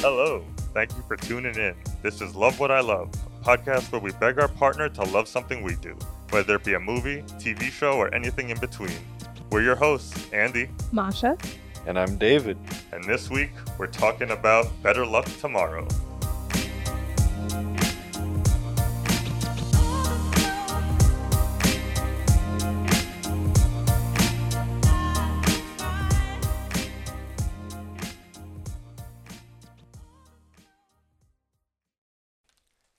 Hello. Thank you for tuning in. This is Love What I Love, a podcast where we beg our partner to love something we do, whether it be a movie, TV show, or anything in between. We're your hosts, Andy, Masha. And I'm David. and this week we're talking about Better Luck Tomorrow.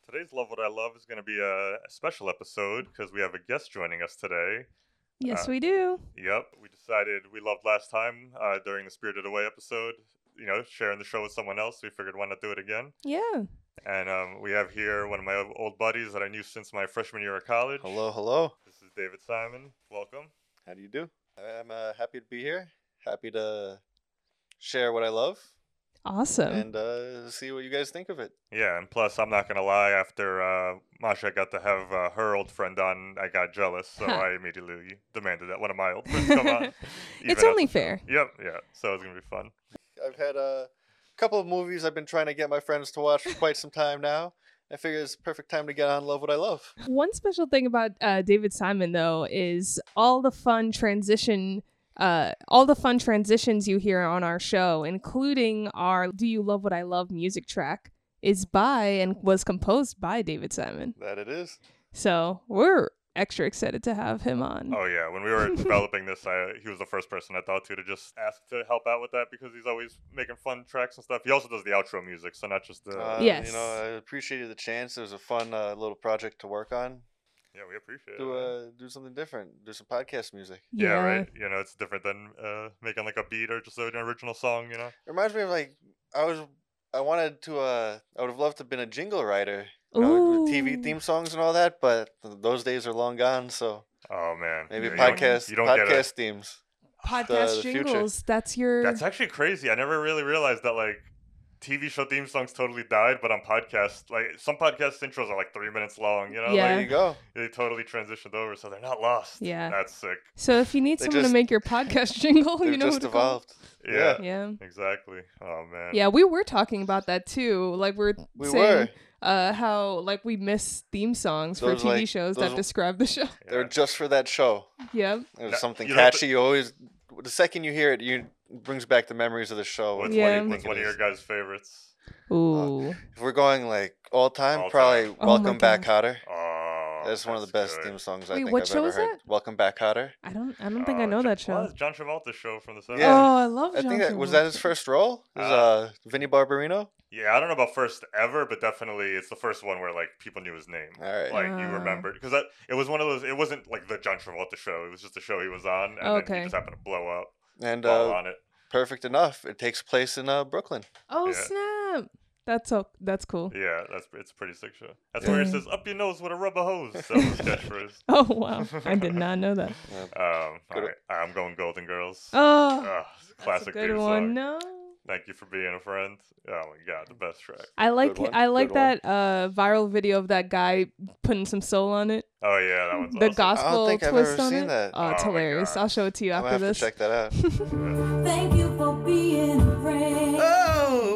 Today's Love What I Love is going to be a special episode because we have a guest joining us today. Yes, Uh, we do. Yep, we decided we loved last time uh, during the Spirited Away episode. You know, sharing the show with someone else, we figured why not do it again. Yeah. And um, we have here one of my old buddies that I knew since my freshman year of college. Hello, hello. This is David Simon. Welcome. How do you do? I'm uh, happy to be here. Happy to share what I love Awesome. and uh, see what you guys think of it. Yeah, and plus, I'm not gonna lie. After uh, Masha got to have uh, her old friend on, I got jealous, so Huh. I immediately demanded that one of my old friends come on. even it's at only the show. fair. Yep, yeah. So it's gonna be fun. I've had a couple of movies I've been trying to get my friends to watch for quite some time now. I figure it's the perfect time to get on Love What I Love. One special thing about uh, David Simon, though, is all the fun transition, uh, all the fun transitions you hear on our show, including our "Do You Love What I Love" music track, is by and was composed by David Simon. That it is. So we're extra excited to have him on. Oh yeah, when we were developing this, I, he was the first person I thought to to just ask to help out with that because he's always making fun tracks and stuff. He also does the outro music, so not just the. Uh, Yes. You know, I appreciated the chance. It was a fun uh, little project to work on. yeah, we appreciate Do it. man. uh, do something different. Do some podcast music. yeah, right. You know, it's different than uh, making like a beat or just an original song. You know. It reminds me of like I was I wanted to uh I would have loved to have been a jingle writer. You know, Ooh. with TV theme songs and all that, but th- those days are long gone, so Oh man. maybe Yeah, you don't- podcast you don't get podcast it. themes. Podcast the future. jingles. That's your. That's actually crazy. I never really realized that like TV show theme songs totally died, but on podcasts, like some podcast intros are like three minutes long. You know, Yeah. There like you go. they totally transitioned over, so they're not lost. Yeah. That's sick. so if you need They someone to just- make your podcast jingle, They've Oh, you know who just to call. evolved. Yeah. Yeah. Exactly. Oh man. Yeah, we were talking about that too. Like we are We saying were. uh how like we miss theme songs for Those, TV like- shows those- that describe the show. Yeah. They were just for that show. yep. It was No, something you don't have catchy. You always the second you hear it, you it brings back the memories of the show. What's one- What do you Yeah. what's think it one of your is? guys' favorites? Ooh. If we're going like all time, All probably time. Oh my Welcome Back God. Hotter. Oh, That's one of the best good. theme songs I Wait, think what I've show ever is heard. that? Welcome Back Hotter. I don't I don't think I Oh, know Jo- that show. Well, it's John Travolta's show from the 70s. Yeah. Oh, I love I John think that was that his Travolta. first role. It was Uh, uh, Vinnie Barbarino. Yeah, I don't know about first ever, but definitely it's the first one where like people knew his name. All right. Like you Ah. remembered because that it was one of those. It wasn't like the John Travolta show. It was just a show he was on, and then Okay. he just happened to blow up And while uh, on it. perfect enough. It takes place in uh, Brooklyn. Oh snap. That's so that's cool. Yeah, that's it's a pretty sick show. That's where he Yeah. says "up your nose with a rubber hose." That was the catchphrase. Oh wow. I did not know that. Um, all Good. right, I'm going Golden Girls. Uh, Oh Ugh, that's classic a good theme one. song. No. Thank you for being a friend. Oh my god, the best track. I like one, I like good one. that uh viral video of that guy putting some soul on it. Oh yeah, that one's the awesome. gospel think I've twist ever on seen it. that. Oh, it's Oh my hilarious. God. I'll show it to you I'm after gonna have this. to check that out. Thank you for being a friend. Oh,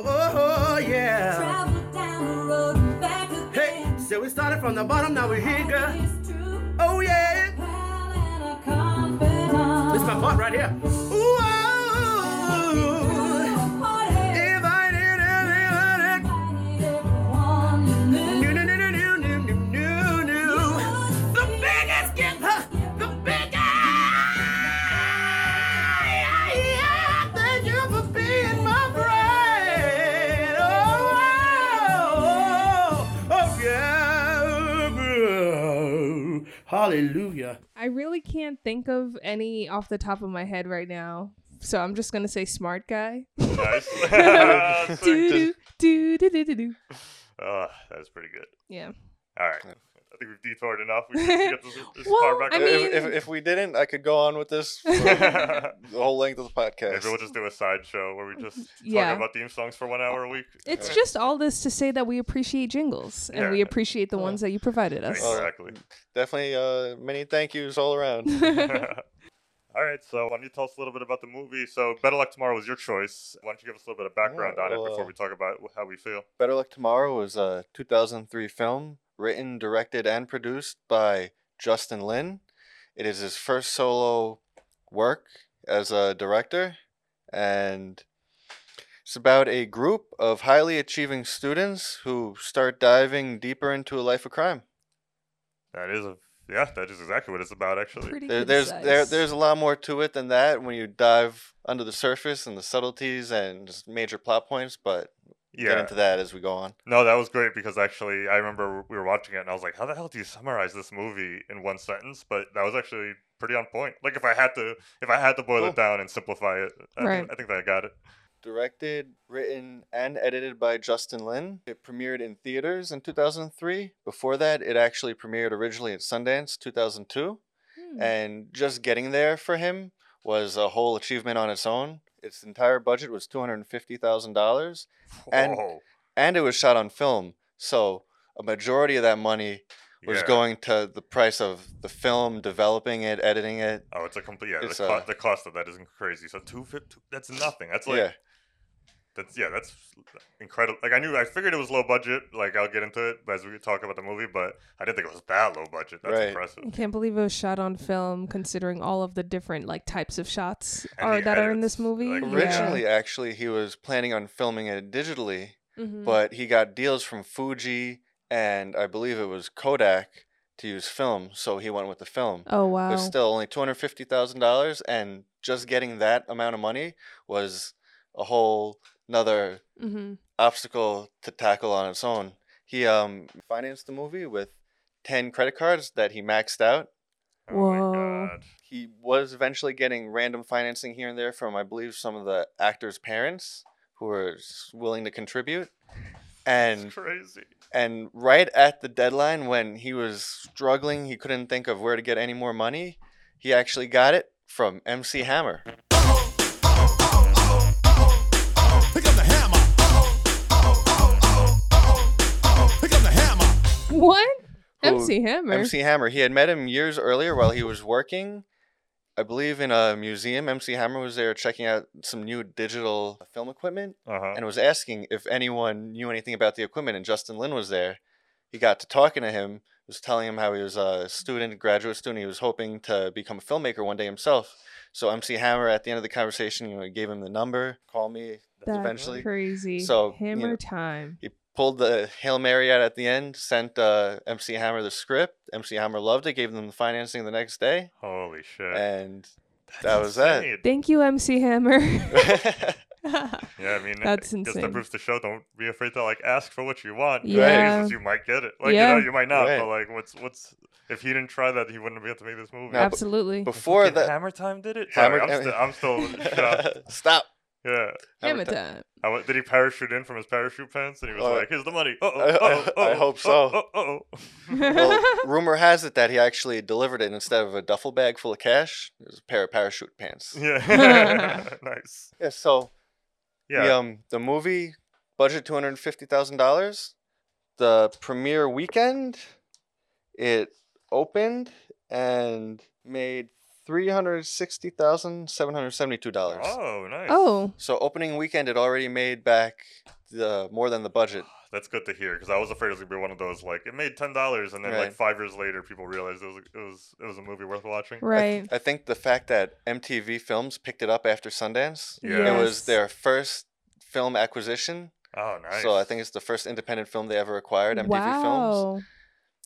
oh, oh, yeah. Travel down the road and back Hey, again. so we started from the bottom, now we're here, girl. It's true. Oh, yeah. Pal and a confidant. This is my part right here. Ooh, oh, A party. invited everyone. Invited everyone you knew. New, new, new, new, new, new, new, new. The biggest gift, huh? The biggest. Yeah, yeah. Thank you for being my friend. Oh, oh, oh, yeah. Hallelujah. I really can't think of any off the top of my head right now. So I'm just gonna say smart guy. Nice. Do do do do do do do. oh, that was pretty good. Yeah. All right. I think we've detoured enough. We should get this, this Well, car back. I on. mean- if, if, if we didn't, I could go on with this for the whole length of the Maybe podcast. we'll just do a side show where we just Yeah. talk about theme songs for one hour a week. It's just all this to say that we appreciate jingles and we Yeah. appreciate the ones that you provided us. Exactly. Definitely uh, many thank yous all around. All All right, so why don't you tell us a little bit about the movie? So, Better Luck Tomorrow was your choice. Why don't you give us a little bit of background Yeah, on it well, before uh, we talk about how we feel? Better Luck Tomorrow is a 2003 film written, directed, and produced by Justin Lin. It is his first solo work as a director, and it's about a group of highly achieving students who start diving deeper into a life of crime. That is a yeah, that is exactly what it's about, actually. Pretty There, there's there, concise. there's a lot more to it than that when you dive under the surface and the subtleties and just major plot points, but get yeah, into that as we go on. no, that was great because actually, I remember we were watching it and I was like, "How the hell do you summarize this movie in one sentence?" But that was actually pretty on point. Like if I had to, if I had to boil Cool. it down and simplify it, I, Right. think, I think that I got it. directed, written, and edited by Justin Lin. It premiered in theaters in 2003. Before that, it actually premiered originally at Sundance 2002. Hmm. And just getting there for him was a whole achievement on its own. Its entire budget was $250,000 And- Whoa. and it was shot on film. So a majority of that money was Yeah. going to the price of the film, developing it, editing it. Oh, it's a complete yeah. It's, the, co- uh, the cost of that isn't crazy. So two fifty. That's nothing. That's like yeah. that's yeah. That's incredible. Like I knew I figured it was low budget. Like I'll get into it as we talk about the movie, but I didn't think it was that low budget. That's Right. impressive. I can't believe it was shot on film, considering all of the different like types of shots And are the that are in edits, this movie. like, Yeah. Originally, actually, he was planning on filming it digitally. Mhm. but he got deals from Fuji and I believe it was Kodak to use film, so he went with the film. oh It wow, was still only two hundred fifty thousand dollars, and just getting that amount of money was a whole another hmm obstacle to tackle on its own. He um, financed the movie with ten credit cards that he maxed out. Whoa. Oh my god. He was eventually getting random financing here and there from, I believe, some of the actors' parents who were s- willing to contribute. And It's crazy. and right at the deadline when he was struggling, he couldn't think of where to get any more money. He actually got it from MC Hammer. Pick up the hammer. Pick up the hammer. what? who- MC Hammer. MC Hammer. He had met him years earlier while he was working, I believe, in a museum. MC Hammer was there checking out some new digital film equipment Uh huh. and was asking if anyone knew anything about the equipment. And Justin Lin was there. He got to talking to him. Was telling him how he was a student, graduate student. He was hoping to become a filmmaker one day himself. So MC Hammer, at the end of the conversation, you know, gave him the number. Call me. That's eventually. crazy. So, you Hammer know- time. He pulled the hail mary out at the end. Sent uh, MC Hammer the script. MC Hammer loved it. Gave them the financing the next day, Holy shit. and that was that. insane. Thank you, MC Hammer. Yeah, I mean, That's it- Just insane. that proves to show, don't be afraid to like ask for what you want. Yeah. Jesus, you might get it. Like Yeah. you know, you might not. Right. But like, what's what's if he didn't try that, he wouldn't be able to make this movie. Now, but- Absolutely. Before Fucking that, Hammer Time did it. Hammer- Sorry, I'm, sti- I'm still shocked. stop. Yeah. Hammer Hammer time. time. I went- did he parachute in from his parachute pants and he was Uh, like, "Here's the money." Uh-oh, I- I- uh-oh, I uh-oh, hope so. uh-oh, uh-oh. well, rumor has it that he actually delivered it instead of a duffel bag full of cash. It was a pair of parachute pants. Yeah. yeah. nice. so Yeah. the um the movie budget two hundred fifty thousand dollars. The premiere weekend, it opened and made three hundred sixty thousand seven hundred seventy two dollars. Oh, nice. oh, So opening weekend, it already made back the more than the budget. That's good to hear because I was afraid it was gonna be one of those like it made ten dollars and then like Right. five years later people realized it was it was it was a movie worth watching. I th- right. I think the fact that MTV Films picked it up after Sundance. Yeah. It was Yes. their first film acquisition. Oh, nice. So I think it's the first independent film they ever acquired, MTV Wow. Films.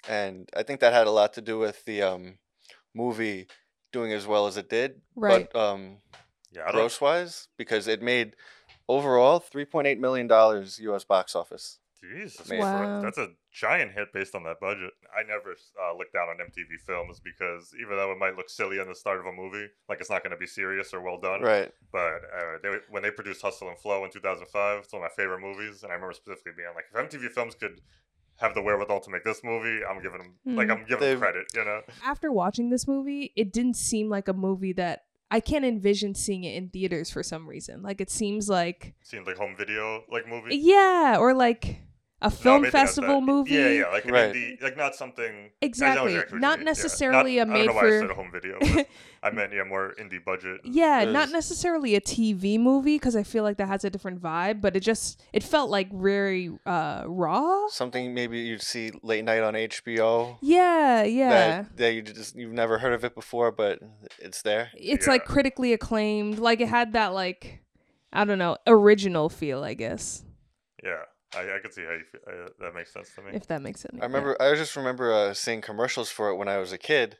And I think that had a lot to do with the um, movie doing as well as it did. Right. But um, yeah, I don't, gross wise, because it made overall $3.8 million US box office. Jesus, Man. for- Wow. that's a giant hit based on that budget. I never uh, look down on MTV films because even though it might look silly on the start of a movie, like it's not going to be serious or well done. Right. But uh, they, when they produced Hustle and Flow in 2005, it's one of my favorite movies, and I remember specifically being like, if MTV Films could have the wherewithal to make this movie, I'm giving them like Mhm. I'm giving them They've- credit, you know? After watching this movie, it didn't seem like a movie that I can't envision seeing it in theaters for some reason. Like it seems like Seems like home video like movie. yeah, or like a film maybe not festival that. movie. Yeah, yeah, like an Right. indie, like not something. I know Exactly. exactly what Not you mean, yeah. necessarily Not- a I don't know why I made-for- said a home video. but I meant yeah, more indie budget. Yeah, Is- not necessarily a TV movie because I feel like that has a different vibe, but it just it felt like very uh raw. Something maybe you'd see late night on HBO. Yeah, yeah. That, that you just you've never heard of it before, but it's there. it's Yeah. like critically acclaimed. Like it had that like I don't know, original feel, I guess, Yeah, I, I could see how you feel. Uh, that makes sense to me. if that makes sense. I remember. I just remember uh, seeing commercials for it when I was a kid.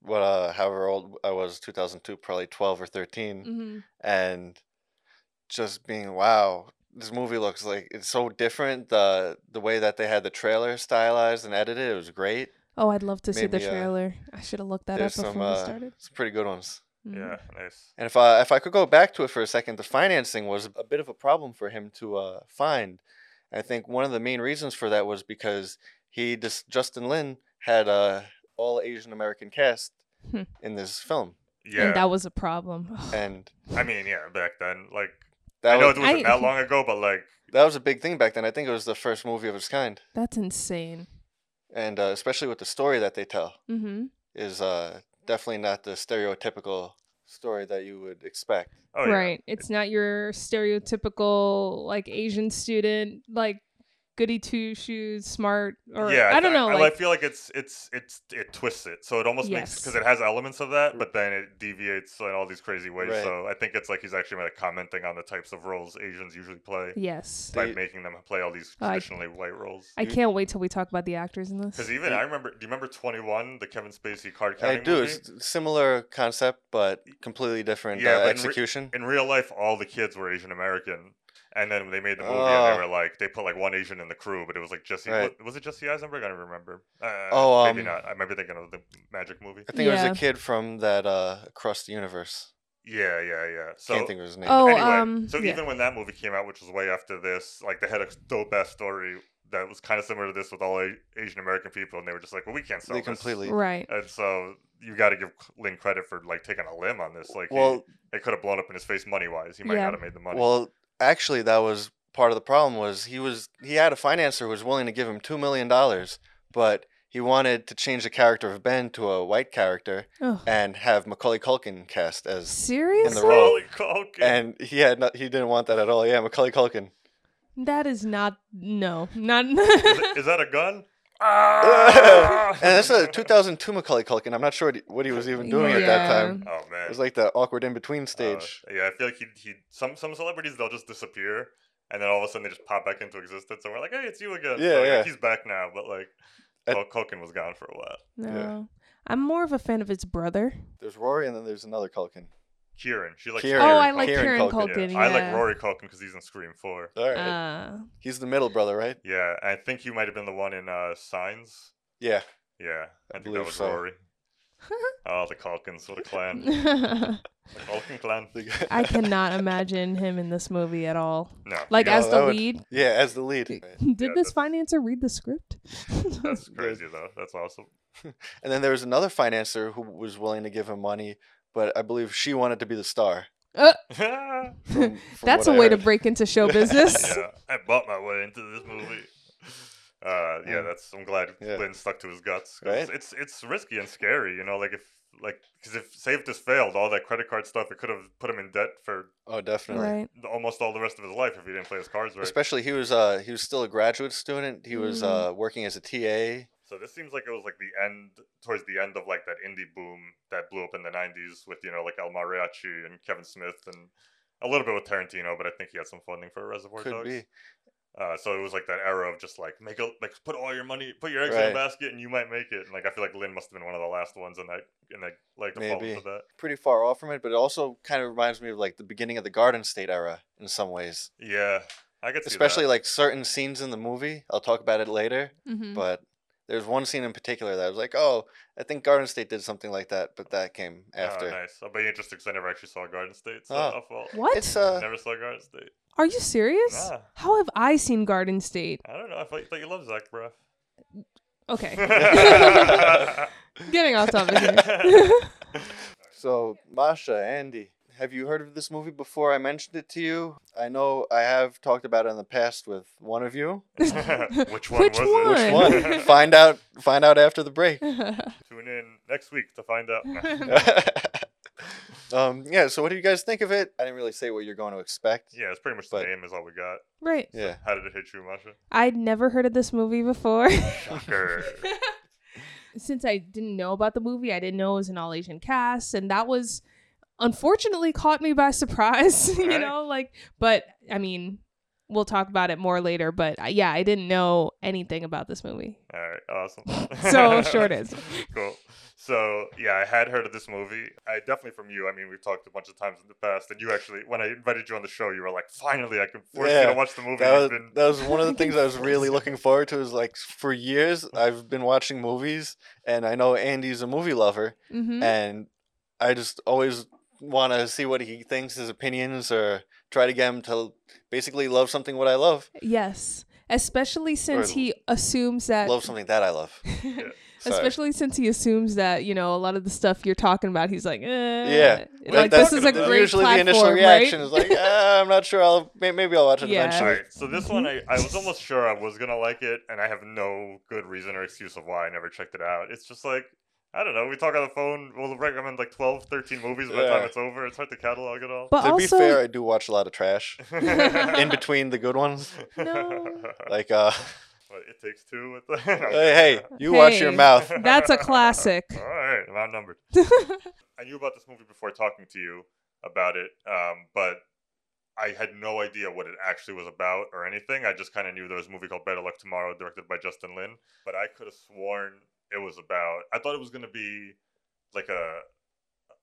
What, uh, however old I was, 2002, probably 12 or 13, hmm and just being wow, this movie looks like it's so different. The the way that they had the trailer stylized and edited, it was great. Oh, I'd love to see the Maybe, uh, trailer. I should have looked that up There's before some we uh, started. some pretty good ones. Mhm. Yeah, nice. And if I if I could go back to it for a second, the financing was a bit of a problem for him to uh, find. I think one of the main reasons for that was because he just Justin Lin had uh, all Asian American cast Hmm. in this film, Yeah, And that was a problem. and I mean, yeah, back then, like that I know was, it wasn't I- that long ago, but like, that was a big thing back then. I think it was the first movie of its kind, That's insane. and uh, especially with the story that they tell hmm is uh, definitely not the stereotypical story that you would expect. oh right. It's not your stereotypical like Asian student, like goody two shoes, smart yeah, or yeah. I th- don't know. I, like, I feel like it's it's it's it twists it, so it almost makes Yes. because it has elements of that, but then it deviates in all these crazy ways. Right. So I think it's like he's actually like commenting on the types of roles Asians usually play yes. Oh, by They- making them play all these I- traditionally white roles. I can't wait till we talk about the actors in this. Because even Yeah. I remember, do you remember Twenty One, the Kevin Spacey card I counting do. movie? It's similar concept, but completely different Yeah, uh, but in re- execution. In real life, all the kids were Asian American, and then when they made the movie, and Ah. they were like, they put like one Asian in the crew, but it was like Jesse. Right. wa- Was it Jesse Eisenberg? I don't remember. Uh, Oh, maybe um, not. I might be thinking of the Magic movie. I think it Yeah. was a kid from that uh, Across the Universe. Yeah, yeah, yeah. So Can't think of his name. Oh, anyway, um, so yeah. even when that movie came out, which was way after this, like they had a dope ass story that was kind of similar to this with all a- Asian American people, and they were just like, well, we can't sell they this. completely. Right. And so you got to give Lin credit for like taking a limb on this. Like, he- Well, it could have blown up in his face money wise. He might Yeah. not have made the money. well, actually, that was part of the problem. Was he was he had a financer who was willing to give him two million dollars, but he wanted to change the character of Ben to a white character Oh. and have Macaulay Culkin cast as. Seriously? role. Macaulay Culkin. And he had not, he didn't want that at all. Yeah, Macaulay Culkin. That is not no, not is, it- is that a gun? and that's a 2002 Macaulay Culkin. I'm not sure what he, what he was even doing at Yeah. that time. Oh man, It was like the awkward in between Uh, stage. yeah, I feel like he he some some celebrities they'll just disappear and then all of a sudden they just pop back into existence and we're like, hey, it's you again. So, Yeah, yeah. He's back now, but like, At- well, Culkin was gone for a while. no. I'm more of a fan of his brother. There's Rory, and then there's another Culkin. Kieran, she likes. Kieran. oh, I like Kieran, Kieran Culkin. Culkin, Yeah, yeah. I like Rory Culkin because he's in Scream Four. All right, Uh, he's the middle brother, right? Yeah, I think he might have been the one in uh, Signs. Yeah. Yeah, I, think that believe was so. Rory. oh, the Culkins, what a clan! The Culkin clan. The- Uh, I cannot imagine him in this movie at all. No, Like No, as that the would- lead. yeah, as the lead. Did Yeah, that's- this financer read the script? that's crazy though. That's awesome. And then there was another financier who was willing to give him money, but I believe she wanted to be the star. yeah, from- from That's a what I way to heard. break into show business. I bought my way into this movie. Uh, yeah, Mm. that's. I'm glad Yeah. Lynn stuck to his guts. 'cause Right? It's, it's it's risky and scary, you know. Like if like because if say if this failed, all that credit card stuff, it could have put him in debt for Oh, definitely. right. almost all the rest of his life if he didn't play his cards right. Especially he was uh he was still a graduate student. He was Mm. uh working as a TA. so this seems like it was like the end towards the end of like that indie boom that blew up in the '90s with you know like El Mariachi and Kevin Smith and a little bit with Tarantino, but I think he had some funding for Reservoir Could Dogs. be. Uh, so it was like that era of just like make a like put all your money, put your eggs in a Right. basket, and you might make it. And like I feel like Lynn must have been one of the last ones in that in that like to fall Maybe. into that. Pretty far off from it, but it also kind of reminds me of like the beginning of the Garden State era in some ways. Yeah, I could see Especially that. like certain scenes in the movie. I'll talk about it later. Mhm. But there's one scene in particular that I was like, oh, I think Garden State did something like that, but that came after. Oh, nice. I'll be interested because I never actually saw Garden State. So Oh. I'll fall. What? It's uh, Never saw Garden State. Are you serious? Nah. How have I seen Garden State? I don't know. I thought, thought you loved Zach Braff. Okay, getting off topic here. so Masha, Andy, Have you heard of this movie before I mentioned it to you? I know I have talked about it in the past with one of you. Which one Which was Which it? One. one? find out find out after the break. Tune in next week to find out. um, yeah, so what do you guys think of it? I didn't really say what you're going to expect. yeah, it's pretty much the But- name is all we got. right. Yeah. How did it hit you, Masha? I'd never heard of this movie before. Shocker. Since I didn't know about the movie, I didn't know it was an all Asian cast, and that was unfortunately caught me by surprise. you Right. know, like, but I mean, we'll talk about it more later. But uh, yeah, I didn't know anything about this movie. All right, awesome. So, short answer. Cool. So yeah, I had heard of this movie. I definitely from you. I mean, we've talked a bunch of times in the past, and you actually, when I invited you on the show, you were like, "Finally, I can force you Yeah, to watch the movie." That you've was, been- that was one of the things I was really looking forward to. Is like for years I've been watching movies, and I know Andy's a movie lover, hmm and I just always want to see what he thinks, his opinions, or try to get him to basically love something what I love, Yes, especially since Or- he assumes that. love something that I love. Uh, Sorry. Especially since he assumes that you know a lot of the stuff you're talking about, he's like, eh. Yeah, like that's- this is a that's great usually platform, the initial reaction right? is like, "Ah, I'm not sure. I'll may- maybe I'll watch it Yeah. All eventually. right, so this one I, I was almost sure I was gonna like it, and I have no good reason or excuse of why I never checked it out. It's just like I don't know. We talk on the phone. We'll recommend like 12, 13 movies by the time Yeah. it's over. It's hard to catalog it all. But to also, be fair, I do watch a lot of trash in between the good ones. No. Like, uh, But it takes two. With the- hey, hey, you watch your Hey. mouth. That's a classic. All right, I'm outnumbered. I knew about this movie before talking to you about it, um, but I had no idea what it actually was about or anything. I just kind of knew there was a movie called Better Luck Tomorrow, directed by Justin Lin, but I could have sworn it was about. I thought it was going to be like a,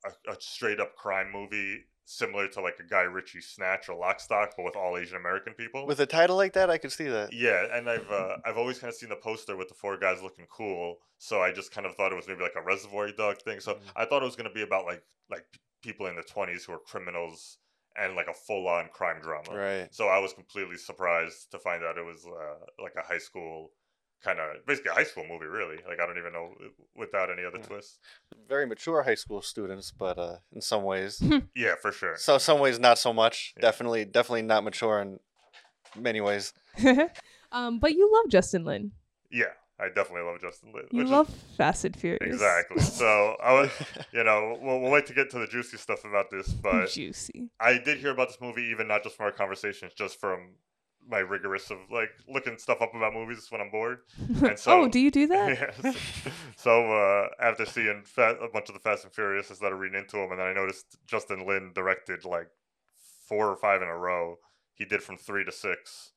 a a straight up crime movie, similar to like a Guy Ritchie Snatch or Lock, Stock, but with all Asian American people. With a title like that, I could see that. Yeah, and I've uh, I've always kind of seen the poster with the four guys looking cool, so I just kind of thought it was maybe like a Reservoir Dog thing. So Mm. I thought it was gonna be about like like p- people in their twenties who are criminals and like a full on crime drama. Right. So I was completely surprised to find out it was uh, like a high school kind of basically a high school movie, really. Like I don't even know uh, without any other Yeah. twists. Very mature high school students, but uh, in some ways, Yeah, for sure. so some ways not so much. Yeah. Definitely, definitely not mature in many ways. um, but you love Justin Lin. Yeah, I definitely love Justin Lin. You which is- love Fast and Furious. exactly. So I was, you know, we'll, we'll wait to get to the juicy stuff about this, but. Juicy. I did hear about this movie, even not just from our conversations, just from my rigorous of like looking stuff up about movies when I'm bored. And so, oh, do you do that? Yes. So uh, after seeing fa- a bunch of the Fast and Furious, I started reading into them, and then I noticed Justin Lin directed like four or five in a row. He did from three to six.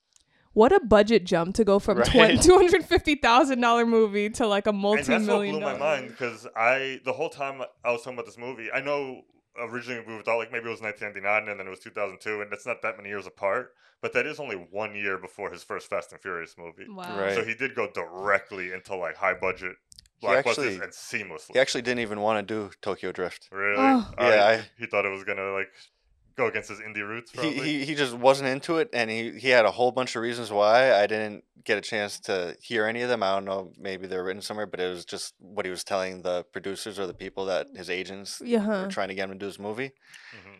What a budget jump to go from Right. two hundred fifty thousand dollar movie to like a And multi that's what million blew my dollar. mind because I the whole time I was talking about this movie, I know originally we thought like maybe it was 1999 and then it was 2002, and it's not that many years apart. But that is only one year before his first Fast and Furious movie. Wow. Right. So he did go directly into like high budget He blockbusters actually- and seamlessly. He actually didn't even want to do Tokyo Drift. really? Oh. All right. Yeah, I- he thought it was gonna like go against his indie roots. He, Probably. he, he just wasn't into it, and he, he had a whole bunch of reasons why. I didn't get a chance to hear any of them. I don't know, maybe they're written somewhere, but it was just what he was telling the producers or the people that his agents Yeah. were huh. trying to get him to do his movie. Mhm.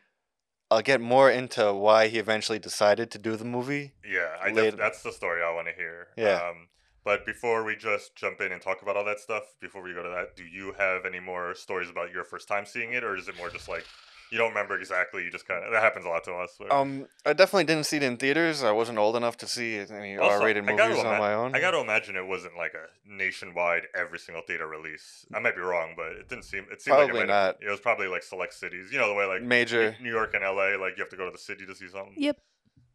I'll get more into why he eventually decided to do the movie. Yeah, I later. def- that's the story I want to hear. Yeah. Um, but before we just jump in and talk about all that stuff, before we go to that, do you have any more stories about your first time seeing it, or is it more just like you don't remember exactly? You just kind of that happens a lot to us. where- Um, I definitely didn't see it in theaters. I wasn't old enough to see any Also, R-rated I gotta Oh, movies on ima- my own. I got to imagine it wasn't like a nationwide every single theater release. I might be wrong, but it didn't seem. It seemed like Probably it, might have- not. it was probably like select cities. You know the way like major, New York and L.A. Like you have to go to the city to see something. Yep.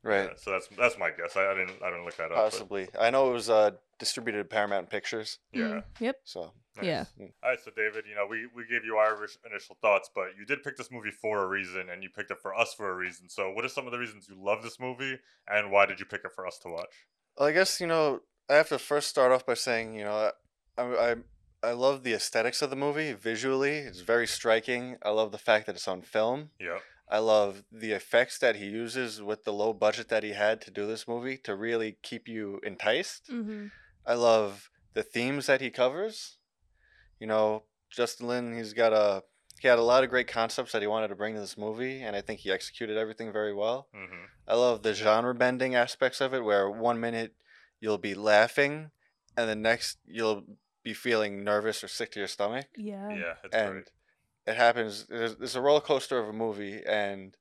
right? Yeah, so that's that's my guess. I, I didn't I didn't look that up. but Possibly. I know it was uh, distributed at Paramount Pictures. yeah. Mm, Yep. So Yeah. Hmm. All right, so David, you know, we, we gave you our ris- initial thoughts, but you did pick this movie for a reason, and you picked it for us for a reason. So, what are some of the reasons you love this movie, and why did you pick it for us to watch? Well, I guess you know I have to first start off by saying you know I I I love the aesthetics of the movie visually. It's very striking. I love the fact that it's on film. Yeah, I love the effects that he uses with the low budget that he had to do this movie to really keep you enticed. Mm-hmm. I love the themes that he covers. You know, Justin Lin, he's got a He had a lot of great concepts that he wanted to bring to this movie, and I think he executed everything very well. hmm I love the genre bending aspects of it, where one minute you'll be laughing, and the next you'll be feeling nervous or sick to your stomach. Yeah. Yeah, it's and great. it happens. There's, there's a roller coaster of a movie, and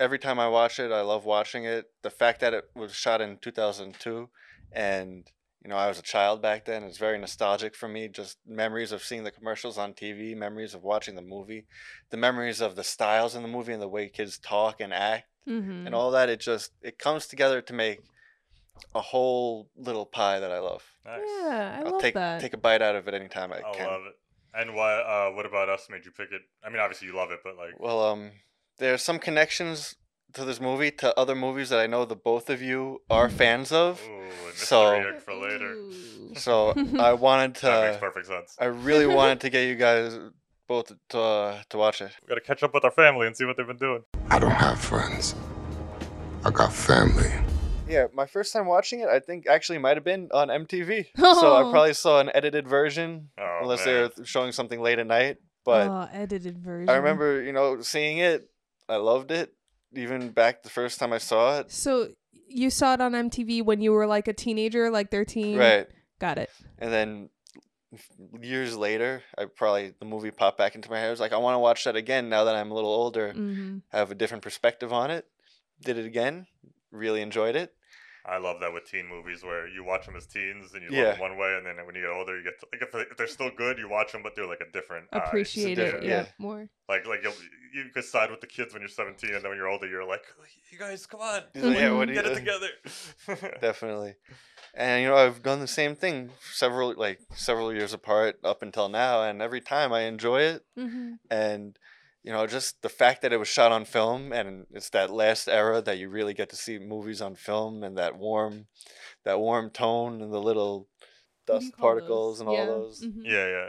every time I watch it, I love watching it. The fact that it was shot in 2002, and you know I was a child back then, it's very nostalgic for me. Just memories of seeing the commercials on TV, memories of watching the movie, the memories of the styles in the movie and the way kids talk and act Mm-hmm. and all that. It just it comes together to make a whole little pie that I love. Nice. Yeah, I will love take that. take a bite out of it anytime I I can. love it. Oh, And why? Uh, what about us made you pick it? I mean, obviously you love it, but like, Well, um, there's some connections to this movie to other movies that I know the both of you Mm. are fans of. ooh, a mystery So- egg for later. Ooh. So I wanted That makes to, perfect sense. I really wanted to get you guys both to uh, to watch it. We gotta catch up with our family and see what they've been doing. I don't have friends. I got family. Yeah, my first time watching it, I think actually might have been on MTV. So I Oh. probably saw an edited version, Oh, unless man. they were showing something late at night. But oh, edited version. I remember, you know, seeing it. I loved it. Even back the first time I saw it. So you saw it on MTV when you were like a teenager, like thirteen. Right. Got it. And then years later, I probably the movie popped back into my head. I was like, I want to watch that again now that I'm a little older, hmm have a different perspective on it. Did it again, really enjoyed it. I love that with teen movies where you watch them as teens and you Yeah. love them one way, and then when you get older, you get to, like if, they- if they're still good, you watch them, but they're like a different eye. Appreciate it. different- Yeah. yeah. More. Like like you you could side with the kids when you're 17, and then when you're older, you're like, "Oh, you guys, come on, He's like, yeah, what do get you- it together. Definitely. And you know, I've done the same thing several like several years apart up until now, and every time I enjoy it. Mm-hmm. and you know just the fact that it was shot on film and it's that last era that you really get to see movies on film and that warm that warm tone and the little dust particles and all those hmm yeah, yeah.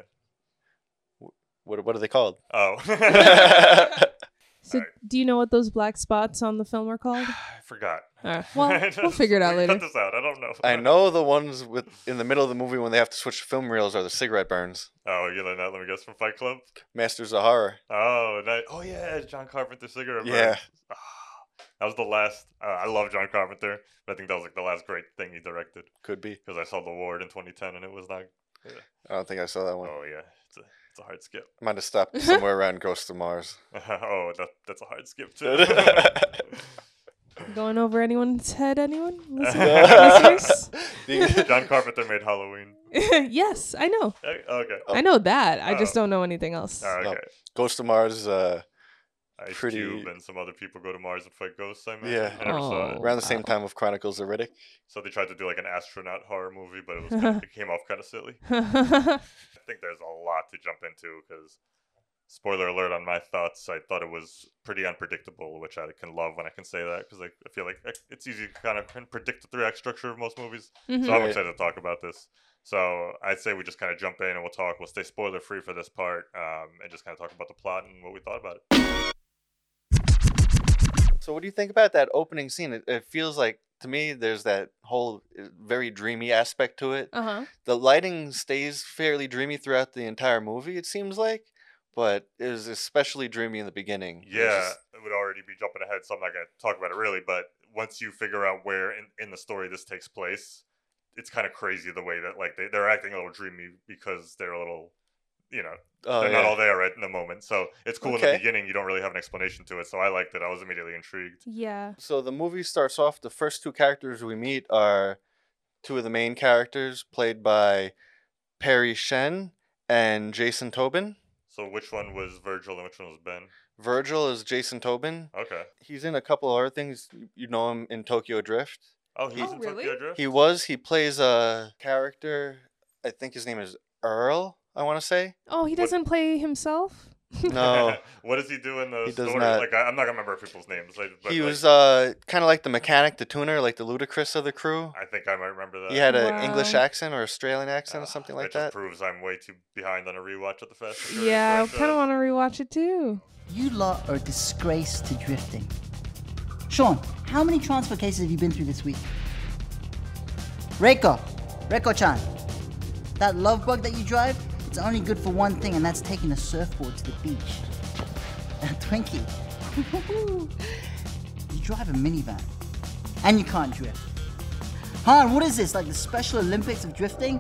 what, what are they called Oh, i So, Alright. do you know what those black spots on the film are called? I forgot. Uh, well, we'll figure it out We later. Cut this out. I don't know. know the ones with in the middle of the movie when they have to switch to film reels are the cigarette burns Oh, you learned that? Let me guess from Fight Club. masters of horror Oh, nice. oh yeah, John Carpenter cigarette. burns. Yeah. Ah, that was the last. Uh, I love John Carpenter, but I think that was like the last great thing he directed could be because I saw The Ward in 2010 and it was not. i don't think i saw that one Oh yeah, it's a it's a hard skip. i might have stopped somewhere around ghost of mars oh, that that's a hard skip too. Going over anyone's head, anyone? Listeners? The- John Carpenter made Halloween. yes, I know. Eh, Okay. Oh. I know that. I just Oh. don't know anything else. Ah, No. okay. ghost of mars uh, Ice Pretty- Cube and some other people go to Mars and fight ghosts. I imagine. Yeah. I never saw it. Oh. around the same Wow. time of chronicles of riddick So they tried to do like an astronaut horror movie, but it was kind of, it came off kind of silly. I think there's a lot to jump into because, spoiler alert on my thoughts, I thought it was pretty unpredictable, which I can love when I can say that because I, I feel like ex- it's easy to kind of can predict the three act structure of most movies. Mm-hmm. So I'm Right. excited to talk about this. So I'd say we just kind of jump in and we'll talk. We'll stay spoiler free for this part um, and just kind of talk about the plot and what we thought about it. So, what do you think about that opening scene? It, it feels like to me there's that whole uh, very dreamy aspect to it. uh huh. The lighting stays fairly dreamy throughout the entire movie. It seems like, but it was especially dreamy in the beginning. It was Yeah, just- it would already be jumping ahead, so I'm not going to talk about it really. But once you figure out where in, in the story this takes place, it's kind of crazy the way that like they, they're acting a little dreamy because they're a little, you know, oh, they're yeah. not all there right in the moment. So it's cool in Okay. the beginning. You don't really have an explanation to it. So I liked it. I was immediately intrigued. Yeah. So the movie starts off. The first two characters we meet are two of the main characters, played by Perry Shen and Jason Tobin. So which one was Virgil and which one was Ben? Virgil is Jason Tobin. Okay. He's in a couple other things. You- You know him in Tokyo Drift. Oh, he's Oh, in really? Tokyo Drift. He was. He plays a character. I think his name is Earl. I want to say. Oh, he What- doesn't play himself. No, what does he do in the He does story? not. Like I, I'm not gonna remember people's names. Like, but he like, was uh, kind of like the mechanic, the tuner, like the ludicrous of the crew. I think I might remember that. He had an English Wow. accent or Australian accent Ah, or something that like just that. proves I'm way too behind on a rewatch of the Fast. and Furious uh, Yeah, I franchise. kind of want to rewatch it too. You lot are a disgrace to drifting. Sean, how many transfer cases have you been through this week? Reiko, Reiko-chan, that love bug that you drive, it's It's only good for one thing, and that's taking a surfboard to the beach. Twinkie, you drive a minivan, and you can't drift. Han, what is this? Like the Special Olympics of drifting?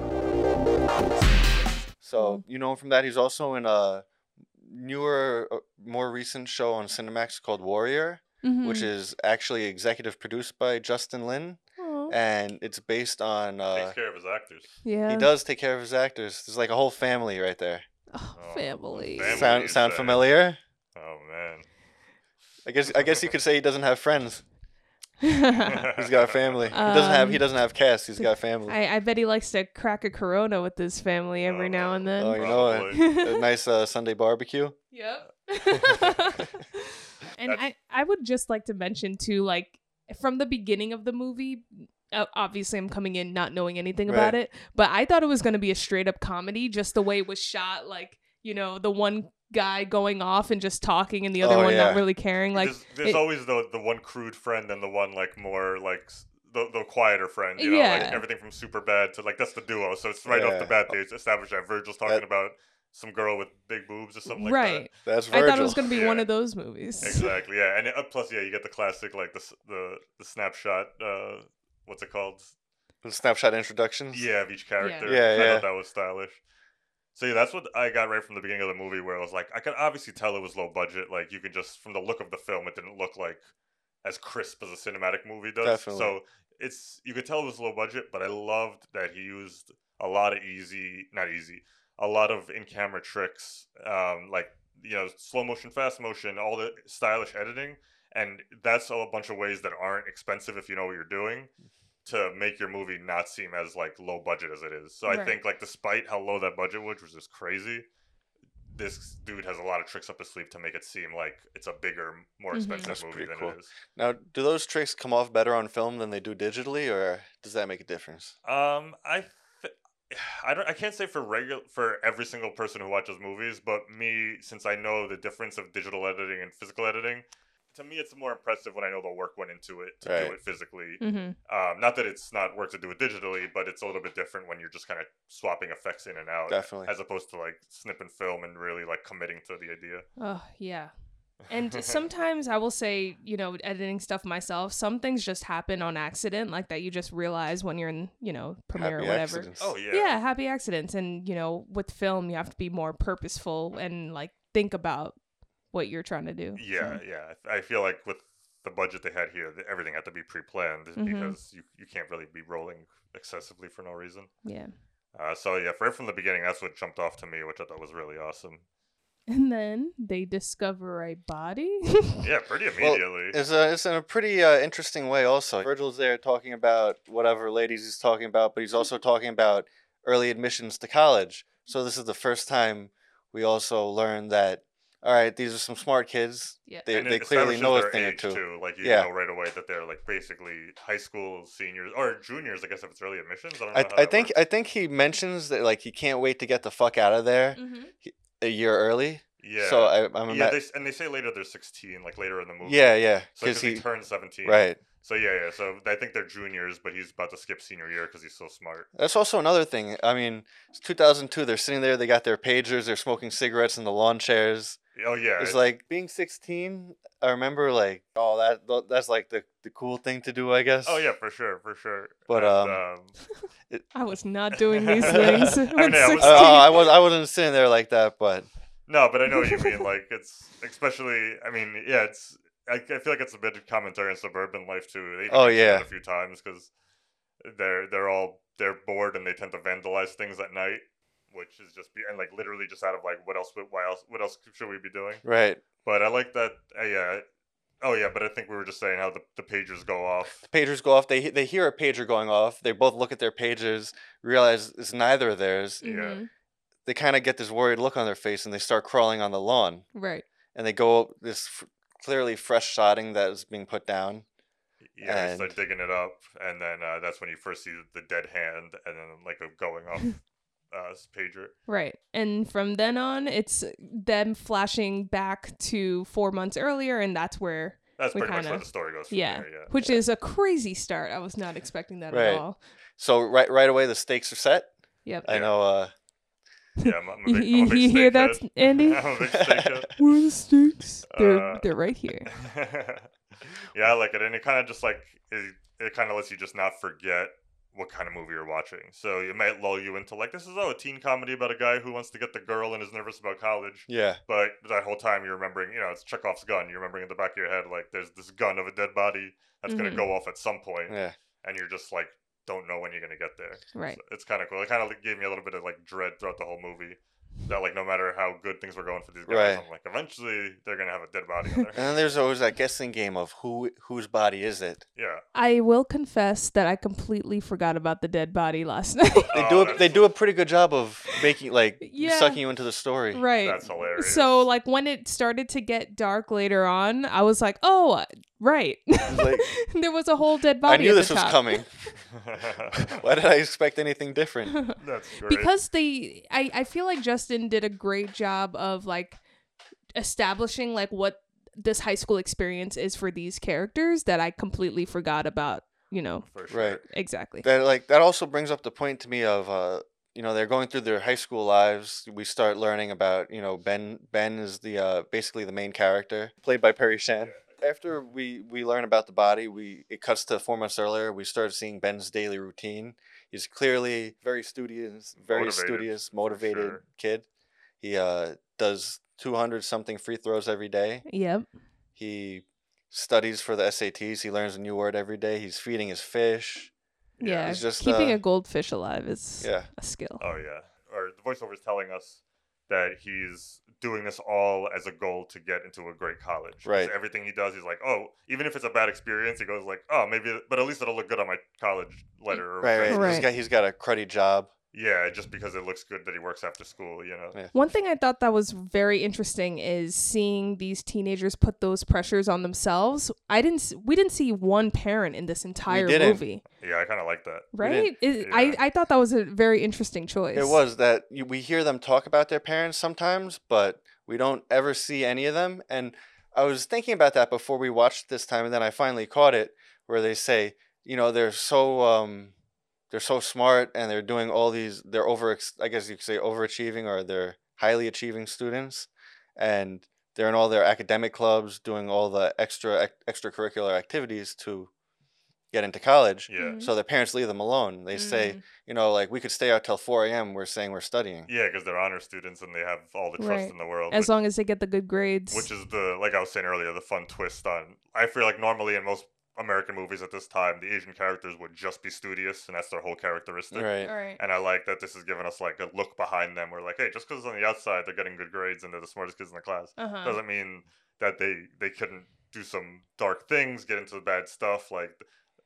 So Mm-hmm. you know him from that. He's also in a newer, uh, more recent show on Cinemax called Warrior, Mm-hmm. Hmm. which is actually executive produced by Justin Lin, Aw. and it's based on. Uh, Takes care of his actors. yeah. he does take care of his actors. There's like a whole family right there. Oh, Oh, family. fam- Family, uh, you Sound sound say. familiar? Oh man. I guess I guess you could say he doesn't have friends. He's got a family. he doesn't have he Um, doesn't have cast. He's got family. I, I bet he likes to crack a Corona with his family every now and then. oh, you know a, a nice uh, Sunday barbecue. Yep. and I, I would just like to mention too, like from the beginning of the movie, uh, obviously I'm coming in not knowing anything about Right. it, but I thought it was going to be a straight up comedy, just the way it was shot, like you know the one guy going off and just talking, and the other Oh, one yeah. not really caring. Like there's there's it- always the the one crude friend and the one like more like s- the, the quieter friend. You know, Yeah. like everything from super bad to like that's the duo. So it's right off Yeah. the bat they established that Virgil's talking That- about some girl with big boobs or something like that. right? That's I Virgil. thought it was going to be one Yeah. of those movies. Exactly. Yeah, and uh, plus, yeah, you get the classic like the s- the, the snapshot. Uh, what's it called? Snapshot introductions. Yeah, of each character. Yeah, I yeah. thought that was stylish. So yeah, that's what I got right from the beginning of the movie, where I was like, I could obviously tell it was low budget. Like you can just from the look of the film, it didn't look like as crisp as a cinematic movie does. Definitely. So it's you could tell it was low budget, but I loved that he used a lot of easy, not easy, a lot of in camera tricks, um, like you know slow motion, fast motion, all the stylish editing, and that's all a bunch of ways that aren't expensive if you know what you're doing to make your movie not seem as like low budget as it is. So I Right. think like despite how low that budget was, which is crazy, this dude has a lot of tricks up his sleeve to make it seem like it's a bigger, more Mhm. expensive That's movie pretty than cool. it is. Now, do those tricks come off better on film than they do digitally, or does that make a difference? Um, I, th- I don't, I can't say for regular for every single person who watches movies, but me, since I know the difference of digital editing and physical editing, to me it's more impressive when I know the work went into it to Right. do it physically. hmm Um, not that it's not work to do it digitally, but it's a little bit different when you're just kind of swapping effects in and out, Definitely. as opposed to like snipping film and really like committing to the idea. Oh, yeah. And sometimes I will say, you know, editing stuff myself, some things just happen on accident, like that you just realize when you're in, you know, premiere or Happy whatever. accidents. Oh yeah, Yeah. happy accidents. And, you know, with film, you have to be more purposeful and like think about what you're trying to do. yeah, yeah. I I feel like with the budget they had here, th- everything had to be pre-planned Mm-hmm. Mhm. because you you can't really be rolling excessively for no reason. Yeah. Uh, so yeah, right from the beginning, that's what jumped off to me, which I thought was really awesome. And then they discover a body. Yeah, pretty Well, immediately. it's, a, it's in a pretty uh, interesting way, also. Virgil's there talking about whatever ladies he's talking about, but he's also talking about early admissions to college. So, this is the first time we also learn that, all right, these are some smart kids. Yeah. They, And it they clearly establishes know their a thing or age, two. Like you Yeah. know right away that they're like basically high school seniors or juniors, I guess if it's early admissions. I don't know. I, how I that think works. I think he mentions that like he can't wait to get the fuck out of there Mhm. a year early. yeah. So I, I'm yeah, ima- they, s- and they say later they're 16, like later in the movie. yeah, yeah, because because he, he turned 17. right. So yeah, yeah. So I think they're juniors, but he's about to skip senior year because he's so smart. That's also another thing. I mean, it's 2002. They're sitting there. They got their pagers. They're smoking cigarettes in the lawn chairs. Oh yeah. It's like being 16. I remember like, oh, that tho- that's like the, the cool thing to do, I guess. Oh yeah, for sure, for sure. But, And, um, I was not doing these things. I when know, I was- 16. Uh, oh, I was I wasn't sitting there like that, but No, but I know what you mean. Like it's especially. I mean, yeah, it's. I, I feel like it's a bit of commentary on suburban life too. They even Oh, mention that yeah. a few times because they're they're all they're bored and they tend to vandalize things at night, which is just be and like literally just out of like what else? would- Why else? What else should we be doing? right. But I like that. Uh, yeah. Oh yeah, but I think we were just saying how the, the pagers go off. Pagers go off. They he- they hear a pager going off. They both look at their pagers, realize it's neither of theirs. Mhm. They kind of get this worried look on their face, and they start crawling on the lawn. Right. And they go up this f- clearly fresh sodding that is being put down. Yeah, they And- start digging it up, and then uh, that's when you first see the dead hand, and then like a going off uh, pager. Right. And from then on, it's them flashing back to four months earlier, and that's where, That's We pretty much where kinda- the story goes. From yeah, there, yeah. which is a crazy start. I was not expecting that Right. at all. So right right away the stakes are set. Yep. I know uh Yeah, I'm, I'm a You, big, I'm a you- big you hear that, steakhead. Andy? I'm a big steakhead. Where are the steaks? They're Uh, they're right here. yeah, I like it, and it kind of just like it, it kind of lets you just not forget what kind of movie you're watching. So it might lull you into like this is oh a teen comedy about a guy who wants to get the girl and is nervous about college. Yeah. But that whole time you're remembering, you know, it's Chekhov's gun. You're remembering in the back of your head like there's this gun of a dead body that's Mhm. gonna go off at some point, Yeah. and you're just like don't know when you're gonna get there. Right. So it's kind of cool. It kind of gave me a little bit of like dread throughout the whole movie. That like no matter how good things were going for these guys, Right. I'm like eventually they're gonna have a dead body on their And then there's always that guessing game of who whose body is it. Yeah. I will confess that I completely forgot about the dead body last night. They Oh, do a, that's- they do a pretty good job of making like Yeah. sucking you into the story. right. That's hilarious. So like when it started to get dark later on, I was like, "Oh, uh, right." Like, there was a whole dead body. I knew at the this was top. coming. Why did I expect anything different? That's great. Because they, I, I feel like Justin did a great job of like establishing like what this high school experience is for these characters that I completely forgot about. You know For sure. Right. exactly. That like that also brings up the point to me of uh you know they're going through their high school lives. We start learning about you know Ben. Ben is the uh, basically the main character played by Perry Shan. After we we learn about the body, we it cuts to four months earlier. We start seeing Ben's daily routine. He's clearly very studious, very Motivated, studious, motivated sure. kid. He uh, does two hundred something free throws every day. Yep. He studies for the SATs. He learns a new word every day. He's feeding his fish. Yeah, Yeah. it's just, Keeping uh, a goldfish alive is Yeah. a skill. Oh yeah. Or the voiceover is telling us that he's doing this all as a goal to get into a great college. 'Cause Right. Everything he does, he's like, oh, even if it's a bad experience, he goes like, oh, maybe, but at least it'll look good on my college letter. Or Right, right. He's Right. got he's got a cruddy job. Yeah, just because it looks good that he works after school, you know. Yeah. One thing I thought that was very interesting is seeing these teenagers put those pressures on themselves. I didn't s- we didn't see one parent in this entire didn't. movie, Yeah, I kind of like that. right? It- Yeah. I I thought that was a very interesting choice. It was that you, we hear them talk about their parents sometimes, but we don't ever see any of them. And I was thinking about that before we watched this time, and then I finally caught it where they say, you know, they're so um, they're so smart and they're doing all these. They're over, I guess you could say, overachieving or they're highly achieving students, and they're in all their academic clubs doing all the extra ac- extracurricular activities to get into college. Yeah. Mhm. So their parents leave them alone. They Mm-hmm. say, Mm. you know, like we could stay out till 4 a.m. We're saying we're studying. Yeah, because they're honor students and they have all the trust Right. in the world. as which- long as they get the good grades. which is the like I was saying earlier, the fun twist on. I feel like normally in most American movies at this time, the Asian characters would just be studious, and that's their whole characteristic. Right. right. And I like that this is giving us like a look behind them. We're like, hey, just because on the outside they're getting good grades and they're the smartest kids in the class, Uh-huh. doesn't mean that they they couldn't do some dark things, get into the bad stuff. Like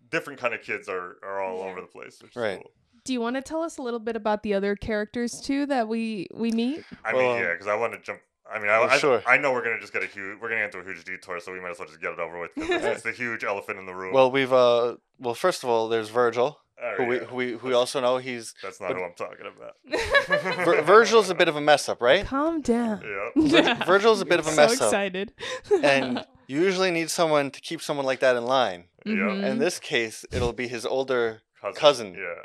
different kind of kids are are all Yeah. over the place. Which Right. Is cool. Do you want to tell us a little bit about the other characters too that we we meet? I Well, mean, yeah, um, because I want to jump. I mean, I, Oh, I, sure. I know we're gonna just get a huge, we're gonna get into a huge detour, so we might as well just get it over with because it's the huge elephant in the room. Well, we've uh well, first of all, there's Virgil, Oh, who we yeah. who we, who we also know he's That's not but- who I'm talking about. Vir- Virgil's a bit of a mess up, right? Calm down. Yeah. Virgil's a bit of a so mess up. excited. And you usually need someone to keep someone like that in line. Mm-hmm. Yeah. In this case, it'll be his older Cousin. Cousin. Yeah.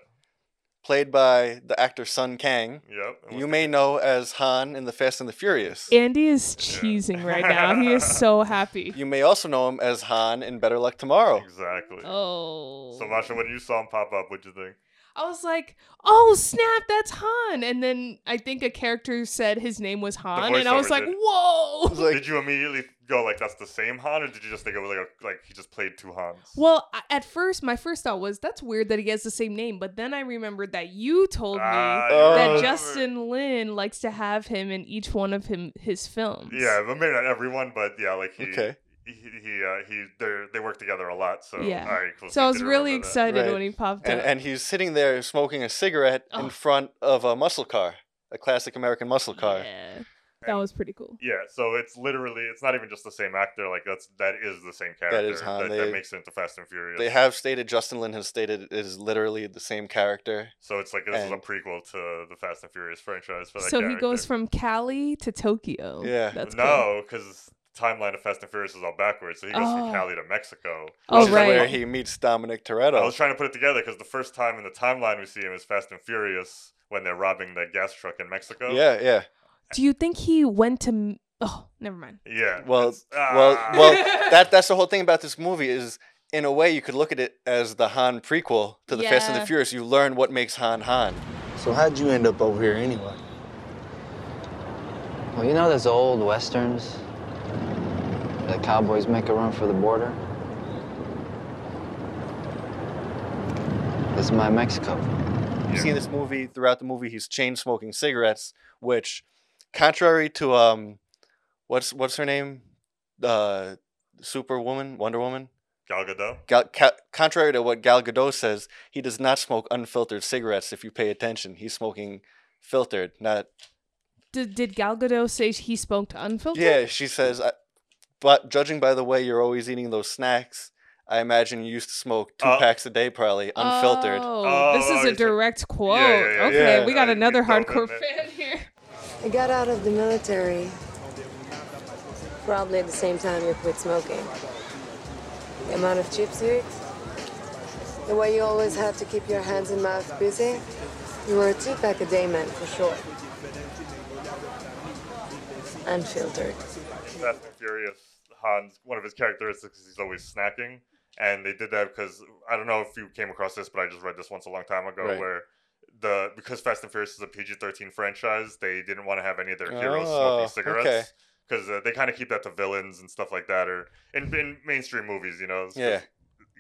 played by the actor Sun Kang. Yep. And You what's- may know as Han in The Fast and the Furious. Andy is cheesing right now. He is so happy. You may also know him as Han in Better Luck Tomorrow. Exactly. Oh. So Masha, when you saw him pop up, what'd you think? I was like, "Oh snap, that's Han!" And then I think a character said his name was Han, and I was voiceover like, did. "Whoa!" Like- did you immediately go like that's the same Han, or did you just think it was like a, like he just played two Hans? Well, I- at first, my first thought was that's weird that he has the same name, but then I remembered that you told me Ah, Oh. you that remember. Justin Lin likes to have him in each one of him his films. Yeah, but maybe not everyone, but yeah, like he. Okay. He he uh, he they they work together a lot, so Yeah. all right, cool. So I you was did really remember that. excited Right. when he popped and, up. and he's sitting there smoking a cigarette Oh. in front of a muscle car, a classic American muscle car. Yeah, that was pretty cool. Yeah, so it's literally it's not even just the same actor. Like that's that is the same character. is That, Han. They- that makes it into Fast and Furious. They have stated Justin Lin has stated it is literally the same character. so it's like this is a and- prequel to the Fast and Furious franchise for that So he character. goes from Cali to Tokyo. Yeah. that's cool. no, because timeline of Fast and Furious is all backwards. So he goes Oh. from Cali to Mexico. Oh, which is right. where he meets Dominic I was Toretto. trying to put it together because the first time in the timeline we see him is Fast and Furious when they're robbing the gas truck in Mexico. Yeah, yeah. Do you think he went to? m- Oh, never mind. Yeah. Well, it's- well, ah. well. That that's the whole thing about this movie is, in a way, you could look at it as the Han prequel to the Fast and Yeah. the Furious. You learn what makes Han Han. So how'd you end up over here anyway? Well, you know those old westerns? The cowboys make a run for the border? This is my Mexico. You see in this movie throughout the movie, he's chain smoking cigarettes, which, contrary to um, what's what's her name, uh, Superwoman, Wonder Woman. Gal Gadot. Gal, ca- contrary to what Gal Gadot says, he does not smoke unfiltered cigarettes. If you pay attention, he's smoking filtered, not Did, did Gal Gadot say he spoke to unfiltered? Yeah, she says, I, but judging by the way you're always eating those snacks, I imagine you used to smoke two Uh, packs a day, probably unfiltered. Oh, Oh, this is you a said- direct quote. Yeah, yeah, yeah, okay, yeah. we got I- another you don't hardcore admit. fan here. I got out of the military probably at the same time you quit smoking. The amount of chips you eat, the way you always had to keep your hands and mouth busy, you were a two pack a day man for sure. Unfiltered. Fast and Furious, Hans, one of his characteristics is he's always snacking. And they did that because I don't know if you came across this, but I just read this once a long time ago Right. where the because Fast and Furious is a PG 13 franchise, they didn't want to have any of their heroes Oh, smoking cigarettes. Because uh, they kind of keep that to villains and stuff like that, or in, in mainstream movies, you know, it's 'cause Yeah.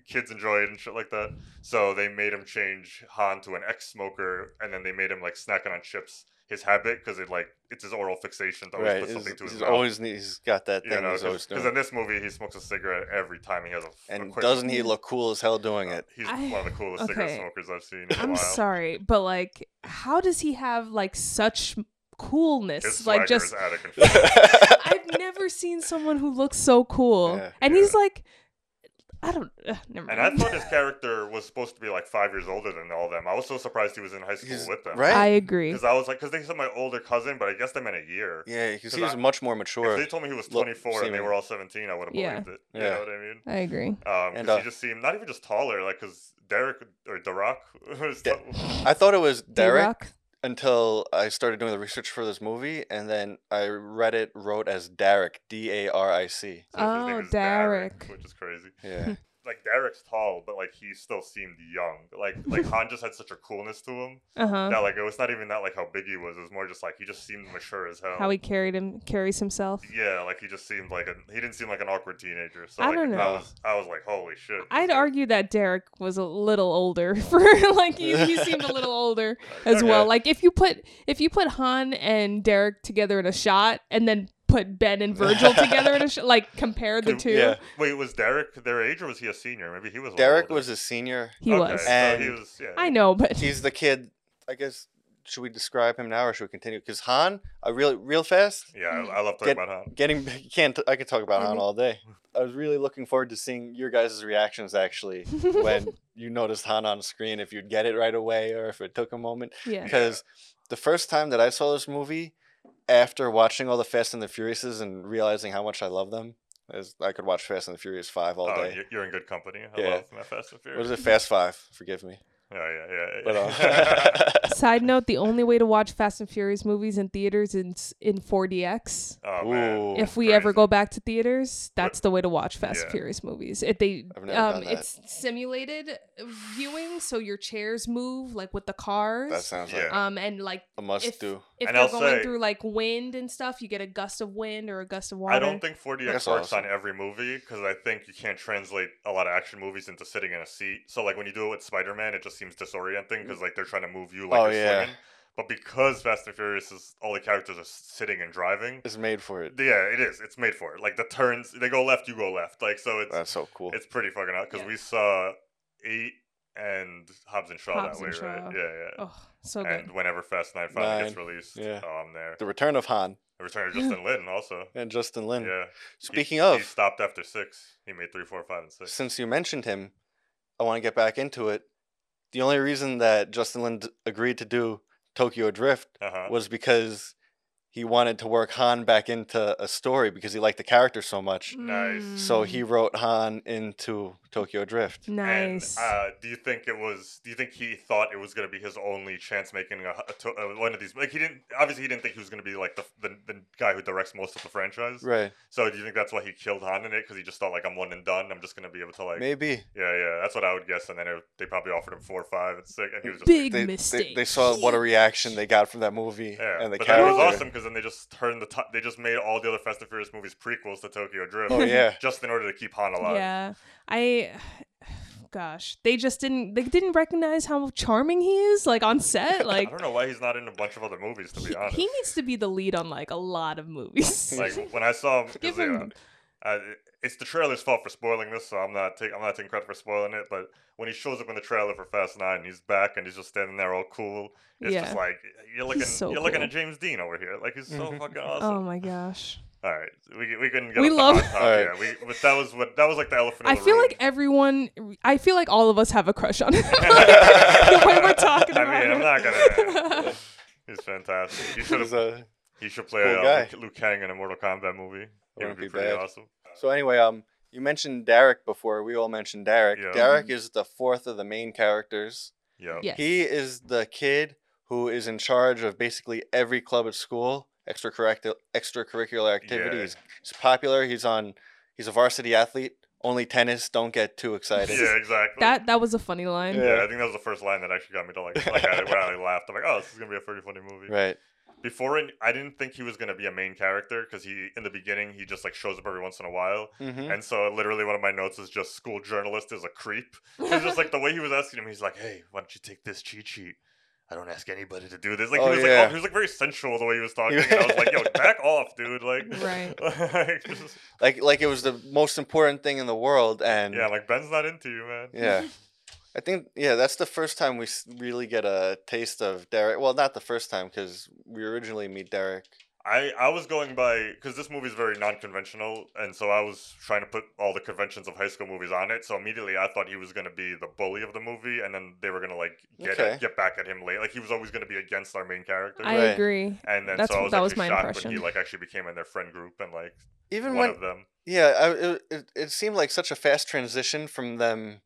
kids enjoy it and shit like that. So they made him change Han to an ex-smoker, and then they made him like snacking on chips, his habit, because it like it's his oral fixation to always Right, put something he's, to his he's mouth. always ne- he's got that thing You know, he's always because doing, in this movie he smokes a cigarette every time he has a. a and quick- doesn't he look cool as hell doing it? He's I- one of the coolest cigarette okay. smokers I've seen. In a I'm while. sorry, but like, how does he have like such coolness? His swagger like, just is out of control. I've never seen someone who looks so cool, Yeah. and he's like, I don't. Uh, never and mind. I thought his character was supposed to be like five years older than all of them. I was so surprised he was in high school He's- with them. right? I agree. Because I was like, because they said my older cousin, but I guess they meant a year. yeah, because 'Cause he was I- much more If mature. they told me he was Look, 24 and they seeming- were all 17, I would have Yeah. believed it. You Yeah. know what I mean? I agree. Um, And, 'cause uh, he just seemed not even just taller, like because Derek or Darak. was Da- t- I thought it was Derek D-Rock? until I started doing the research for this movie, and then I read it wrote as Derek, D A R I C. so his name Oh, is Derek, Derek. which is crazy. Yeah, Like Derek's tall, but like he still seemed young. Like like Han just had such a coolness to him Uh huh. that like it was not even that like how big he was. It was more just like he just seemed mature as hell. How he carried him, carries himself. Oh. yeah, like he just seemed like a he didn't seem like an awkward teenager. So I like, don't know. was I was like, holy shit. I'd this guy- argue that Derek was a little older for like he, he seemed a little older as well. Okay. Like if you put if you put Han and Derek together in a shot and then put Ben and Virgil together in a shot, like compare the Could- two. yeah. Wait, was Derek their age or was he a senior? Maybe he was. a little Derek older. was a senior. He Okay, was. so And- he was. Yeah. I know, but he's the kid. I guess should we describe him now or should we continue? Because Han, I really real fast Yeah, I, I love talking Get- about Han. getting can't I could talk about Han all day. I was really looking forward to seeing your guys' reactions actually when you noticed Han on screen. If you'd get it right away or if it took a moment. yeah. Because the first time that I saw this movie, after watching all the Fast and the Furiouses and realizing how much I love them, is I could watch Fast and the Furious Five all Oh, day. you're- you're in good company. I Yeah. love my Fast and What Furious. is it? Fast Five. Forgive me. Oh yeah, yeah. yeah. But, uh, Side note: the only way to watch Fast and Furious movies in theaters is in 4DX. oh man. Ooh. if we ever crazy. go back to theaters, that's the way to watch Fast and Yeah. Furious movies. If they, I've um, never done that. it's simulated viewing, so your chairs move like with the cars. that sounds Yeah. like um, and like a must if, do. if And they're I'll going say- through like wind and stuff, you get a gust of wind or a gust of water. I don't think 4DX That's works awesome. on every movie because I think you can't translate a lot of action movies into sitting in a seat. So like when you do it with Spider-Man, it just seems disorienting because like they're trying to move you like Oh, you're yeah. swinging. But because Fast and Furious is all the characters are s- sitting and driving, It's made for it. yeah, it is. It's made for it. Like the turns, they go left, you go left. Like so, it's That's so cool. it's pretty fucking out because Yeah. we saw eight and Hobbs and Shaw Hobbs that way, and Shaw. right? Yeah, yeah. Oh, so good. and whenever Fast Nine finally gets Nine, released, yeah. oh, I'm there. the return of Han The Return of Justin Lin also. and Justin Lin. Yeah. He- Speaking he of, stopped after six. He made three, four, five, and six. since you mentioned him, I want to get back into it. The only reason that Justin Lin d- agreed to do Tokyo Drift Uh huh. was because he wanted to work Han back Mm, into a story because he liked the character so much. Mm. Nice. So he wrote Han into Tokyo Drift. Nice. And, uh, do you think it was? Do you think he thought it was going to be his only chance making a, a to, uh, one of these? Like he didn't. Obviously, he didn't think he was going to be like the, the the guy who directs most of the franchise. Right. So do you think that's why he killed Han in it? Because he just thought like I'm one and done. I'm just going to be able to like. Maybe. Yeah, yeah. That's what I would guess. And then it, they probably offered him four, five, and six, and he was just. Big They, they, mistake. they saw what a reaction they got from that movie yeah, and the but character. that was awesome because then they just turned the t- they just made all the other Fast and Furious movies prequels to Tokyo Drift. Oh, yeah. just in order to keep Han alive. Yeah. I gosh, they just didn't they didn't recognize how charming he is like on set. I Like don't know why he's not in a bunch of other movies. To be he, honest, he needs to be the lead on like a lot of movies. like when I saw him, 'cause, Give yeah, him- uh, it's the trailer's fault for spoiling this, so I'm not taking I'm not taking credit for spoiling it. But when he shows up in the trailer for Fast Nine, he's back and he's just standing there all cool. It's Yeah. just like you're looking so you're looking cool. at James Dean over here. Like he's so Mhm. fucking oh awesome. my gosh. all right, we we couldn't get We off the love- hot topic, All right. Yeah, we, but that was what that was like the elephant. I in the feel room. like everyone I feel like all of us have a crush on him. the way we're talking about I mean, I'm him. not gonna. he's fantastic. He should He's, have. uh, He should play cool uh, guy. Luke, Liu Kang in a Mortal Kombat movie. It would wouldn't be be pretty bad. awesome. So anyway, um, you mentioned Derek before. We all mentioned Derek. Yeah. Mm-hmm. Derek is the fourth of the main characters. Yeah. Yes. He is the kid who is in charge of basically every club at school, extracurricular extracurricular activities. He's popular. He's on. He's a varsity athlete. Only tennis. Don't get too excited. Yeah, exactly. That that was a funny line. yeah, I think that was the first line that actually got me to like, like I, when I laughed. I'm like, oh, this is gonna be a pretty funny movie. Right. Before, it, I didn't think he was gonna be a main character because he, in the beginning, he just like shows up every once in a while, Mm-hmm. and so literally one of my notes is just school journalist is a creep. It's just like the way he was asking him, he's like, hey, why don't you take this cheat sheet? I don't ask anybody to do this. Like Oh, he was yeah. like, oh, he was like very sensual the way he was talking. and I was like, yo, back off, dude. Like, Right. like, just- Like like it was the most important thing in the world. And yeah, like Ben's not into you, man. Yeah. I think yeah, that's the first time we s- really get a taste of Derek. Well, not the first time because we originally meet Derek. I, I was going by because this movie is very non-conventional, and so I was trying to put all the conventions of high school movies on it. So immediately I thought he was going to be the bully of the movie, and then they were going to like get at- Okay. get back at him later. Like he was always going to be against our main character. I Right. agree. and then that's so I what- was that actually was my shocked when impression. he like actually became in their friend group and like Even one when of them. yeah, I, it, it it seemed like such a fast transition from them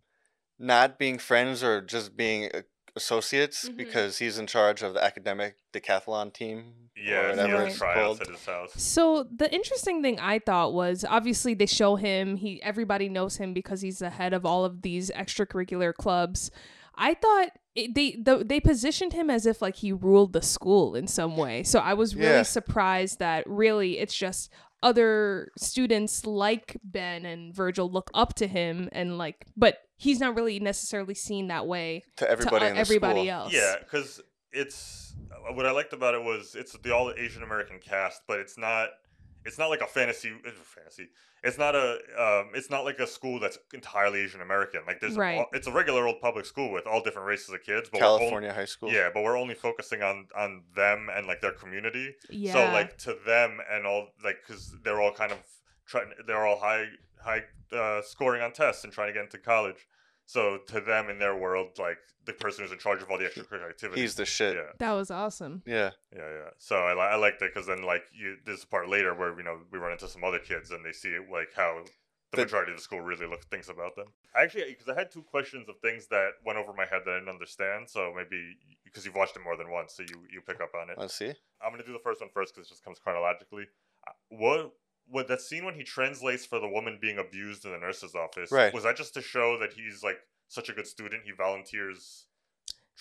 not being friends or just being a- associates Mhm. because he's in charge of the academic decathlon team. or Yeah, he whatever Right. had it's tryouts called. at his house. So the interesting thing I thought was obviously they show him he everybody knows him because he's the head of all of these extracurricular clubs. I thought it, they the, they positioned him as if like he ruled the school in some way. So I was really Yeah. surprised that really it's just other students like Ben and Virgil look up to him and like but he's not really necessarily seen that way To everybody to uh, in the everybody school. else. Yeah, because it's uh, what I liked about it was it's the all Asian American cast, but it's not it's not like a fantasy it's a fantasy. It's not a um, it's not like a school that's entirely Asian American. Like there's Right. all, it's a regular old public school with all different races of kids. But we're only- California high school. yeah, but we're only focusing on on them and like their community. Yeah. So like to them and all like because they're all kind of trying. They're all high high uh, scoring on tests and trying to get into college. So to them in their world, like the person who's in charge of all the extracurricular activities, He's the shit. yeah, that was awesome. Yeah. yeah, yeah. So I, li- I like that because then like you, there's a part later where you know we run into some other kids and they see like how the The- majority of the school really look thinks about them. Actually, because I had two questions of things that went over my head that I didn't understand. So maybe because you've watched it more than once, so you you pick up on it. Let's see. I'm gonna do the first one first because it just comes chronologically. Uh, What what that scene when he translates for the woman being abused in the nurse's office? Right. Was that just to show that he's like such a good student? He volunteers.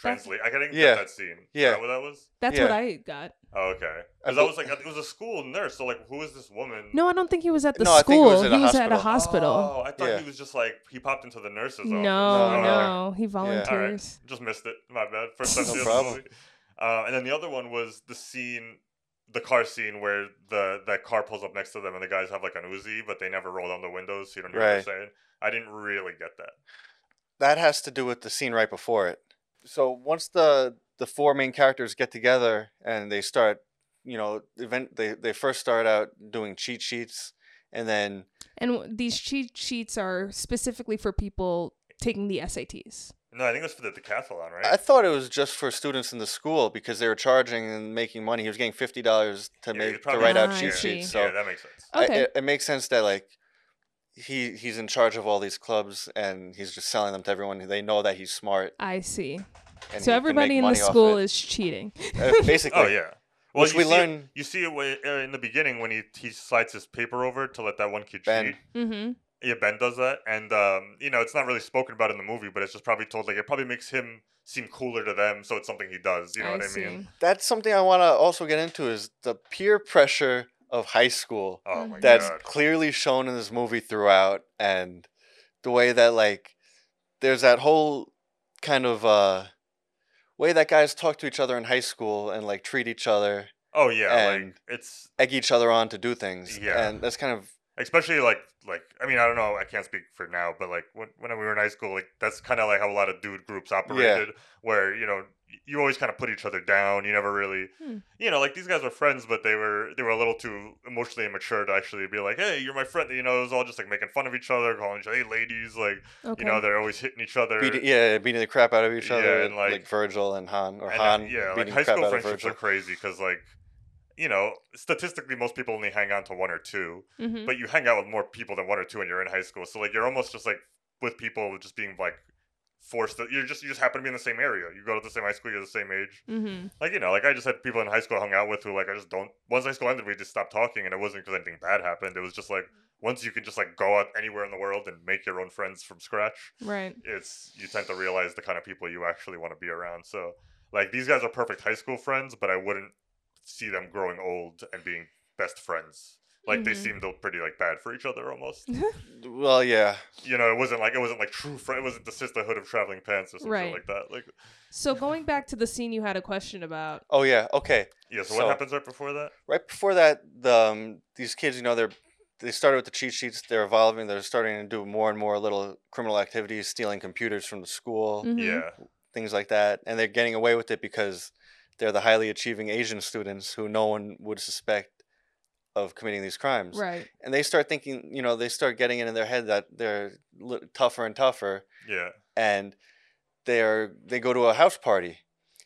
That's- Translate. I didn't Yeah. get that scene. Is Yeah. that what that was? That's Yeah. what I got. Oh, okay. I Because I bel- was like, it was a school nurse. So like, who is this woman? No, I don't think he was at the No, I think school. he was at a he was at a hospital. Oh, I thought Yeah. he was just like he popped into the nurse's office. No, Oh, no, okay. he All right. volunteers. Just missed it. My bad. First time No seeing problem. this movie. Uh, and then the other one was the scene, the car scene where the that car pulls up next to them and the guys have like an Uzi, but they never roll down the windows, so you don't hear what they're Right. saying. I didn't really get that. that has to do with the scene right before it. So once the the four main characters get together and they start, you know, event they they first start out doing cheat sheets and then And w- these cheat sheets are specifically for people taking the SATs. No, I think it was for the decathlon, right? I thought it was just for students in the school because they were charging and making money. He was getting fifty dollars to Yeah, you make to probably- write Ah, out I cheat see. sheets. yeah, So that makes sense. I- Okay. it, it makes sense that like he he's in charge of all these clubs and he's just selling them to everyone. They know that he's smart. I see. And so he can everybody in make the money off school it. is cheating. Uh, basically. Oh yeah. Well, Which you we see learn. It, you see it wa- uh, in the beginning when he he slides his paper over to let that one kid Ben. cheat. Mm-hmm. Yeah, Ben does that, and um, you know it's not really spoken about in the movie, but it's just probably told like it probably makes him seem cooler to them, so it's something he does. You know I what I see. mean? That's something I want to also get into is the peer pressure of high school. Oh Mm-hmm. my that's god. clearly shown in this movie throughout and the way that like there's that whole kind of uh way that guys talk to each other in high school and like treat each other Oh yeah, like and- it's egg each other on to do things Yeah. and that's kind of especially like like I mean I don't know I can't speak for now, but like when when we were in high school, like that's kind of like how a lot of dude groups operated, where you know you always kind of put each other down. You never really, Hmm. you know, like these guys were friends, but they were they were a little too emotionally immature to actually be like, hey, you're my friend. You know, it was all just like making fun of each other, calling each other, hey, ladies, like Okay. you know, they're always hitting each other. beating yeah beating the crap out of each Yeah, other and, like, like- Virgil and Han or And, uh, Han yeah, like beating high the crap school out of friendships Virgil are crazy because like. You know, statistically, most people only hang on to one or two. Mhm. but you hang out with more people than one or two when you're in high school. So like you're almost just like with people just being like forced to you're just you just happen to be in the same area. You go to the same high school, you're the same age. Mhm. Like, you know, like I just had people in high school I hung out with who like I just don't once high school ended we just stopped talking and it wasn't because anything bad happened. It was just like once you can just like go out anywhere in the world and make your own friends from scratch, Right. it's you tend to realize the kind of people you actually want to be around. So like these guys are perfect high school friends, but I wouldn't see them growing old and being best friends. Like they Mhm. seemed pretty like bad for each other almost well yeah you know, it wasn't like it wasn't like true friend. It wasn't the sisterhood of traveling pants or something Right. like that. Like, So going back to the scene you had a question about. oh yeah okay yeah. So, So- what happens right before that? right before that, the um, these kids, you know, they're they started with the cheat sheets. They're evolving. They're starting to do more and more little criminal activities, stealing computers from the school, Mhm. Yeah, things like that. And they're getting away with it because they're the highly achieving Asian students who no one would suspect of committing these crimes. Right. And they start thinking, you know, they start getting it in their head that they're li- tougher and tougher, yeah. and they are they go to a house party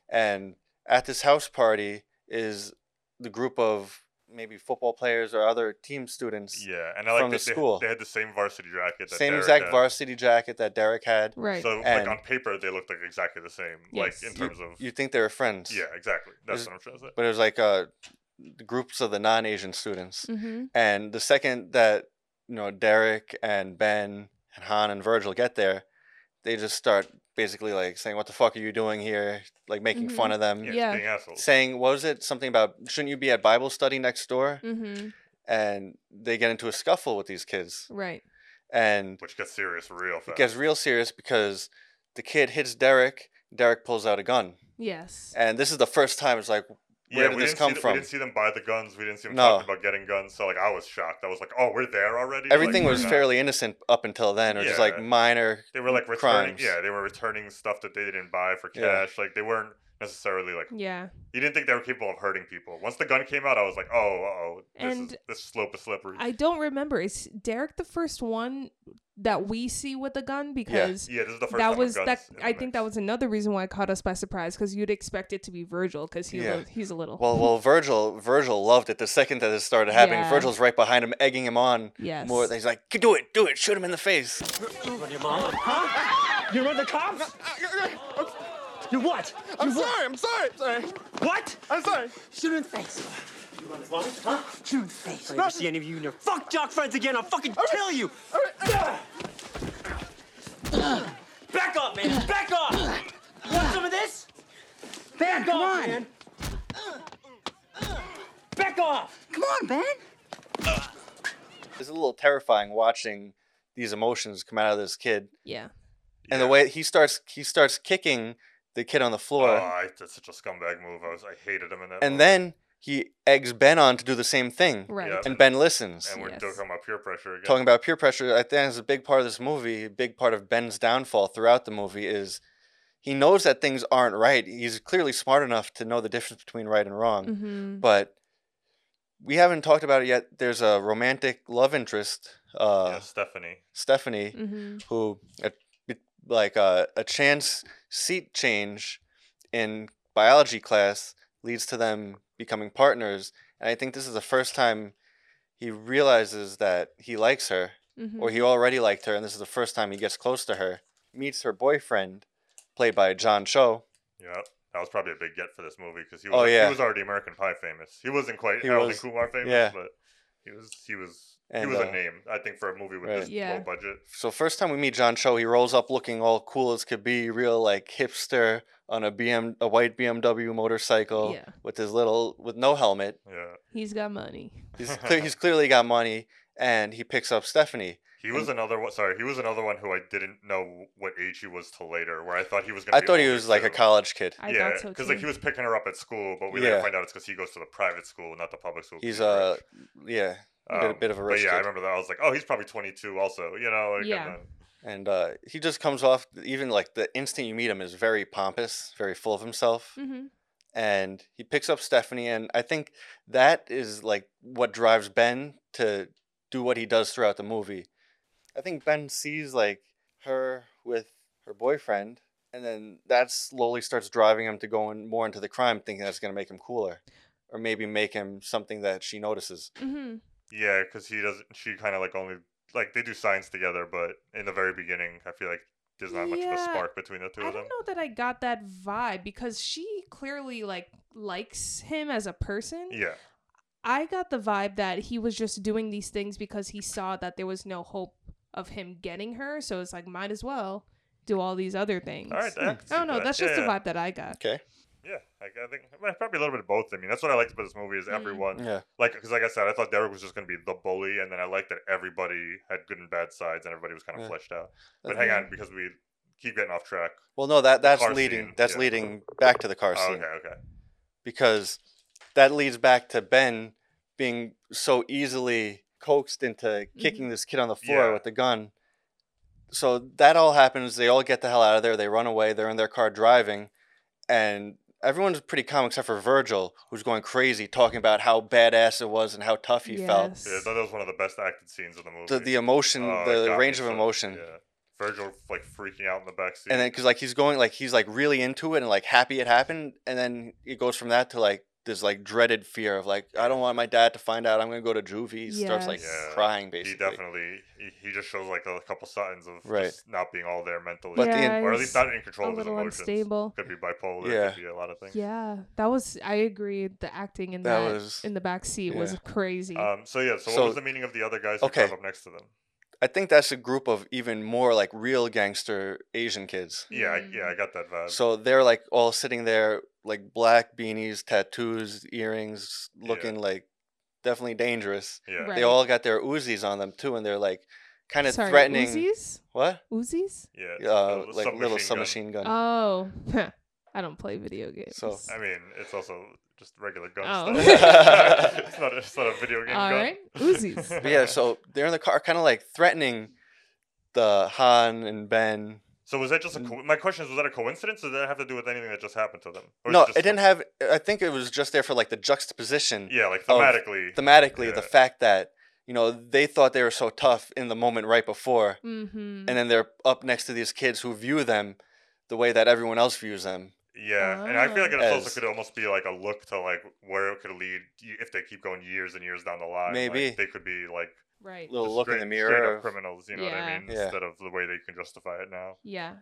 and at this house party is the group of maybe football players or other team students Yeah, and I like From that the they- school. They, had the same varsity jacket. That same Derek exact had. varsity jacket that derek had Right. So like And- on paper, they looked like exactly the same. Like Yes. in You- terms of you think they were friends yeah, exactly. That's There's- what I'm trying to say. but it was like uh, the groups of the non-asian students mm-hmm. and the second that you know derek and ben and han and virgil get there they just start basically like saying what the fuck are you doing here like making fun of them Yeah, Yeah. Just being assholes. saying what was it something about shouldn't you be at bible study next door Mm-hmm. and they get into a scuffle with these kids Right. and Which gets serious real fast. it gets real serious because the kid hits derek derek pulls out a gun Yes. and this is the first time it's like where yeah, did we this didn't come see th- from? We didn't see them buy the guns. We didn't see them No. talking about getting guns. So like, I was shocked. I was like, oh, we're there already. everything Like, was we're not- fairly innocent up until then it was just like Yeah. minor They were like returning. crimes. Yeah, they were returning stuff that they didn't buy for Yeah. cash. Like they weren't necessarily like Yeah. You didn't think they were capable of hurting people. Once the gun came out, I was like, oh, oh, this, And is, this slope is slippery. I don't remember. Is Derek the first one that we see with a gun? Because yeah, this is the first. time that with was guns that. in the I think that mix. was another reason why it caught us by surprise because you'd expect it to be Virgil because he Yeah. lo- he's a little. well well virgil virgil loved it the second that this started happening Yeah. virgil's right behind him egging him on yes. more he's like do it do it shoot him in the face You run the Uh, cops? You what? I'm sorry, I'm sorry, I'm sorry. What? I'm sorry. Shoot her in the face. You run the cops? Huh? Shoot her in the face. I never see any of you and your fuck jock friends again. I'll fucking kill you. Back up, man. Back up. Want some of this? Back Ben, come off, on. man. Back off. Come on, Ben. it's a little terrifying watching these emotions come out of this kid yeah. and the Yeah. way he starts he starts kicking the kid on Oh, the floor I, that's such a scumbag move. I was, I hated him in that. moment. and then he eggs ben on to do the same thing Right. Yeah. and ben listens and we're Yes. talking about peer pressure again. talking about peer pressure i think is a big part of this movie a big part of ben's downfall throughout the movie is he knows that things aren't right he's clearly smart enough to know the difference between right and wrong Mm-hmm. but we haven't talked about it yet there's a romantic love interest uh, yeah, Stephanie. stephanie Mm-hmm. who a, it- like a, a chance seat change in biology class leads to them becoming partners and i think this is the first time he realizes that he likes her Mhm. or he already liked her, and this is the first time he gets close to her. Meets her boyfriend, played by John Cho. Yeah, that was probably a big get for this movie because he was Oh, yeah. he was already American Pie famous. He wasn't quite He Harold was- and Kumar famous, yeah. but he was he was And, he was uh, a name I think for a movie with right. this Yeah. low budget. So first time we meet John Cho, he rolls up looking all cool as could be, real like hipster on a BM, a white BMW motorcycle Yeah. with his little, with no helmet. Yeah, He's got money. He's cle- he's clearly got money, and he picks up Stephanie. he was another one. Sorry, he was another one who I didn't know what age he was till later, where I thought he was. Gonna I be thought he older, was like a too. college kid. I yeah, thought so too. like he was picking her up at school, but we Yeah. later find out it's because he goes to the private school, not the public school. 'cause He's a rich. yeah, a bit, a Um, bit of a But rich yeah, I kid. remember that. I was like, oh, he's probably 22, also. You know, like, Yeah. and and uh, he just comes off even like the instant you meet him is very pompous, very full of himself, Mhm. and he picks up Stephanie, and I think that is like what drives Ben to do what he does throughout the movie. I think Ben sees like her with her boyfriend. And then that slowly starts driving him to go in more into the crime, thinking that's going to make him cooler, or maybe make him something that she notices. Mhm. then- yeah, because he doesn't. She kind of like only like they do science together, but in the very beginning, I feel like there's not much of a Yeah, spark between the two I of don't them. know that I got that vibe because she clearly like likes him as a person. Yeah, I got the vibe that he was just doing these things because he saw that there was no hope of him getting her, so it's like might as well do all these other things. all right. I, can see I don't know. that. That's yeah, just yeah. the vibe that I got. Okay. Yeah, like, I think well, probably a little bit of both. I mean, that's what I liked about this movie is Mm. everyone Yeah. like because like I said, I thought Derek was just going to be the bully, and then I liked that everybody had good and bad sides, and everybody was kind of Yeah. fleshed out. But That's- hang on, because we keep getting off track. Well, no, that that's car leading scene, that's yeah. leading back to the car Oh, scene okay, okay. because that leads back to Ben being so easily coaxed into kicking this kid on the floor Yeah. with the gun. So that all happens. They all get the hell out of there. They run away. They're in their car driving, and everyone's pretty calm except for Virgil, who's going crazy talking about how badass it was and how tough he felt. Yeah, I thought that was one of the best acted scenes in the movie. The, the emotion, Oh, it the got range me of so- emotion. Yeah. Virgil like freaking out in the backseat. and then because like he's going like he's like really into it and like happy it happened and then it goes from that to like this like dreaded fear of like i don't want my dad to find out i'm gonna go to juvie he starts like Yes. Yeah. crying he basically definitely he, he just shows like a couple signs of Right. just not being all there mentally, But the- yeah, or at least he's not in a control of his little emotions. unstable. Could be bipolar. Yeah. Could be a lot of things. Yeah, that was. I agree. The acting in That that, was- in the back seat was yeah. crazy. Um, so yeah. So, So- what was the meaning of the other guys who okay. come up next to them? i think that's a group of even more like real gangster asian kids Yeah, I, Mm. yeah, I got that vibe. so they're like all sitting there like black beanies tattoos earrings Yeah. looking like definitely dangerous yeah, Right. they all got their uzis on them too and they're like kind of Sorry, threatening Uzis? what Uzis? yeah, uh, the like little submachine gun, Oh, I don't play video games. So- gun. I mean, it's also just regular gun Oh. stuff. it's, not a, it's not a video game All gun. right, Uzis. But yeah, so they're in the car, kind of like threatening the Han and Ben. So was that just a? Mm. Co- my question is, was that a coincidence, or did that have to do with anything that just happened to them? Or is No, just it didn't have. I think it was just there for like the juxtaposition, Yeah, like of thematically. thematically, Yeah. the fact that you know they thought they were so tough in the moment right before, Mm-hmm. and then they're up next to these kids who view them the way that everyone else views them. yeah, and I feel like it also As- could almost be like a look to like where it could lead y- if they keep going years and years down the line. like, Maybe. they could be like right. Little just look in straight- the straight mirror. up of- criminals. You know what Yeah. I mean? Yeah. Instead of the way they can justify it now. Yeah.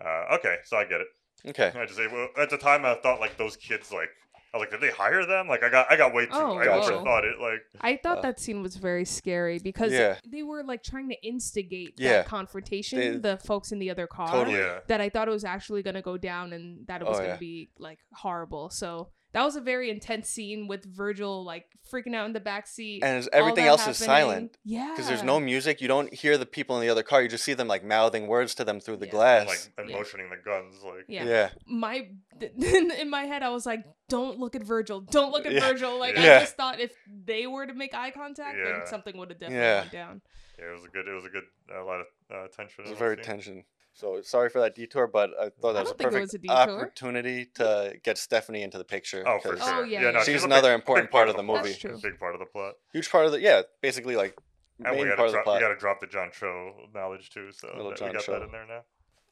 Uh, okay, so I get it. Okay, I just well, at the time I thought like those kids like I was like did they hire them? Like I got I got way too Oh, I Gotcha. overthought it. Like I thought Uh, that scene was very scary because yeah. they were like trying to instigate Yeah. that confrontation, They- the folks in the other car. Totally. yeah, That I thought it was actually going to go down and that it was Oh, going to yeah. be like horrible. So that was a very intense scene with Virgil like freaking out in the backseat. and it's- all everything that else is happening. silent Yeah. because there's no music. You don't hear the people in the other car. You just see them like mouthing words to them through the Yeah. glass. and, like and Yeah. motioning the guns. Like Yeah. yeah. my in my head I was like, don't look at Virgil, don't look at Yeah. Virgil. Like Yeah. I just thought if they were to make eye contact, Yeah. then something would have definitely Yeah. gone down. yeah, it was a good it was a good a lot of uh, tension. It was in that very scene. tension. So sorry for that detour, but I thought that was a don't think it perfect was a detour. opportunity to get Stephanie into the picture. Oh, for 'cause sure. Oh, yeah, no, yeah. She's a another big- important big part of the plot. movie. That's true. A big part of the plot. Huge part of the yeah, basically like And we main part gotta, of the drop, plot. we gotta drop the John Cho knowledge too. So Little that, John we got Cho. that in there now.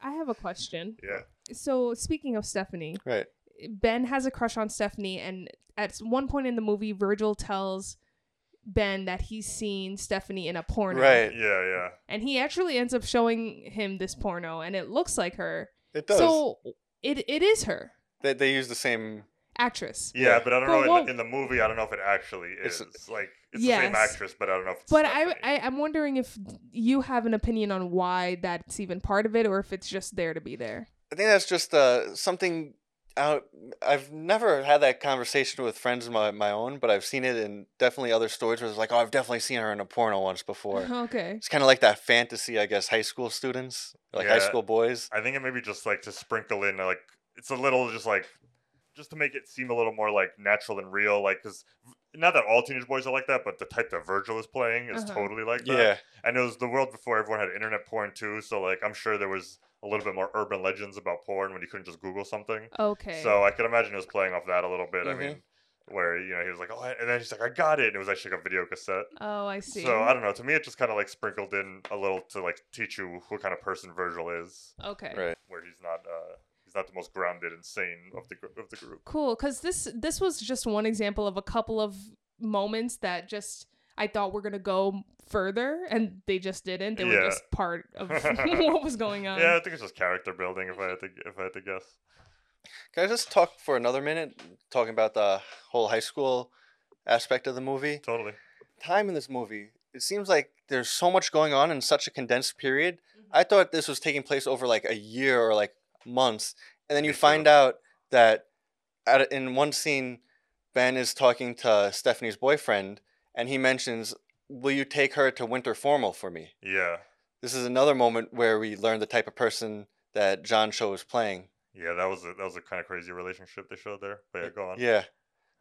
I have a question. Yeah. So speaking of Stephanie, Right. Ben has a crush on Stephanie, and at s- one point in the movie, Virgil tells Ben that he's seen Stephanie in a porno. Right. Yeah, yeah. And he actually ends up showing him this porno and it looks like her. It does. So it it is her they, they use the same. actress. Yeah, but I don't But know. In what- the, in the movie, I don't know if it actually It's- is. like, it's the same Yes. actress, but I don't know if it's. But Stephanie. I, I I'm wondering if you have an opinion on why that's even part of it or if it's just there to be there. I think that's just uh, something. Out, I've never had that conversation with friends of my, my own, but I've seen it in definitely other stories where it's like, oh, I've definitely seen her in a porno once before. Okay. It's kind of like that fantasy, I guess, high school students, like high Yeah. school boys. I think it maybe just like to sprinkle in like it's a little just like just to make it seem a little more like natural and real, like because not that all teenage boys are like that, but the type that Virgil is playing is Uh-huh. totally like that. Yeah. and it was the world before everyone had internet porn too, so like I'm sure there was a little bit more urban legends about porn when you couldn't just Google something. Okay. Mm-hmm. So I could imagine it was playing off that a little bit. I Mhm. mean, where you know he was like, oh, I-" and then he's like, I got it, and it was actually like a video cassette. oh, I see. So I don't know. To me, it just kind of like sprinkled in a little to like teach you what kind of person Virgil is okay. Right. where he's not uh, he's not the most grounded and sane of the gr- of the group. Cool, because this this was just one example of a couple of moments that just I thought were gonna go further, and they just didn't. They were Yeah. just part of what was going on. yeah, I think it's just character building. If I had to if I had to guess, Can I just talk for another minute, talking about the whole high school aspect of the movie? totally. Time in this movie, it seems like there's so much going on in such a condensed period. I thought this was taking place over like a year or like months, and then you Me too. find out that at, in one scene, Ben is talking to Stephanie's boyfriend, and he mentions, "Will you take her to winter formal for me?" Yeah, This is another moment where we learn the type of person that John Cho is playing. yeah, that was a, that was a kind of crazy relationship they showed there. But yeah, go on. Yeah.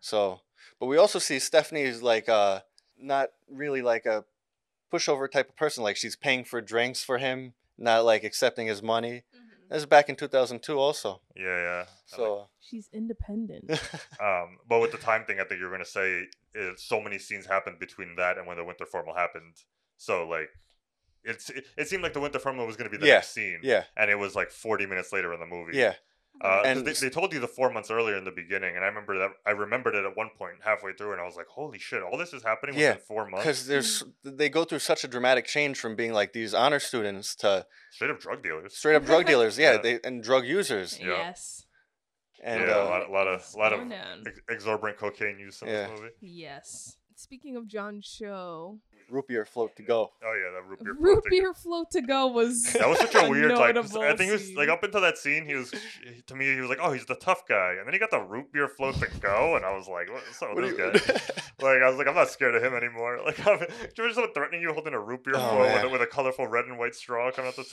So, but we also see Stephanie is like uh not really like a pushover type of person. Like she's paying for drinks for him, not like accepting his money. This is back in 2002 also. yeah, yeah. Mm-hmm. I like- So, She's independent. um, but with the time thing, I think you're gonna say is so many scenes happened between that and when the winter formal happened. So like, it's it, it seemed like the winter formal was gonna be the Yeah, next scene. yeah. and it was like 40 minutes later in the movie. Yeah. Uh, 'cause And they, s- they told you the four months earlier in the beginning, and I remember that I remembered it at one point halfway through, and I was like, "Holy shit! All this is happening Yeah, within four months." Cuz there's they go through such a dramatic change from being like these honor students to Straight up drug dealers. straight up drug dealers, yeah, Yeah. they and drug users. Yeah. Yes. And yeah, a uh, lot, a lot of, It's a lot of going down. ex- exorbitant cocaine use in Yeah. this movie. Yes. Speaking of John Cho, root beer float to go. Oh yeah, that root beer. root politics. beer float to go was That was such a weird like. notable I think it was like scene. up until that scene, he was to me, he was like, "Oh, he's the tough guy," and then he got the root beer float to go, and I was like, "What's up What with this do you- guy?" Like I was like, "I'm not scared of him anymore." Like, I'm, do you remember someone threatening you holding a root beer Oh, float with man. a, with a colorful red and white straw coming out the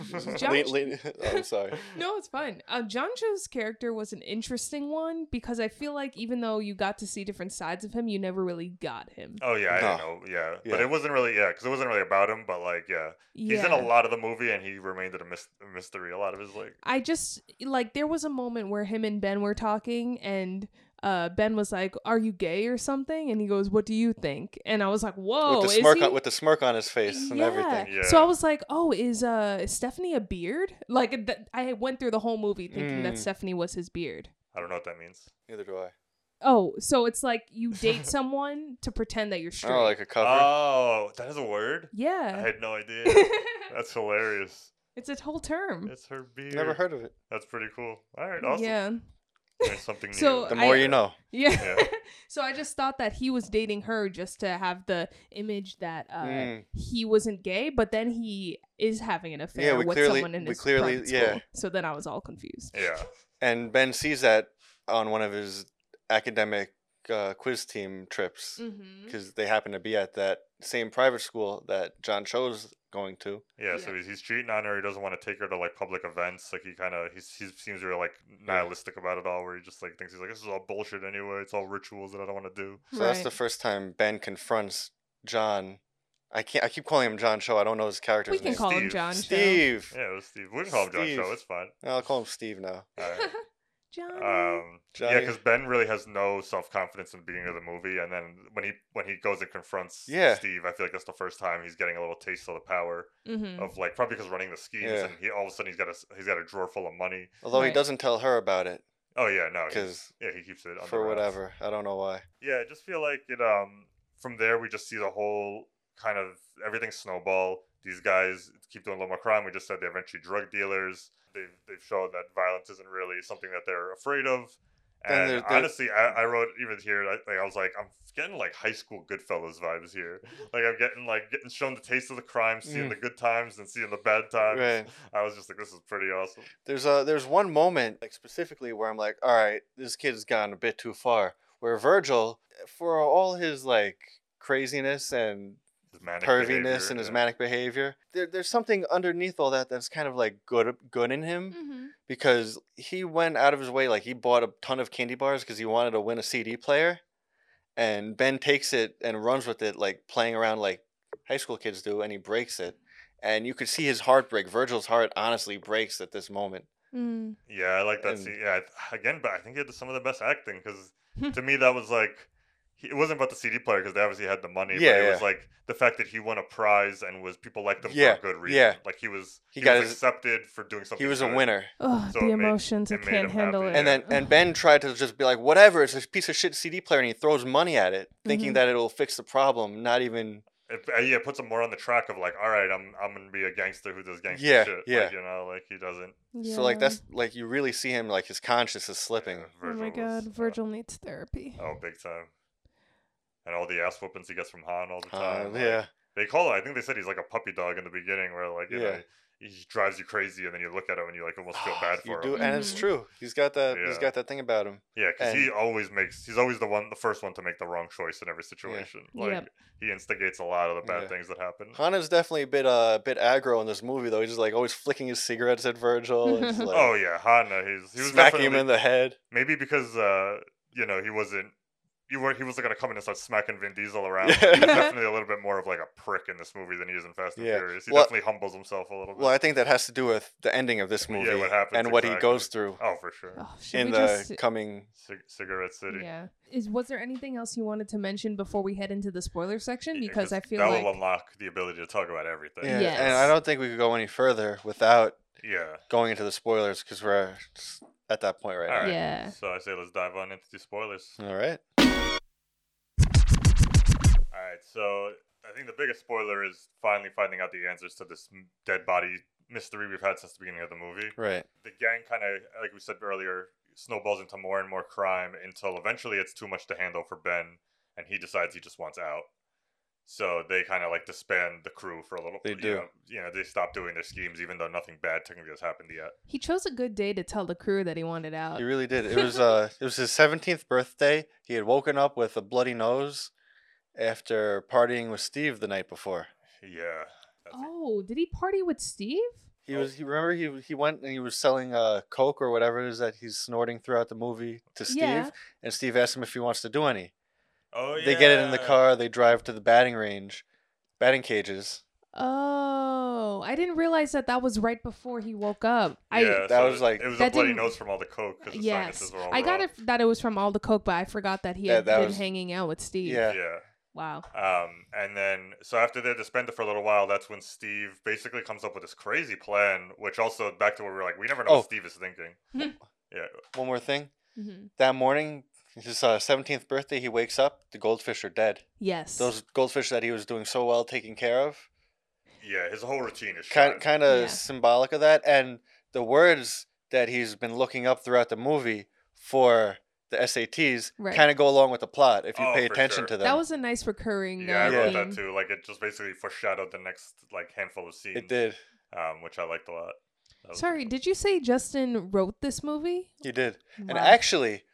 top? John Lean- lean- oh, I'm sorry. No, it's fine. Uh, John Cho's character was an interesting one because I feel like even though you got to see different sides of him, you never really got him. Oh yeah, I didn't No. know. Yeah. Yeah. but it wasn't really yeah, because it wasn't really about him. But like yeah, yeah. he's in a lot of the movie, and he remained a, mys- a mystery. A lot of his like I just like there was a moment where him and Ben were talking and uh, Ben was like, "Are you gay or something?" And he goes, "What do you think?" And I was like, "Whoa, with the Oh, is smirk he?" on, with the smirk on his face and everything. Yeah. So I Yeah. was like, "Oh, is uh is Stephanie a beard?" Like th- I went through the whole movie thinking that Mm. Stephanie was his beard. I don't know what that means. Neither do I. Oh, so it's like you date someone to pretend that you're straight. Oh, like a cover. Oh, that is a word. I yeah. had no idea. That's hilarious. it's a whole term. It's her beard. Never heard of it. That's pretty cool. All right, awesome. Yeah. That's something new. So, The I- uh, more you know. Yeah. Yeah. so I just thought that he was dating her just to have the image that uh, Mm. he wasn't gay, but then he is having an affair we with clearly- someone in we his clearly- private yeah. school. So then I was all confused. yeah. And Ben sees that on one of his academic uh, quiz team trips Mm-hmm. because they happen to be at that same private school that John Cho's going to. Yeah, so he's, he's cheating on her. He doesn't want to take her to like public events. Like he kind of he seems real like nihilistic about it all, where he just like thinks he's like this is all bullshit anyway. It's all rituals that I don't want to do. So that's the first time Ben confronts John. I can't. I keep calling him John Cho. I don't know his character's We can name. call him Steve. John. Cho. Steve. Yeah, it was Steve. We can call him John Cho. Steve. It's fine. I'll call him Steve now. All right. Johnny. Um, yeah, Johnny. because Ben really has no self confidence in the beginning of the movie, and then when he when he goes and confronts Yeah. Steve, I feel like that's the first time he's getting a little taste of the power Mhm. of like probably because running the skis, Yeah. and he all of a sudden he's got a s- he's got a drawer full of money. Although he Right. doesn't tell her about it Oh yeah, no, he- because yeah, he keeps it on the for wraps. whatever. I don't know why. Yeah, I just feel like it. Um, from there, we just see the whole kind of everything snowball. These guys keep doing a lot more crime. We just said they're eventually drug dealers. They've, they've shown that violence isn't really something that they're afraid of. Then And there- there- honestly, I, I wrote even here, I, like, I was like, I'm getting like high school Goodfellas vibes here. Like I'm getting like getting shown the taste of the crime, seeing Mm. the good times and seeing the bad times. Right. I was just like, this is pretty awesome. There's a there's one moment like specifically where I'm like, all right, this kid's gone a bit too far. Where Virgil, for all his like craziness and His manic perviness behavior, and his yeah. manic behavior, there, there's something underneath all that that's kind of like good good in Mm. him because he went out of his way like he bought a ton of candy bars because he wanted to win a CD player, and Ben takes it and runs with it like playing around like high school kids do, and he breaks it. And you could see his heart break. Virgil's heart honestly breaks at this moment. Mm. Yeah, I like that And- scene. Yeah, I- again, but I think he had some of the best acting because Hmm. to me that was like he- it wasn't about the CD player because they obviously had the money. Yeah, but it yeah. was like the fact that he won a prize and was people liked him Yeah, for a good reason. yeah. like he was He he, got was his- accepted for doing something. He was a good. winner. Oh, So it the made- emotions. it I made can't him handle happy, it. And then and Ben tried to just be like, whatever, it's a piece of shit CD player, and he throws money at it, thinking Mhm. that it'll fix the problem. Not even It, uh, yeah, it puts him more on the track of like, all right, I'm I'm gonna be a gangster who does gangster Yeah, shit. yeah. Like, you know, like he doesn't. so like Yeah. that's like you really see him like his conscience is slipping. yeah, Oh my Virgil was, god, uh, Virgil needs therapy. Oh, big time. And all the ass whoopings he gets from Han all the Uh, time. like, yeah, They call it. I think they said he's like a puppy dog in the beginning, where like you Yeah. Ah, know he just drives you crazy, and then you look at him and you like almost feel bad you for do, him. and it's Mhm. true. He's got that. He's Yeah. got that thing about him. Yeah, because he and- always makes. He's always the one, the first one to make the wrong choice in every situation. Like Yep. he instigates a lot of the bad Yeah. things that happen. Han is definitely a bit uh, bit aggro in this movie though. He's just like always flicking his cigarettes at Virgil. And just, like, oh yeah, Han. uh, He's he was smacking him definitely- in the head. maybe because uh, you know he wasn't. You were, he wasn't gonna come in and start smacking Vin Diesel around. Yeah. He's definitely a little bit more of like a prick in this movie than he is in Fast and Yeah. Furious. He Well- definitely humbles himself a little bit. Well, I think that has to do with the ending of this movie what happens and what he exactly. goes through oh, for sure. Oh, should in we the just coming. Cig- Cigarette City. Yeah. Is was there anything else you wanted to mention before we head into the spoiler section? Yeah, Because I feel that like will unlock the ability to talk about everything. Yeah, Yeah, Yes. and I don't think we could go any further without going into the spoilers because we're uh, at that point right Hmm. All right. Yeah. So I say let's dive on into the spoilers. now. All right. All right, so I think the biggest spoiler is finally finding out the answers to this m- dead body mystery we've had since the beginning of the movie. Right. The gang kind of, like we said earlier, snowballs into more and more crime until eventually it's too much to handle for Ben, and he decides he just wants out. So they kind of like disband the crew for a little. They you do. know- you know, they stop doing their schemes, even though nothing bad technically has happened yet. he chose a good day to tell the crew that he wanted out. He really did. It was uh it was his 17th birthday. He had woken up with a bloody nose after partying with Steve the night before. Yeah. that's it. oh, did he party with Steve? Oh. He was he remember he he went and he was selling uh coke or whatever it is that he's snorting throughout the movie to Steve Yeah. and Steve asked him if he wants to do any. Oh yeah. They get it in the car, they drive to the batting range, batting cages. Oh, I didn't realize that that was right before he woke up. Yeah, that so was, like- it was a that bloody didn't- nose from all the coke. 'cause I the yes, sinuses were all I got raw. it that it was from all the coke, but I forgot that he Yeah, had that been was- hanging out with Steve. Yeah. Yeah. Wow. Um, and then, so after they're disbanded for a little while, that's when Steve basically comes up with this crazy plan, which also back to where we were like, we never know Oh. what Steve is thinking. yeah. One more thing. hmm That morning, his uh, 17th birthday, he wakes up, the goldfish are dead. Yes. Those goldfish that he was doing so well taking care of. Yeah. His whole routine is kind shot. kind of Yeah. symbolic of that and the words that he's been looking up throughout the movie for the SATs Right. kind of go along with the plot if you Oh, pay for attention sure. to them. that was a nice recurring. yeah, I uh, wrote theme. that too. Like, it just basically foreshadowed the next like handful of scenes, it did. um, which I liked a lot. That was Sorry, did you say Justin wrote this movie? He did. And Wow. actually,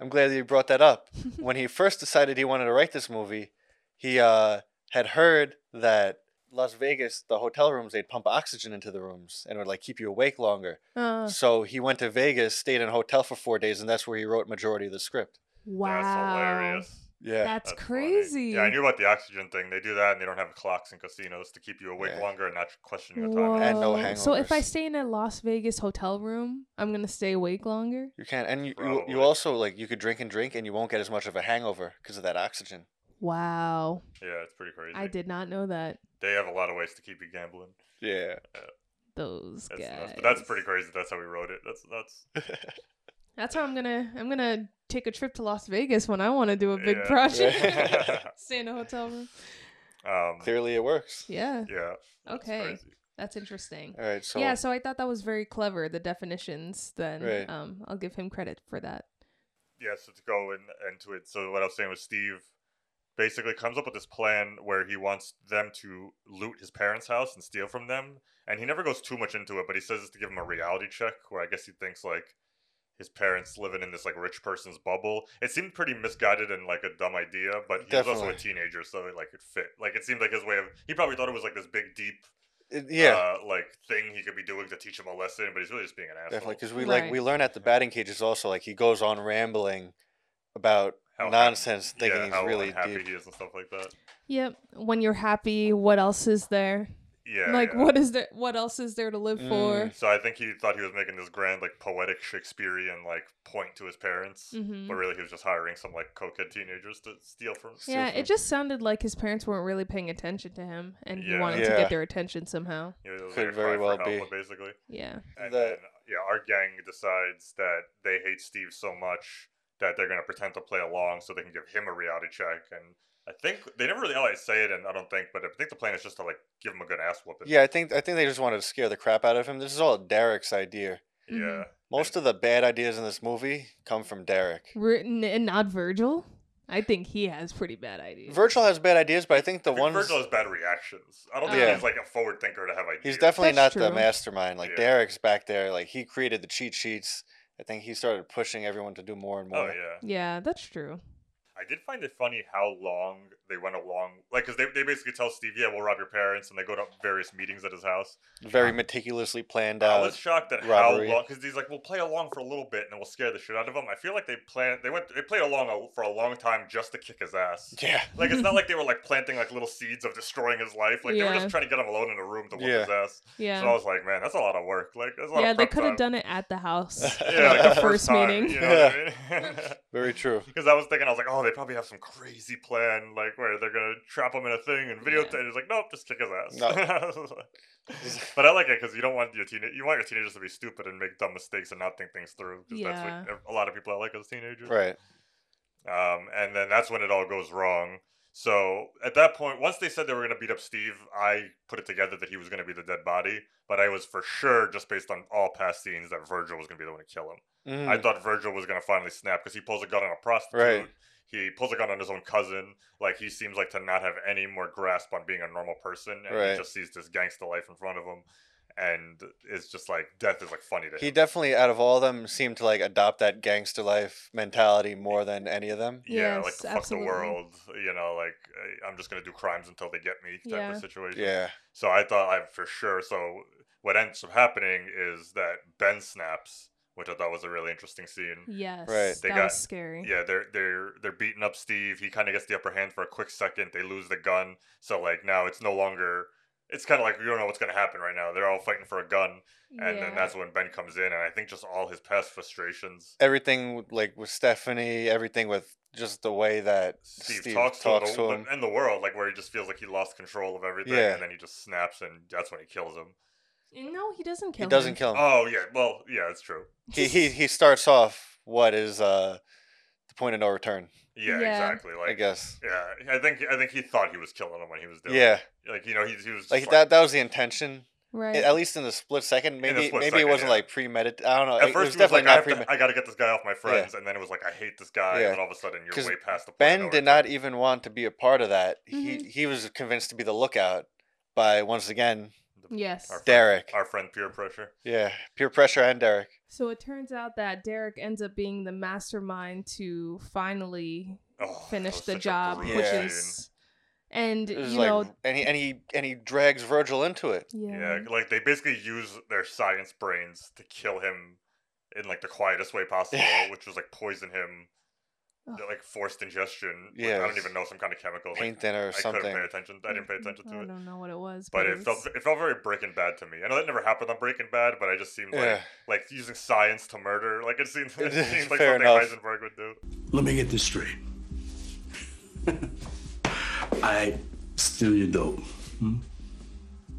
I'm glad that you brought that up. when he first decided he wanted to write this movie, he uh, had heard that Las Vegas, the hotel rooms, they'd pump oxygen into the rooms and it would like keep you awake longer. Uh, So he went to Vegas, stayed in a hotel for four days, and that's where he wrote majority of the script. wow. That's hilarious. Yeah. That's funny. crazy. Yeah, I knew about the oxygen thing. They do that, and they don't have clocks in casinos to keep you awake Yeah. longer and not questioning the Whoa. time. And no So if I hangovers. stay in a Las Vegas hotel room, I'm gonna stay awake longer. You can, and you, you you Probably. also like you could drink and drink, and you won't get as much of a hangover because of that oxygen. Wow. Yeah, it's pretty crazy. I did not know that. They have a lot of ways to keep you gambling. Yeah, Those That's guys. nuts. But that's pretty crazy. That's how we wrote it. That's that's That's how I'm gonna I'm gonna take a trip to Las Vegas when I want to do a big Yeah. project. Stay in a hotel room. Um, Clearly, it works. Yeah. Yeah. that's Okay. crazy. That's interesting. All right. So yeah, so I thought that was very clever, the definitions. Then Right. um, I'll give him credit for that. yeah, so to go in, into it, so what I was saying was Steve basically comes up with this plan where he wants them to loot his parents' house and steal from them. And he never goes too much into it, but he says it's to give him a reality check where I guess he thinks like his parents living in this like rich person's bubble. It seemed pretty misguided and like a dumb idea, but he was also a Definitely. teenager, so it like it fit. Like it seemed like his way of he probably thought it was like this big deep it- yeah, uh, like thing he could be doing to teach him a lesson, but he's really just being an asshole. definitely. Because we Right. like we learn at the batting cages also like he goes on rambling about How happy- nonsense, thinking yeah, he's how really unhappy deep. he is and stuff like that. Yep. When you're happy, what else is there? Yeah. like yeah. Mm. what is there what else is there to live for? So I think he thought he was making this grand, like poetic Shakespearean, like point to his parents, Mhm. but really he was just hiring some like cokehead teenagers to steal from. steal Yeah, from- it just sounded like his parents weren't really paying attention to him and he Yeah. wanted to Yeah. get their attention somehow. you know, it was could like a very cry for well help, be. basically. Yeah. And The- then, yeah, our gang decides that they hate Steve so much that they're gonna pretend to play along so they can give him a reality check. And I think they never really always say it, and I don't think, but I think the plan is just to like give him a good ass whooping. Yeah, I think I think they just wanted to scare the crap out of him. This is all Derek's idea. yeah. Most of the bad ideas in this movie come from Derek. Written and not Virgil. I think he has pretty bad ideas. Virgil has bad ideas, but I think the Vir- ones Virgil has bad reactions. I don't think Yeah. he's like a forward thinker to have ideas. He's definitely That's not the true. mastermind. Like Yeah. Derek's back there. Like he created the cheat sheets. I think he started pushing everyone to do more and Oh more. yeah. yeah, that's true. I did find it funny how long they went along, like, because they, they basically tell Steve, yeah, we'll rob your parents, and they go to various meetings at his house. Very meticulously planned I out. was shocked at Uh, robbery. how long, because he's like, we'll play along for a little bit, and then we'll scare the shit out of him. I feel like they plan, they went, they played along a, for a long time just to kick his ass. yeah, Like, it's not like they were like planting like little seeds of destroying his life. Like, they were Yeah. just trying to get him alone in a room to whoop Yeah. his ass. Yeah. So I was like, man, that's a lot of work. Like, that's a lot yeah, of they prep could have time. done it at the house. Yeah, like the the first first time, meeting. You know what I mean? very true. Because I was thinking, I was like, oh, they probably have some crazy plan, like where they're gonna trap him in a thing and videotape. Yeah. He's like, nope, just kick his ass. Just- but I like it because you don't want your teen- you want your teenagers to be stupid and make dumb mistakes and not think things through. 'cause that's what a lot of people are like as teenagers. Right. Um, and then that's when it all goes wrong. So at that point, once they said they were gonna beat up Steve, I put it together that he was gonna be the dead body. But I was for sure, just based on all past scenes, that Virgil was gonna be the one to kill him. Mm. I thought Virgil was gonna finally snap because he pulls a gun on a prostitute. Right. He pulls a gun on his own cousin. Like he seems like to not have any more grasp on being a normal person, and he Right. just sees this gangster life in front of him, and it's just like death is like funny to he him. definitely, out of all of them, seemed to like adopt that gangster life mentality more than any of them. yeah, like Yes, fuck absolutely. the world, you know, like I- I'm just gonna do crimes until they get me type Yeah. of situation. Yeah. So I thought I for sure. So what ends up happening is that Ben snaps, which I thought was a really interesting scene. yes. Right. They that got- was scary. Yeah, they're they're they're beating up Steve. He kind of gets the upper hand for a quick second. They lose the gun, so like now it's no longer. It's kind of like you don't know what's gonna happen right now. They're all fighting for a gun, and then Yeah. that's when Ben comes in, and I think just all his past frustrations. Everything with- like with Stephanie, everything with just the way that Steve, talks, to, him, the- and the world, like where he just feels like he lost control of everything, Yeah. and then he just snaps, and that's when he kills him. No, he doesn't kill He doesn't him. kill him. Oh yeah, well yeah, it's true. He he he starts off what is uh the point of no return, Yeah, Yeah. exactly. Like I guess. yeah, I think I think he thought he was killing him when he was doing. Yeah. it. like you know he, he was just like that that was the intention Right. at least in the split second maybe split maybe second, it wasn't yeah. like premeditated i don't know At it, first, it was he was definitely like, I, not have to, premeditated I gotta get this guy off my friends, and then it was like, I hate this guy, Yeah. and then all of a sudden, you're 'Cause way past the point. ben of did no not return. even want to be a part of that Mm-hmm. he he was convinced to be the lookout by once again yes. Our friend- derek Our friend peer pressure. yeah peer pressure and derek So it turns out that Derek ends up being the mastermind to finally Oh, that finish was the such a job, brutal which Yeah. is, and it you was like know, and he and he and he drags virgil into it scene. yeah, Yeah. like they basically use their science brains to kill him in like the quietest way possible, Yeah. which was like poison him, Ugh. like forced ingestion. with- I don't Yes. even know some kind of chemical. like, paint thinner or I couldn't something pay attention. I didn't pay attention to I it. don't know what it was, But it it felt was- it felt very Breaking Bad to me. I know that never happened on Breaking Bad, but I just seemed like Yeah. like using science to murder. Like it seemed, it seemed like Fair something enough. Heisenberg would do. Let me get this straight. I steal your dope. hmm?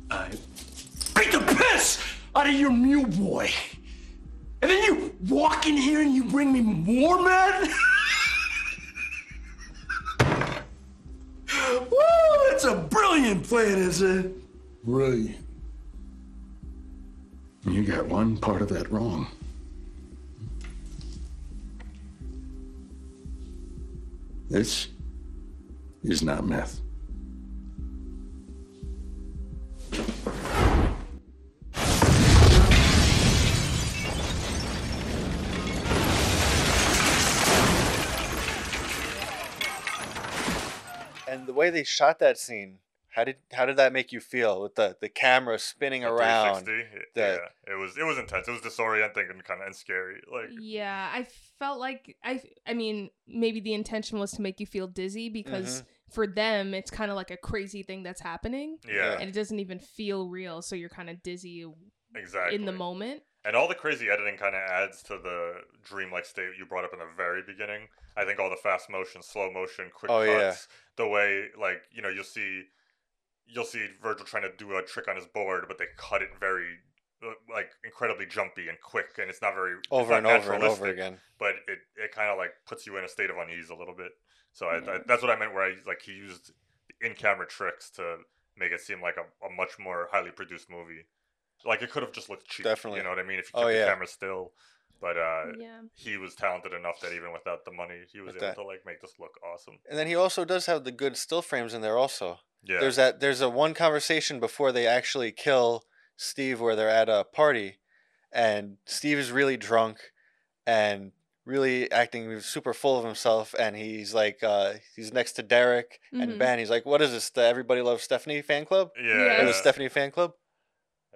I beat the piss out of your mule boy. And then you walk in here and you bring me more men? Woo, that's a brilliant plan, is it? Brilliant. You got one part of that wrong. This is not meth. And the way they shot that scene, how did how did that make you feel with the, the camera spinning around? 360. the- yeah, it was it was intense. It was disorienting and kind of and scary. Like Yeah, I felt like I I mean, maybe the intention was to make you feel dizzy because Mm-hmm. for them it's kind of like a crazy thing that's happening. Yeah. And it doesn't even feel real, so you're kind of dizzy exactly in the moment. And all the crazy editing kind of adds to the dreamlike state you brought up in the very beginning. I think all the fast motion, slow motion, quick cuts, Oh, yeah. the way like you know you'll see, you'll see Virgil trying to do a trick on his board, but they cut it very uh, like incredibly jumpy and quick, and it's not very it's Over not and over and over naturalistic, again. But it it kind of like puts you in a state of unease a little bit. So I, I, that's what I meant. Where I like he used in camera tricks to make it seem like a, a much more highly produced movie. Like it could have just looked cheap. Definitely. You know what I mean? If you Oh, kept yeah. the camera still. But uh, Yeah. he was talented enough that even without the money, he was With able that. to like make this look awesome. And then he also does have the good still frames in there also. Yeah. There's that there's a one conversation before they actually kill Steve where they're at a party and Steve is really drunk and really acting super full of himself and he's like uh he's next to Derek Mhm. and Ben. He's like, What is this? The Everybody Loves Stephanie fan club? Yeah. Or the Stephanie fan club?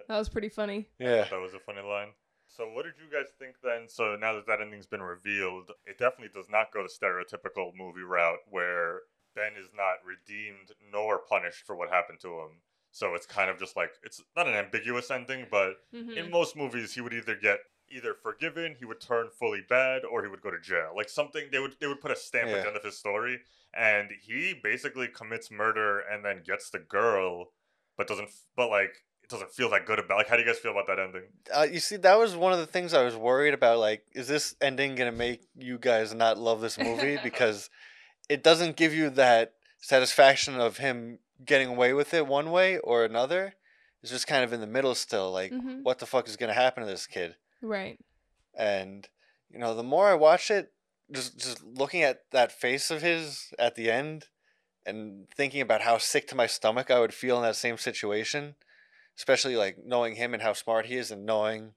That was pretty funny. Yeah. That was a funny line. So what did you guys think then? So now that that ending's been revealed, it definitely does not go the stereotypical movie route where Ben is not redeemed nor punished for what happened to him. So it's kind of just like it's not an ambiguous ending, but in Mhm. most movies he would either get either forgiven, he would turn fully bad, or he would go to jail. Like something they would they would put a stamp at Yeah. the end of his story, and he basically commits murder and then gets the girl, but doesn't f- but like it doesn't feel that good about like how do you guys feel about that ending? Uh, you see, that was one of the things I was worried about. Like, is this ending gonna make you guys not love this movie because it doesn't give you that satisfaction of him getting away with it one way or another? It's just kind of in the middle still. Like, Mhm. what the fuck is gonna happen to this kid? Right. And you know, the more I watch it, just just looking at that face of his at the end, and thinking about how sick to my stomach I would feel in that same situation, especially like knowing him and how smart he is and knowing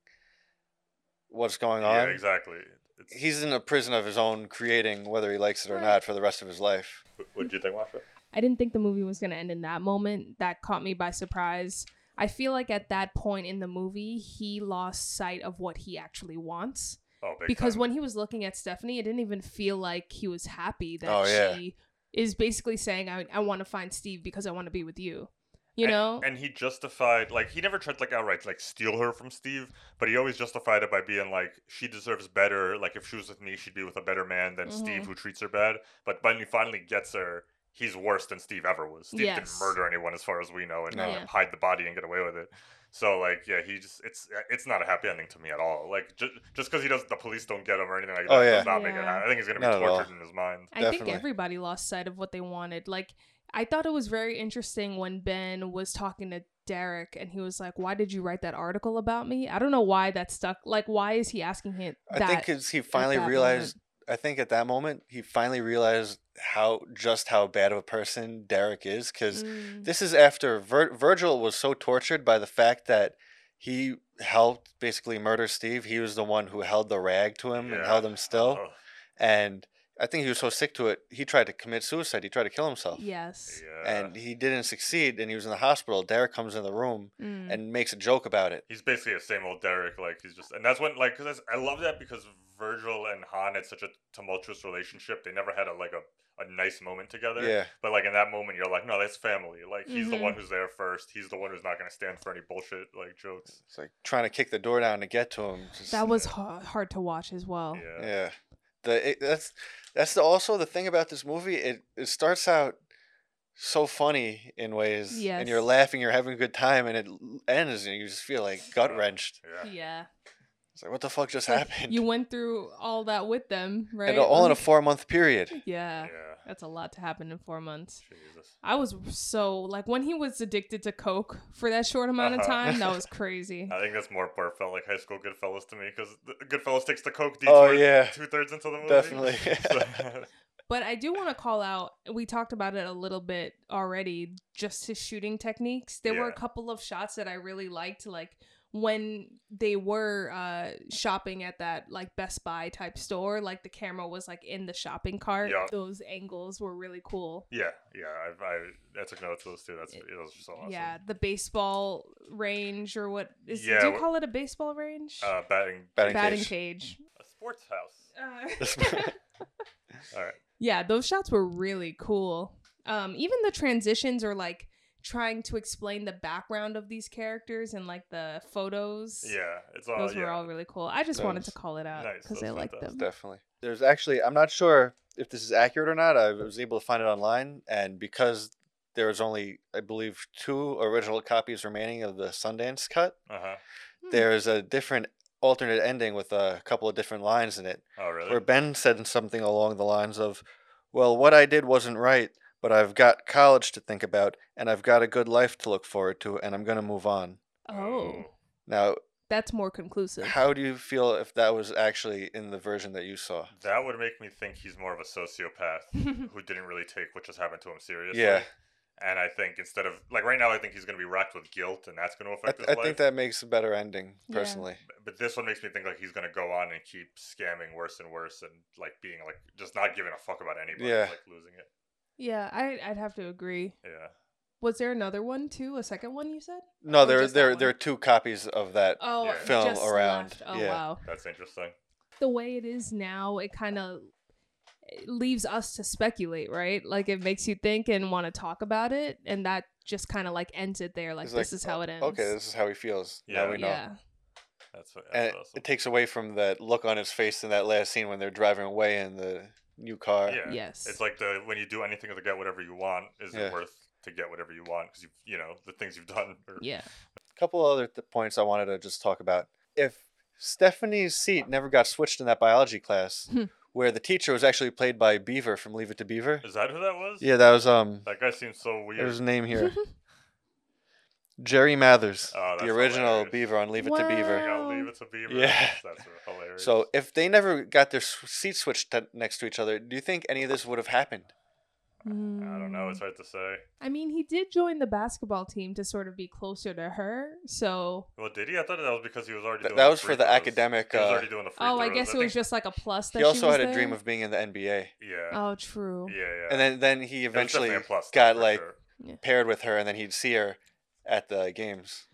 what's going on. Yeah, exactly. It's, He's in a prison of his own, creating whether he likes it or not for the rest of his life. what do you think, Masha? I didn't think the movie was going to end in that moment. That caught me by surprise. I feel like at that point in the movie, he lost sight of what he actually wants. Oh, big because time. when he was looking at Stephanie, it didn't even feel like he was happy that Oh, yeah. she is basically saying, I, I want to find Steve because I want to be with you. You And- know? and he justified like he never tried to, like outright like steal her from Steve, but he always justified it by being like she deserves better. Like if she was with me, she'd be with a better man than Steve, Mhm. who treats her bad. But when he finally gets her, he's worse than Steve ever was. Steve Yes. Oh, didn't murder anyone, as far as we know, and uh, No. Yeah. hide the body and get away with it. So like yeah, he just it's it's not a happy ending to me at all. Like just just because he doesn't, the police don't get him or anything like that Oh, yeah. does not make it. Yeah. happy. I think he's gonna be Not at all. tortured in his mind. I Definitely. think everybody lost sight of what they wanted. Like, I thought it was very interesting when Ben was talking to Derek and he was like, Why did you write that article about me? I don't know why that stuck. Like, why is he asking him that? I think 'cause he finally that moment. realized. I think at that moment he finally realized how just how bad of a person Derek is, because Mm. This is after Vir- Virgil was so tortured by the fact that he helped basically murder Steve. He was the one who held the rag to him and Yeah. Uh-huh. held him still. Ugh, And I think he was so sick to it, he tried to commit suicide. He tried to kill himself. Yes. yeah. And he didn't succeed, and he was in the hospital. Derek comes in the room Mm. and makes a joke about it. He's basically the same old Derek. Like he's just, and that's when like because I love that because Virgil and Han had such a tumultuous relationship. They never had a like a, a nice moment together. Yeah. But like in that moment, you're like, no, that's family. Like he's the Mhm. one who's there first. He's the one who's not gonna stand for any bullshit like jokes. It's like trying to kick the door down to get to him. Just- That was ha- hard to watch as well. Yeah. Yeah, the it, that's that's the, also the thing about this movie. It it starts out so funny in ways, and you're Yes. laughing, you're having a good time, and it l- ends, and you just feel like gut wrenched. Yeah. Yeah. It's like, what the fuck just happened? You went through all that with them, right? And all in a Um, four month period. Yeah, that's a lot to happen in four months. I was so like when he was addicted to coke for that short amount of Uh-huh. Uh, time, that was crazy. I think that's more felt like high school Goodfellas to me because Goodfellas takes the coke Oh, detour yeah. two thirds into the movie. Definitely. So- But I do want to call out. We talked about it a little bit already. Just his shooting techniques. There were a Yeah. couple of shots that I really liked, like when they were uh, shopping at that like Best Buy type store. Like the camera was like in the shopping cart. Yeah. Those angles were really cool. yeah, yeah. I, I, I took notes of those too. That's it was so awesome. Yeah, the baseball range or what is? Yeah, do you wh- call it a baseball range? Uh, batting, Batting cage. A sports house. Uh, All right. Yeah, those shots were really cool. Um, even the transitions are like trying to explain the background of these characters and like the photos. Yeah, it's all. those yeah. were all really cool. I just wanted Those- to call it out Nice, because those I like fantastic. them. Definitely. There's actually, I'm not sure if this is accurate or not. I was able to find it online, and because there was only, I believe, two original copies remaining of the Sundance cut, Uh-huh. Hmm. there's a different alternate ending with a couple of different lines in it. Oh, really? Where Ben said something along the lines of, "Well, what I did wasn't right, but I've got college to think about, and I've got a good life to look forward to, and I'm gonna move on." Oh, Now, that's more conclusive. how do you feel if that was actually in the version that you saw? That would make me think he's more of a sociopath who didn't really take what just happened to him seriously. Yeah. And I think instead of like right now, I think he's going to be racked with guilt, and that's going to I, affect th- his I think life. that makes a better ending, Yeah. personally. but this one makes me think like he's going to go on and keep scamming worse and worse, and like being like just not giving a fuck about anybody, Yeah. like losing it. Yeah, I, I'd have to agree. Yeah. Was there another one too? A second one you said? No, Or there just that there one? there are two copies of that Oh, Yeah. film just around. left. Oh, yeah. wow. That's interesting. the way it is now, it kind of leaves us to speculate, right? Like it makes you think and want to talk about it, and that just kind of like ends it there. Like It's this is how it ends. oh, Okay, this is how he feels. Yeah, Yeah. now we know. Yeah. That's, what- And it- it takes away from that look on his face in that last scene when they're driving away in the new car. yeah. It's like the when you do anything to get whatever you want, is Yeah. it worth to get whatever you want? Because you you know the things you've done. Are, A couple other th- points I wanted to just talk about. If Stephanie's seat never got switched in that biology class, Hmm. where the teacher was actually played by Beaver from Leave It to Beaver. Is that who that was? Yeah, that was um. That guy seems so weird. There's a name here. Jerry Mathers, Oh, the that's original Beaver on Leave It to Beaver. I'll leave it to Beaver. Yeah. That's hilarious. So if they never got their s- seats switched to, next to each other, do you think any of this would have happened? I don't know. It's hard to say. Mm. I mean, he did join the basketball team to sort of be closer to her. So, Well, did he? I thought that was because he was already. Th- doing that was free for the throws. academic, He was uh, already doing the free oh, I throws. guess it think- was just like a plus that he also she was had a there? dream of being in the NBA. Yeah. Oh, true. Yeah, yeah. And then, then he It was definitely eventually a plus thing, got for like sure. paired with her, and then he'd see her at the games.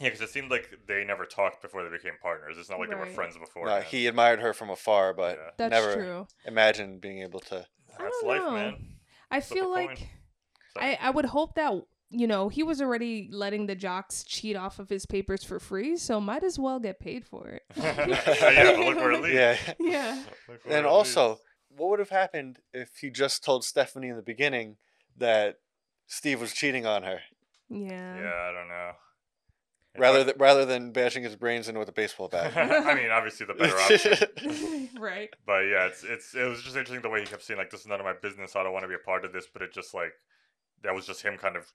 Yeah, because it seemed like they never talked before they became partners. It's not like they were Right. friends before. No, he admired her from afar, but That's never true. imagined being able to. That's don't life, know. man. I Flip a feel coin. like I, I would hope that you know he was already letting the jocks cheat off of his papers for free, so might as well get paid for it. yeah, but look where it leads. Yeah. Yeah. Look where And it also, what would have happened if he just told Stephanie in the beginning that Steve was cheating on her, Yeah. leads. Yeah, I don't know. rather than rather than bashing his brains in with a baseball bat? I mean, obviously the better option. right. But yeah, it's it's it was just interesting the way he kept saying like this is none of my business. I don't want to be a part of this. But it just like that was just him kind of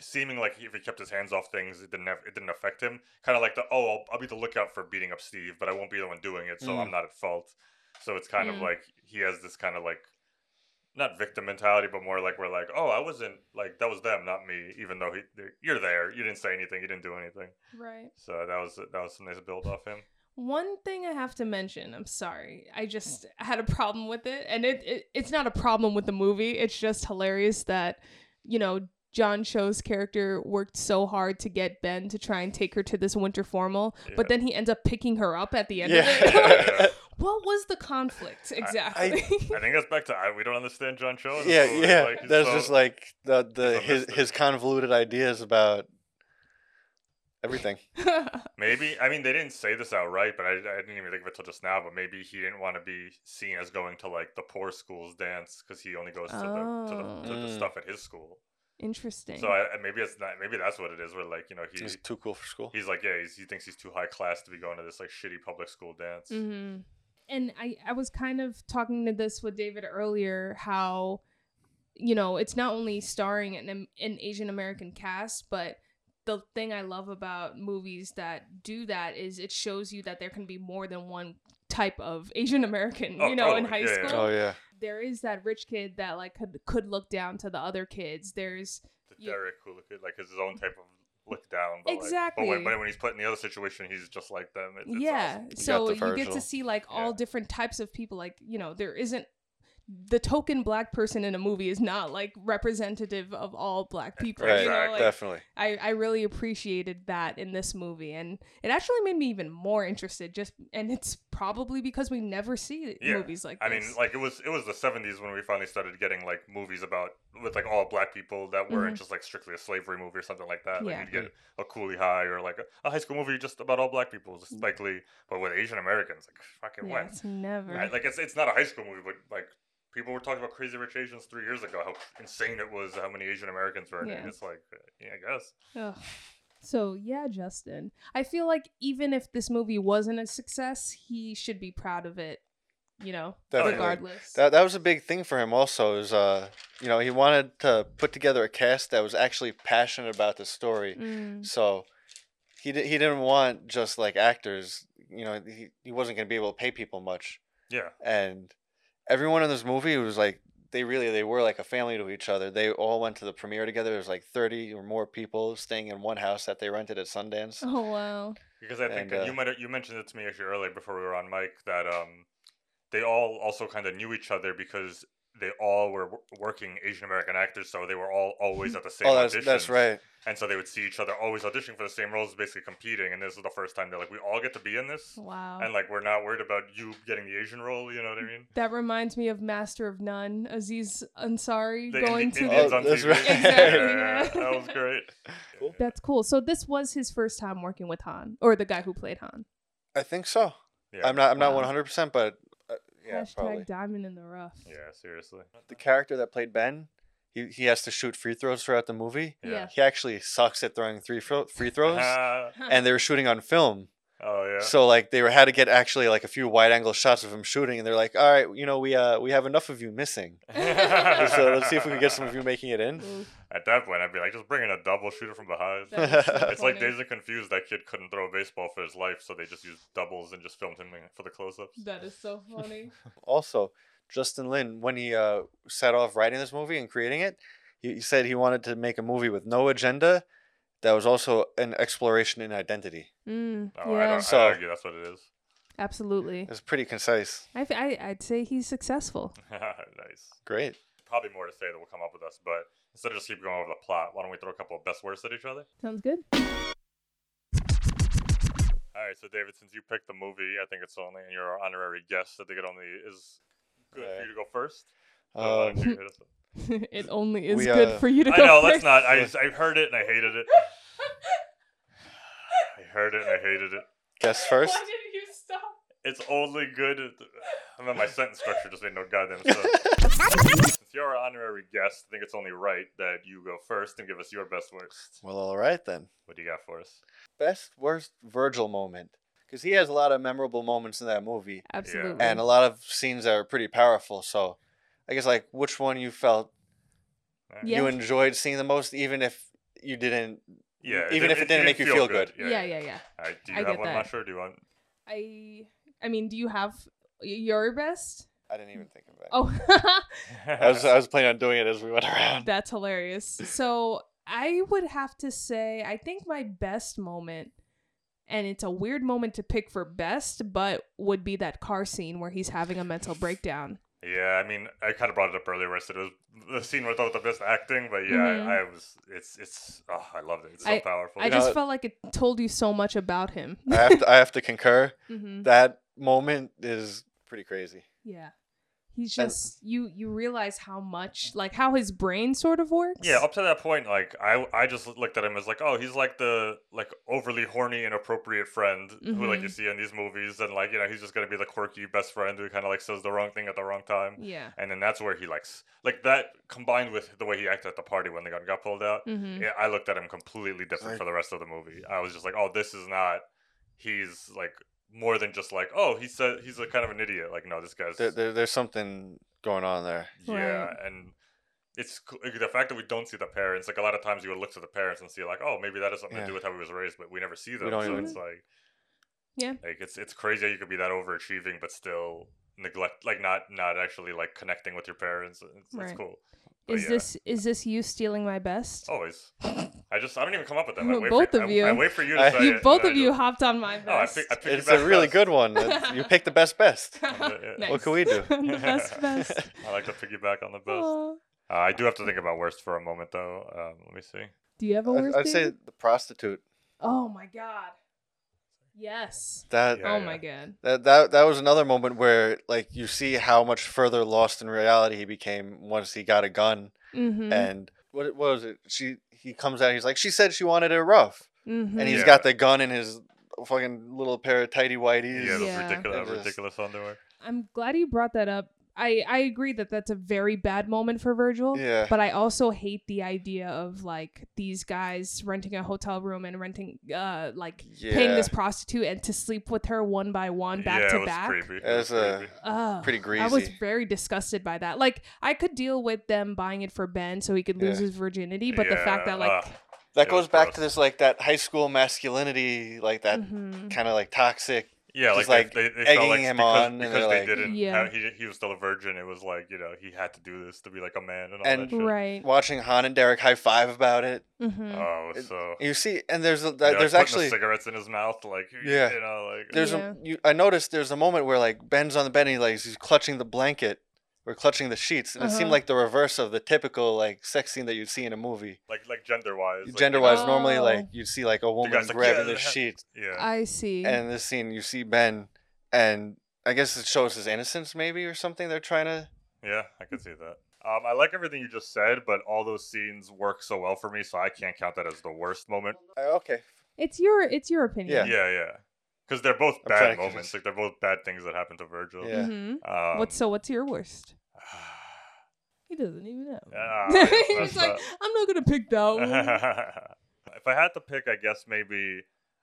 seeming like if he kept his hands off things, it didn't have, it didn't affect him. Kind of like the oh, I'll, I'll be the lookout for beating up Steve, but I won't be the one doing it, so I'm Mm. not at fault. So it's kind Mm. of like he has this kind of like not victim mentality, but more like we're like oh, I wasn't like that was them, not me. Even though he, you're there, you didn't say anything, you didn't do anything. Right. So that was that was some nice build off him. One thing I have to mention, I'm sorry, I Mm. just had a problem with it, and it, it it's not a problem with the movie. It's just hilarious that you know John Cho's character worked so hard to get Ben to try and take her to this winter formal, but then he ends up picking her up at the end of it. Yeah. what was the conflict exactly? I think that's back to I, we don't understand John Cho. in this yeah, movie, yeah. he's That's so- just like the he's a the his his convoluted ideas about everything. maybe. I mean, they didn't say this outright, but I, I didn't even think of it till just now. But maybe he didn't want to be seen as going to like the poor school's dance because he only goes to the to, the, to Oh. Mm. the Mm. stuff at his school. Interesting. So I, I- maybe it's not. Maybe that's what it is. Where like you know he, He's too cool for school. He's like yeah. He's, he thinks he's too high class to be going to this like shitty public school dance. hmm Mm-hmm. And I, I was kind of talking to this with David earlier how, you know, it's not only starring an, Am- an Asian American cast, but the thing I love about movies that do that is it shows you that there can be more than one type of Asian American, Oh, you know, in totally. high Yeah, yeah. school. Oh, yeah. There is that rich kid that like could could look down to the other kids. There's The Derek who look at like is his own type of look down. But Exactly. Like, but, when, but when he's put in the other situation, he's just like them. It's, it's yeah awesome. so you get to see like all different types of people like you know there isn't the token black person in a movie is not like representative of all black people you know, Exactly. like, Definitely. I, I really appreciated that in this movie and it actually made me even more interested just and it's probably because we never see movies like I this mean, like it was it was the '70s when we finally started getting like movies about with like all black people that weren't Mhm. just like strictly a slavery movie or something like that. Like Yeah. you'd get a Coolie High or like a, a high school movie just about all black people, just Spike Lee, but with Asian Americans. Like fucking Mm. Yeah, when? it's never- Right? Like it's it's not a high school movie, but like people were talking about Crazy Rich Asians three years ago, how insane it was, how many Asian Americans were in Yeah. it. It's like, uh, yeah, I guess. Ugh. So yeah, Justin. I feel like even if this movie wasn't a success, he should be proud of it. You know, Definitely. regardless. That that was a big thing for him. Also, is uh, you know, he wanted to put together a cast that was actually passionate about the story. Mm. So he di- he didn't want just like actors. You know, he he wasn't gonna be able to pay people much. Yeah. And everyone in this movie was like they really they were like a family to each other. They all went to the premiere together. There was like thirty or more people staying in one house that they rented at Sundance. Oh wow. Because I think And, that uh, you might you mentioned it to me actually earlier before we were on mic that um they all also kind of knew each other because they all were w- working Asian American actors, so they were all always at the same. Oh, that's- auditions. that's right. And so they would see each other always auditioning for the same roles, basically competing. And this is the first time they're like, we all get to be in this. Oh, Wow. And like, we're not worried about you getting the Asian role. You know what I mean? That reminds me of Master of None, Aziz Ansari The going Indi- to Indians Oh, the on TV. Exactly. Yeah, yeah. that was great. That's cool. So this was his first time working with Han, or the guy who played Han. I think so. Yeah. um, I'm not I'm not Wow. one hundred percent, but uh, yeah, Hashtag probably. diamond in the rough. Yeah, seriously. the character that played Ben, he, he has to shoot free throws throughout the movie. Yeah. Yeah. He actually sucks at throwing three fro- free throws, Ah. and they were shooting on film. Oh yeah. So like they were had to get actually like a few wide angle shots of him shooting, and they're like, "All right, you know we uh we have enough of you missing, so let's see if we can get some of you making it in." At that point, I'd be like, just bring in a double shooter from behind. That was so it's like funny. Days of Confused. That kid couldn't throw a baseball for his life, so they just used doubles and just filmed him in- for the close-ups. That is so funny. Also, Justin Lin, when he uh, set off writing this movie and creating it, he, he said he wanted to make a movie with no agenda that was also an exploration in identity. Mm, Oh, I yeah. don't. So- I argue that's what it is. Absolutely. It's pretty concise. I, f- I, I'd say he's successful. nice. Great. Probably more to say that will come up with us, but instead of just keep going over the plot, why don't we throw a couple of best words at each other? Sounds good. All right, so David, since you picked the movie, I think it's only and you're our honorary guest, so I think it only is good for you to go first. So Oh, Um, why don't you hit us up? it only is We, good uh, for you to I go know, let's first. not. I, I heard it and I hated it. I heard it and I hated it. Guess first. didn't you stop? It's only good. at- I mean, my sentence structure just made no goddamn sense. Since you're our honorary guest, I think it's only right that you go first and give us your best worst. Well, all right then. What do you got for us? Best worst Virgil moment because he has a lot of memorable moments in that movie. Mm-hmm. Absolutely. And a lot of scenes that are pretty powerful. So, I guess like which one you felt Yeah. you enjoyed seeing the most, even if you didn't. Yeah, Even if it didn't make you feel good. Yeah, yeah, yeah. All right, do I you have get one, that. Masha, or do you want? I I mean, do you have y- your best? I didn't even think of it. Oh, I was uh, I was planning on doing it as we went around. that's hilarious. So I would have to say, I think my best moment, and it's a weird moment to pick for best, but would be that car scene where he's having a mental breakdown. Yeah, I mean, I kind of brought it up earlier. Where I said it was the scene where I thought the best acting, but yeah, Mhm. I, I was. It's it's. Oh, I loved it. It's so I, powerful. I just felt like it told you so much about him. I Mm-hmm. have to I have to concur. Mhm. That moment is pretty crazy. Yeah. He's just you you realize how much like how his brain sort of works. Yeah, up to that point, like I, I just looked at him as like, oh, he's like the like overly horny, inappropriate friend who like you Mhm. see in these movies, and like you know he's just gonna be the quirky best friend who kind of like says the wrong thing at the wrong time. Yeah. and then that's where he likes like that combined with the way he acted at the party when the gun got pulled out. Mhm. Yeah, I looked at him completely different like- for the rest of the movie. I was just like, oh, this is not. He's like more than just like, oh, he said he's a kind of an idiot. Like, no, this guy's There, there, there's something going on there. yeah, Right. and it's c- like, the fact that we don't see the parents. Like a lot of times, you would look to the parents and see like, oh, maybe that has something Yeah. to do with how he was raised, but we never see them. don't so even- it's like, Yeah. like it's it's crazy how you could be that overachieving, but still neglect, like not not actually like connecting with your parents. It's, it's Right. cool. But Is yeah. Oh, this is this you stealing my best? always? I just I don't even come up with them. I wait Both for, of I- you. I, wait for you to I- say You it, both and I of you just- hopped on my Oh, I best. pick, I picked It's your best a really best. good one. It's- you picked the best best. Nice. What can we do? the best best. I like to piggyback on the best. Aw. Uh, I do have to think about worst for a moment though. Um, let me see. Do you have a I'd, worst? I'd say David? the prostitute. Oh my god. Yes. That Yeah, oh yeah. my god. That, that that was another moment where like you see how much further lost in reality he became once he got a gun Mm-hmm. and what, it- what was it she he comes out he's like she said she wanted it rough mm-hmm. and he- he's Yeah. got the gun in his fucking little pair of tidy whities Yeah, those Yeah. ridiculous, It just- ridiculous underwear. I'm glad you brought that up. I I agree that that's a very bad moment for Virgil. Yeah. But I also hate the idea of like these guys renting a hotel room and renting uh like paying this Yeah. prostitute and to sleep with her one by one back yeah, it to was back. creepy. It It was was a- creepy. Ugh, Pretty I was greasy. very disgusted by that. Like I could deal with them buying it for Ben so he could lose Yeah. his virginity, but the fact Yeah, uh, that like ugh. that It goes was back gross. to this like that high school masculinity like that mhm. kind of like toxic yeah, like, just, like like, they, they felt egging like him because, on, and because they're they like- didn't. Yeah. Have, he, he was still a virgin. It was like you know he had to do this to be like a man and all And- that shit. right. watching Han and Derek high five about it Mm-hmm. Oh, it was It- so you see and there's a, that, you know, putting there's the actually cigarettes in his mouth, like Yeah. you know, like there's Yeah. a you, I noticed there's a moment where like Ben's on the bed and he, like he's clutching the blanket or clutching the sheets and it Uh-huh. seemed like the reverse of the typical like sex scene that you'd see in a movie. like like gender wise, Gender wise, Oh. normally like you'd see like a woman guy's like, grabbing "Yeah, the huh." sheet, yeah, I see. and in this scene you see Ben, and I guess it shows his innocence maybe or something. They're trying to yeah, I could see that. Um, I like everything you just said, but all those scenes work so well for me, so I can't count that as the worst moment. Uh, okay. it's your it's your opinion. Yeah, Yeah. yeah, because they're both I'm bad trying to moments. convince- Like they're both bad things that happened to Virgil. Yeah. hmm Um, what's so what's your worst? He doesn't even know. Ah, He's that's like, not- I'm not gonna pick that one. if I had to pick, I guess maybe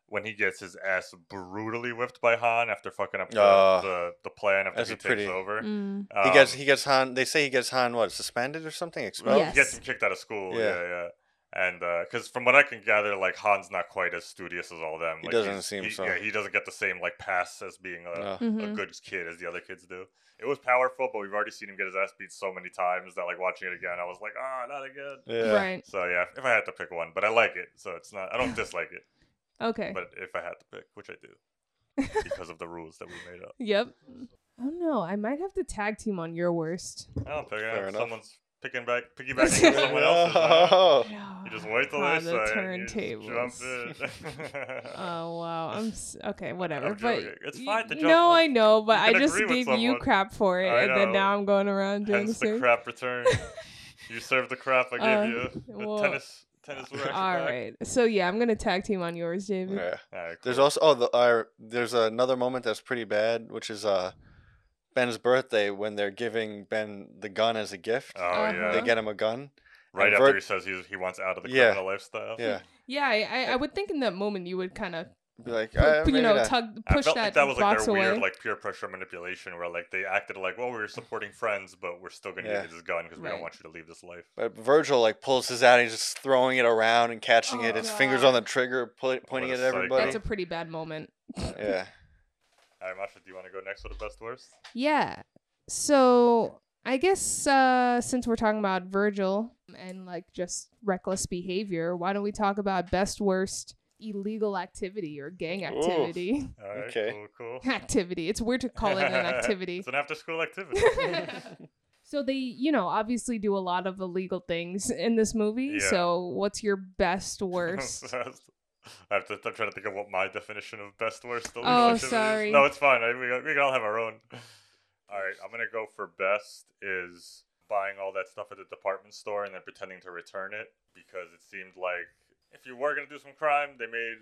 when he gets his ass brutally whipped by Han after fucking up the, Ah, the, the plan after that's he a takes pretty- over. Mm. Um, he gets he gets Han. They say he gets Han what suspended or something expelled. Yes. he gets him kicked out of school. Yeah, Yeah. yeah. And because from what I can gather, like Han's not quite as studious as all them. He Like, doesn't he's- seem he- so. Yeah, he doesn't get the same like pass as being a, No. a Mhm. good kid as the other kids do. It was powerful, but we've already seen him get his ass beat so many times that like watching it again, I was like, ah, not again. Yeah. Right. So yeah, if I had to pick one, but I like it, so it's not. I don't dislike it, Okay. but if I had to pick, which I do, because of the rules that we made up, Yep. Oh no, I might have to tag team on your worst. I don't pick Fair it. enough. Someone's picking back, piggybacking on someone else's. uh, Oh. You just wait till they Ah, say the it, you just turntables. Jump in. Oh wow, I'm s- okay. Whatever, but joking. It's y- fine to joke. No, I know, but You I can just agree with gave you someone. crap for it, I and then know. now I'm going around doing Hence the the same. crap return. you served the crap I Uh, gave you. The well, tennis, tennis racket. All right, so yeah, I'm gonna tag team on yours, David. Yeah. All right. There's cool. also oh the uh, there's another moment that's pretty bad, which is uh Ben's birthday when they're giving Ben the gun as a gift. Oh Uh-huh. yeah. They get him a gun. Right and after Vert- he says he's, he wants out of the Yeah. criminal lifestyle. Yeah, Yeah, I, I, I would think in that moment you would kind of, be like "Uh, you maybe know, not." tug, I push felt that, like that was like box their away. weird like peer pressure manipulation where like they acted like, well, we're supporting friends, but we're still gonna Yeah. give you this gun because we Right. don't want you to leave this life. But Virgil like pulls his out. And he's just throwing it around and catching it. Oh, His fingers on the trigger, pu- pointing a it at psycho. everybody. That's a pretty bad moment. yeah. All right, Masha, do you want to go next with the best worst? Yeah. So I guess uh, since we're talking about Virgil and like just reckless behavior, why don't we talk about best worst illegal activity or gang activity? All right, Okay. cool, cool. activity. It's weird to call it an activity. it's an after-school activity. so they, you know, obviously do a lot of illegal things in this movie. Yeah. So what's your best worst? I have to, I'm trying to think of what my definition of best worst. illegal Oh, activity is. sorry. No, it's fine. I, we, we can all have our own. All right, I'm gonna go for best is buying all that stuff at the department store and then pretending to return it because it seemed like if you were gonna do some crime, they made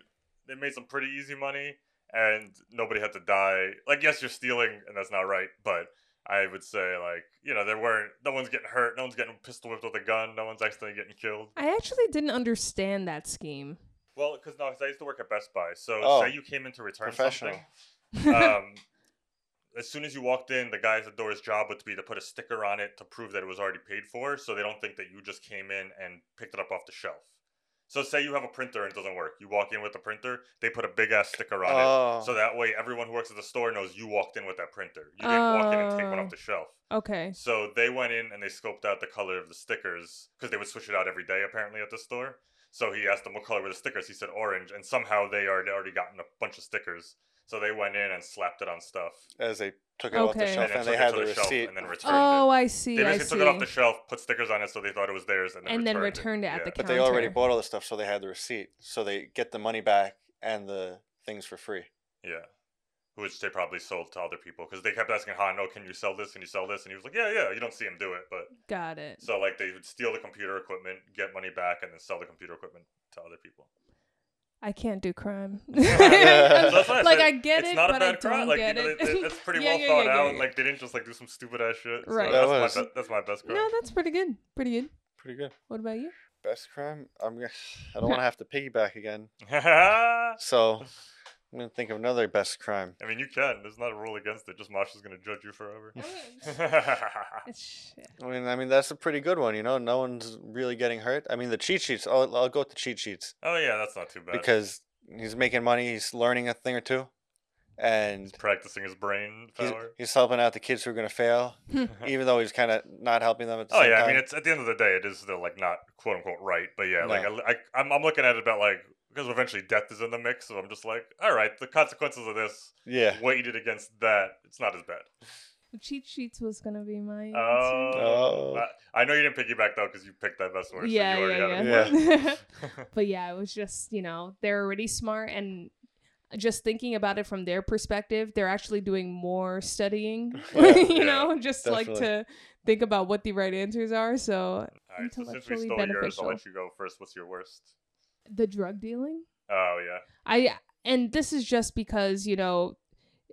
they made some pretty easy money and nobody had to die. Like yes, you're stealing and that's not right, but I would say like you know there weren't no one's getting hurt, no one's getting pistol whipped with a gun, no one's accidentally getting killed. I actually didn't understand that scheme. Well, because no, 'cause I used to work at Best Buy. So Oh, say you came in to return professional. something. Um, as soon as you walked in, the guys at the door's job would be to put a sticker on it to prove that it was already paid for, so they don't think that you just came in and picked it up off the shelf. So say you have a printer and it doesn't work. You walk in with the printer, they put a big ass sticker on Oh. it, so that way everyone who works at the store knows you walked in with that printer. You didn't walk in and take one Oh. off the shelf. Okay. So they went in and they scoped out the color of the stickers because they would switch it out every day apparently at the store. So he asked them what color were the stickers. He said orange, and somehow they had already gotten a bunch of stickers. So they went in and slapped it on stuff. As they took it off the Okay. shelf then and they took it Oh, had to the shelf receipt. and then returned Oh, it. I see. They I basically see. took it off the shelf, put stickers on it, so they thought it was theirs, and then and then returned, returned it, at the But counter. they already bought all the stuff, so they had the receipt. So they get the money back and the things for free. yeah. yeah, which they probably sold to other people because they kept asking Han, "No, can you sell this? Can you sell this?" And he was like, "Yeah, yeah." You don't see him do it, but Got it. so like they would steal the computer equipment, get money back, and then sell the computer equipment to other people. I can't do crime. So that's why like said I get it's it, not but a I bad don't crime. Like, get you know, it. they- they- that's pretty Yeah, well yeah, thought yeah, out. yeah, yeah. Like they didn't just like do some stupid ass shit. So Right. That that's, my was- be- that's my best crime. no, that's pretty good. Pretty good. Pretty good. What about you? Best crime? I'm gonna. I don't want to have to piggyback again. I So I'm gonna think of another best crime. mean, you can. There's not a rule against it. Just Masha's gonna judge you forever. It's shit. I mean, I mean that's a pretty good one. You know, no one's really getting hurt. I mean, the cheat sheets. I'll, I'll go with the cheat sheets oh yeah, that's not too bad. because he's making money. He's learning a thing or two, and he's practicing his brain he's, power. he's helping out the kids who are gonna fail, even though he's kind of not helping them at the Oh same yeah, time. I mean, it's at the end of the day, it is still like not quote unquote right, but yeah, like No. I, I, I'm, I'm looking at it about like because eventually death is in the mix, so I'm just like, all right, the consequences of this yeah. weighted against that, it's not as bad. Cheat sheets was gonna be my. answer. Oh, Oh. I, I know you didn't piggyback though because you picked that best word. yeah, so you yeah, already yeah. Had it. but yeah, it was just you know they're already smart and just thinking about it from their perspective, they're actually doing more studying. Yeah, you yeah, know, just like definitely. to think about what the right answers are. So All right, so since we Intellectually stole yours, I'll beneficial. let you go first. What's your worst? the drug dealing. Oh yeah, I and this is just because, you know,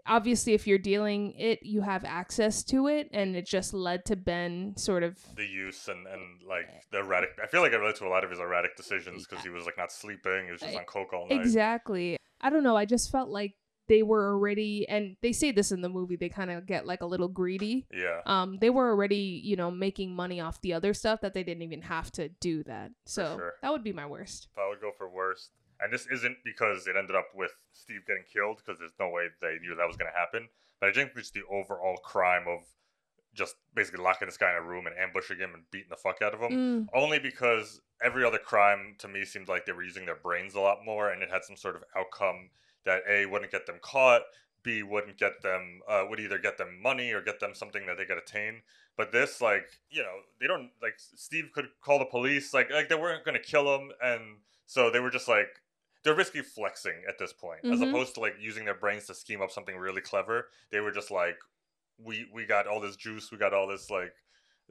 obviously if you're dealing it, you have access to it and it just led to Ben sort of the use and and like the erratic. I feel like I relate to a lot of his erratic decisions because he was like not sleeping. He was just I- on coke all night. Exactly. I don't know, I just felt like they were already and they say this in the movie, they kind of get like a little greedy. Yeah. Um they were already, you know, making money off the other stuff that they didn't even have to do that. So sure. that would be my worst. If I would go for worst, and this isn't because it ended up with Steve getting killed, because there's no way they knew that was going to happen. But I think just the overall crime of just basically locking this guy in a room and ambushing him and beating the fuck out of him. Mm, Only because every other crime to me seemed like they were using their brains a lot more, and it had some sort of outcome that a wouldn't get them caught, b wouldn't get them uh, would either get them money or get them something that they could attain. But this, like you know, they don't like Steve could call the police, like like they weren't gonna kill him, and so they were just like they're basically flexing at this point, as Mhm. opposed to like using their brains to scheme up something really clever. They were just like, we we got all this juice, we got all this like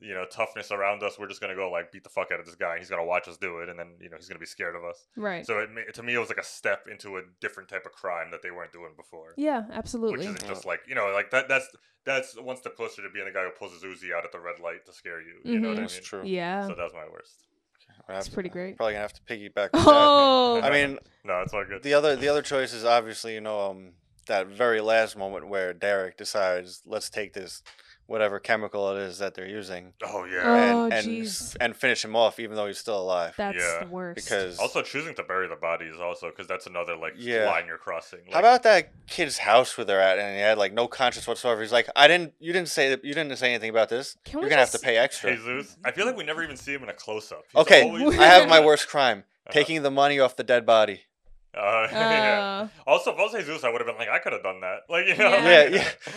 you know toughness around us. We're just gonna go like beat the fuck out of this guy. and He's gonna watch us do it, and then you know he's gonna be scared of us. right. So it ma- to me, it was like a step into a different type of crime that they weren't doing before. yeah, absolutely. Which is just like you know, like that. That's that's one step closer to being the guy who pulls his Uzi out at the red light to scare you. You know what I mean? That's true. Mm-hmm. yeah. So that's my worst. I have to- pretty great. Probably gonna have to piggyback. on that. oh. I mean, No, it's all good. the other the other choice is obviously you know um that very last moment where Derek decides let's take this whatever chemical it is that they're using oh uh, yeah. Oh, and and, jeez. and finish him off even though he's still alive That's Yeah, the worst. because Also, choosing to bury the body is also because that's another like Yeah. line you're crossing. Like, how about that kid's house where they're at and he had like no conscience whatsoever he's like I didn't you didn't say that you didn't say anything about this Can you're we gonna have just- to pay extra Jesus? I feel like we never even see him in a close up. Uh-huh. okay I have my worst crime taking the money off the dead body Uh, yeah. Also, if I was Jesus, I would have been like, I could have done that. Like, you know, Yeah. Yeah,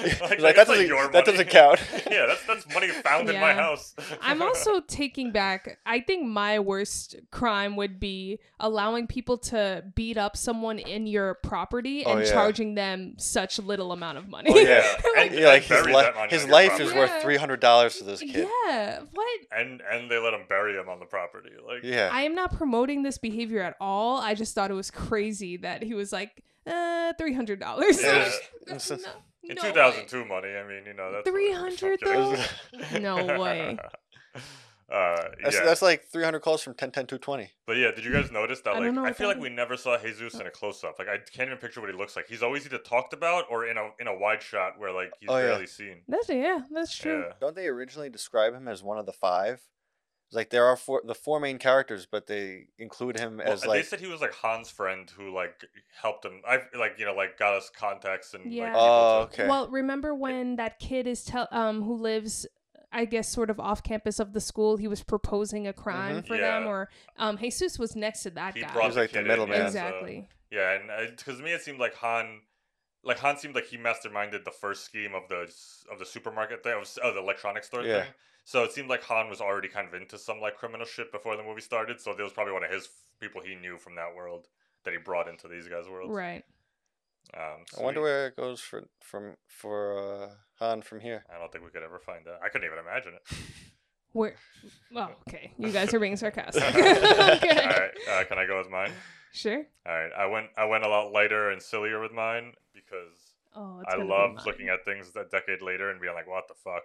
yeah. Like, like, that it's doesn't- your that money. doesn't count. yeah, that's that's money found in my Yeah. house. I'm also taking back. I think my worst crime would be allowing people to beat up someone in your property Oh, and yeah. charging them such little amount of money. Oh, yeah. And- yeah, like and his, bury li- that money his on your life is property. worth Yeah. $300 to this kid. yeah. What? And and they let him bury him on the property. Like, Yeah. I am not promoting this behavior at all. I just thought it was crazy that he was like, uh, three hundred dollars. Yeah. It's just- in No 2002 money, I mean, you know, that's Three hundred though. ridiculous. No way. Uh, That's, yeah. that's like 300 calls from 1010 to 20. But yeah, did you guys notice I that? don't Like, know I, if feel I like did. we never saw Jesus in a close up. Like, I can't even picture what he looks like. He's always either talked about or in a in a wide shot where like he's Oh, yeah. barely seen. That's yeah. That's true. Yeah. Don't they originally describe him as one of the five? It's like there are four, the four main characters, but they include him Well, as they like. said he was like Han's friend who like helped him. I like you know like got us contacts and Yeah. like. people Oh, to- okay. Well, remember when that kid is tell um who lives I guess sort of off campus of the school, he was proposing a crime Mhm. for them Yeah. or um Jesus was next to that He guy. brought He was like the kid in, middleman. yeah, so- exactly. Yeah, and because to me it seemed like Han, like Han seemed like he masterminded the first scheme of the s- of the supermarket thing, of, s- of the electronics store Yeah. thing. So it seemed like Han was already kind of into some like criminal shit before the movie started. So there was probably one of his f- people he knew from that world that he brought into these guys' worlds. Right. Um, so I wonder we- where it goes for from for uh, Han from here. I don't think we could ever find that. I couldn't even imagine it. Where well, okay. You guys are being sarcastic. okay. All right, uh, can I go with mine? Sure. All right, I went I went a lot lighter and sillier with mine because Oh, it's I gonna be loved mine. looking at things a decade later and being like, what the fuck?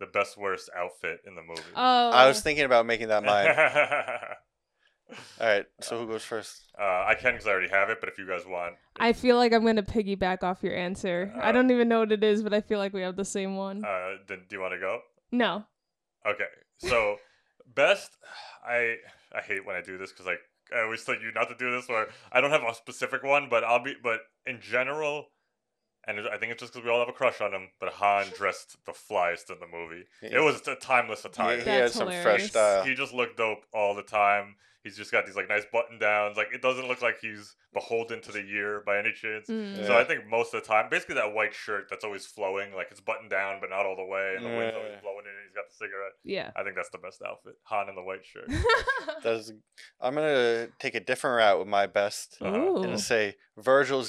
The best worst outfit in the movie. Oh I was thinking about making that mine. All right, so who goes first? uh, I can because I already have it, but if you guys want, I feel like I'm gonna piggyback off your answer. I Uh, don't even know what it is, but I feel like we have the same one. uh, then do you want to go? no. Okay, so best, I I hate when I do this because like I always tell you not to do this, or I don't have a specific one, but I'll be, but in general. And I think it's just because we all have a crush on him, but Han dressed the flyest in the movie. It was a timeless attire. He, he had That's some hilarious. fresh style. he just looked dope all the time. He's just got these like nice button downs. Like it doesn't look like he's beholden to the year by any chance. Mm. So Yeah. I think most of the time, basically that white shirt that's always flowing, like it's buttoned down but not all the way, and the wind's always Yeah. blowing in. And he's got the cigarette. Yeah. I think that's the best outfit. Han in the white shirt. That's, I'm gonna take a different route with my best Uh-huh. Ooh. and say Virgil's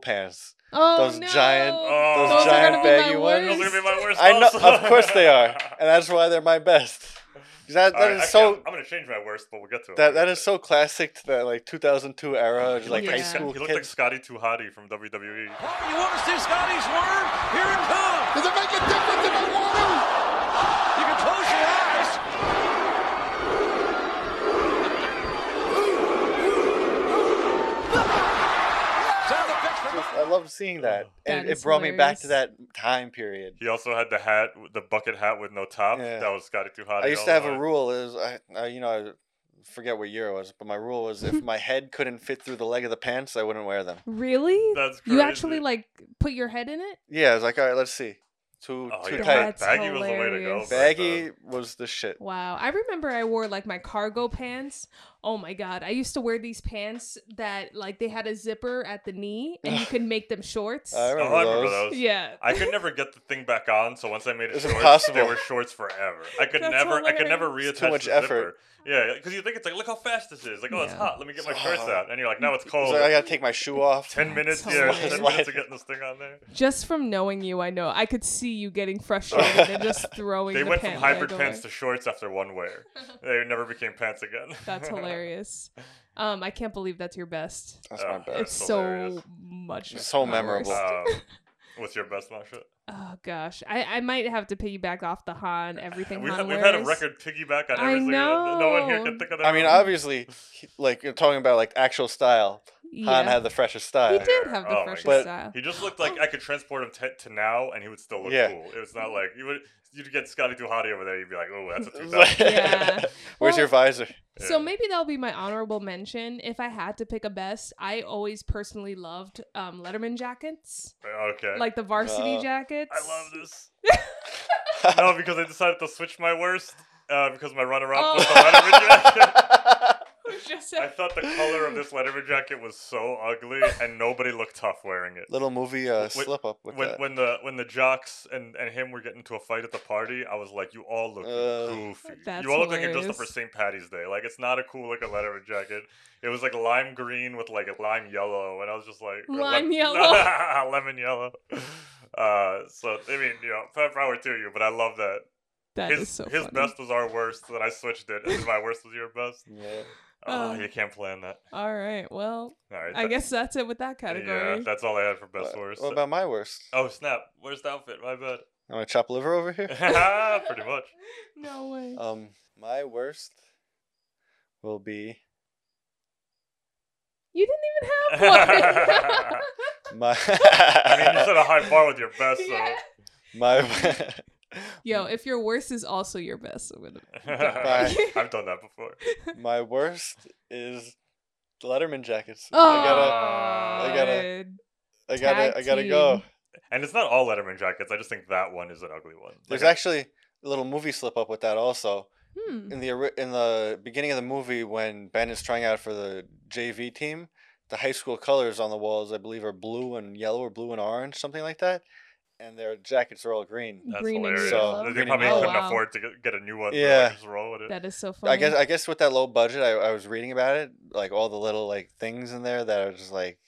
pants. Oh, Those no. giant- Oh. Those Those are giant gonna be baggy my ones. Those are gonna be my worst. I know, also. of course they are, and that's why they're my best. 'Cause That, All that right, is actually, so I'm, I'm gonna change my worst, but we'll get to it. that that is so classic to that like 2002 era, He just, like looked high Oh, Yeah. Sc- school He looked like kids. Scotty Tuhati from E. WWE. You want to see Scotty's word? Here it comes. Does it make a difference if I want You can close your eyes. Sound effects from I love seeing that, and That it is brought me back to that hilarious. time period. He also had the hat, the bucket hat with no top. Yeah. That was Scotty Tuhati. I used all to have the a way. rule is I, I you know I forget what year it was, but my rule was if my head couldn't fit through the leg of the pants, I wouldn't wear them. Really? That's You actually crazy. like put your head in it? Yeah, I was like, all right, let's see, too Oh, too yeah. tight. That's Baggy was the way to go. hilarious. for it, though. Baggy was the shit. Wow. I remember I wore like my cargo pants. Oh my god. I used to wear these pants that like they had a zipper at the knee and you could make them shorts. I remember, Oh, I remember those. those. yeah. I could never get the thing back on, so once I made it It's shorts, they impossible. were shorts forever. I could That's never, I could never reattach It's too much the effort. zipper. Yeah, because you think it's like, look how fast this is. Like, oh, it's Yeah. hot. Let me get my So shorts hot. out, and you're like, now it's It was cold. like, I gotta take my shoe off. Oh, ten minutes, That's yeah, hilarious. ten minutes of Like- getting this thing on there. Just from knowing you, I know I could see you getting frustrated and just throwing. They the went from pant hybrid leg away. pants to shorts after one wear. They never became pants again. That's hilarious. Um, I can't believe that's your best. That's my Oh, best. it's That's so hilarious. much. It's so my worst. memorable. um, what's your best Masha? Oh gosh, I, I might have to piggyback off the Han everything. We've, Han had- we've had a wears. record piggyback on I every single. No one here know. can think of that. I mean, obviously, he- like you're talking about like actual style. Han had the freshest style. He did have Oh the my freshest God. style. He just looked like I could transport him te- to now, and he would still look Yeah. cool. It was not like you would. You'd get Scotty Duhati over there. You'd be like, "Oh, that's a It was 2000. like- Yeah. Where's your visor? So Yeah. maybe that'll be my honorable mention. If I had to pick a best, I always personally loved um, Letterman jackets, okay. like the varsity Uh, jackets. I love this. no, because I decided to switch my worst uh, because my runner-up was the Letterman jacket. just I thought the color of this Letterman jacket was so ugly, and nobody looked tough wearing it. Little movie uh, slip up with when, that. when the when the jocks and, and him were getting into a fight at the party, I was like, "You all look Uh, goofy. That's you all look like you're just up for hilarious. St. Patty's Day. Like it's not a cool looking Letterman jacket. It was like lime green with like a lime yellow, and I was just like, or Lime yellow. lemon yellow." Uh, so I mean, you know, fair power to you, but I love that. That his is so his funny. best was our worst, then I switched it, and then my worst was your best. Yeah. Oh, Um, you can't plan that. All right. Well, All right. I that- guess that's it with that Yeah, category. that's all I had for best What- worst. What about my worst? oh snap! Where's the outfit? My bad. I'm gonna chop liver over here. Pretty much. no way. Um, my worst will be You didn't even have one. my I mean, you set a high bar with your best, so Yeah. my Yo, if your worst is also your best, I'm gonna. Bye. I've done that before. my worst is the Letterman jackets. Oh, I gotta, I gotta- dude. I gotta, I tag gotta go. team. And it's not all Letterman jackets. I just think that one is an ugly one. Like, There's actually a little movie slip up with that also. Hmm. in the ori- in the beginning of the movie when Ben is trying out for the JV team, the high school colors on the walls I believe are blue and yellow or blue and orange, something like that, and their jackets are all green. that's Green and hilarious. yellow. They Green and probably yellow. couldn't Oh, wow. afford to get, get a new one. so Yeah. they just roll with it. That is so funny. I guess I guess with that low budget, I, I was reading about it, like all the little like things in there that are just like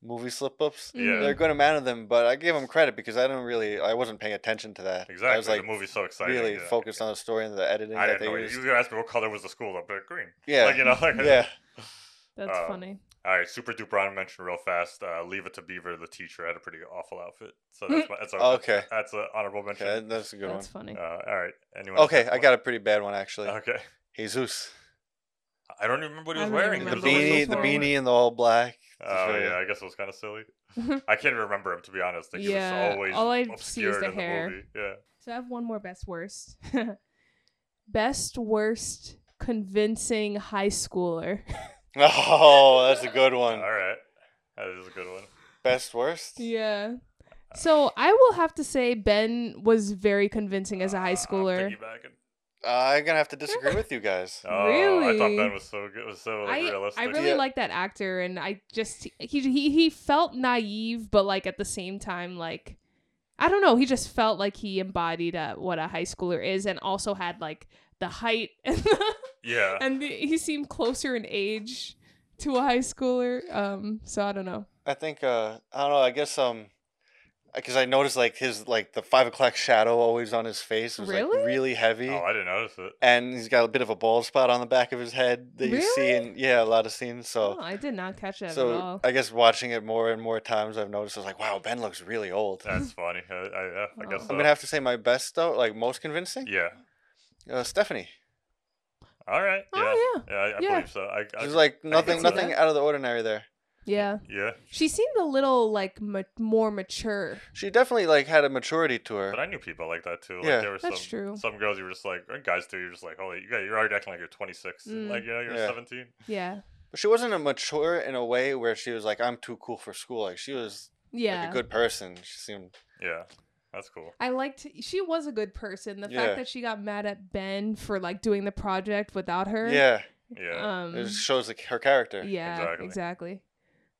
movie slip ups. Yeah. They're good amount of them, but I give them credit because I don't really I wasn't paying attention to that. exactly. I was like the movie's so exciting. really yeah. focused on the story and the editing I that didn't they know. used. You were asking me what color was the school. I'm like green. Yeah. Like you know. Like, yeah. that's uh, funny. All right, super duper on mention real fast. Uh, Leave it to Beaver, the teacher, had a pretty awful outfit. So that's my, that's our, Okay. That's an honorable mention. Okay, that's a good That's one. funny. Uh, all right. Anyone? else Okay, have I one? got a pretty bad one actually. Okay. Jesus. I don't even remember what he I was don't wearing. The remember It was so beanie, the before. far away. beanie, and the all black. Oh yeah, I guess it was kind of silly. I can't remember him to be honest. Like, he Yeah, was always all I see is obscured the in hair. the movie. Yeah. So I have one more best worst. best worst convincing high schooler. Oh, that's a good one. All right. That is a good one. Best worst. Yeah. So I will have to say Ben was very convincing as a high Uh, I'm schooler. piggybacking. Uh, I'm gonna have to disagree with you guys. Oh, I thought Really? Ben was so good. Was so like, I, realistic. I really Yeah. like that actor and I just he, he he felt naive but like at the same time like I don't know he just felt like he embodied uh, what a high schooler is and also had like the height and the, Yeah. and the, he seemed closer in age to a high schooler um so I don't know I think uh, I don't know. I guess um, because I noticed like his like the five o'clock shadow always on his face was Really? like really heavy, Oh, I didn't notice it. and he's got a bit of a bald spot on the back of his head that you see Really? in yeah a lot of scenes. So oh, I did not catch that at all so I guess watching it more and more times, I've noticed I was like, wow, Ben looks really old. That's funny. I, I, yeah, I guess. Oh. I'm So. I'm gonna have to say my best though, like most convincing. yeah. Uh, Stephanie. All right. Yeah. Oh, yeah. I, I Yeah. believe so. I, I, There's like can nothing, see that. nothing out of the ordinary there. yeah yeah. she seemed a little like ma- more mature She definitely like had a maturity to her. But I knew people like that too. Like Yeah. there were That's some true. some girls you were just like or guys too, you're just like, Holy you got you're already acting like you're twenty six. Mm. Like you know, you're Yeah. seventeen. yeah But she wasn't a mature in a way where she was like, "I'm too cool for school." Like she was yeah like a good person. She seemed Yeah. That's cool. I liked she was a good person. The Yeah. fact that she got mad at Ben for like doing the project without her. yeah. Yeah. Um it shows like her character. Yeah, Exactly. exactly.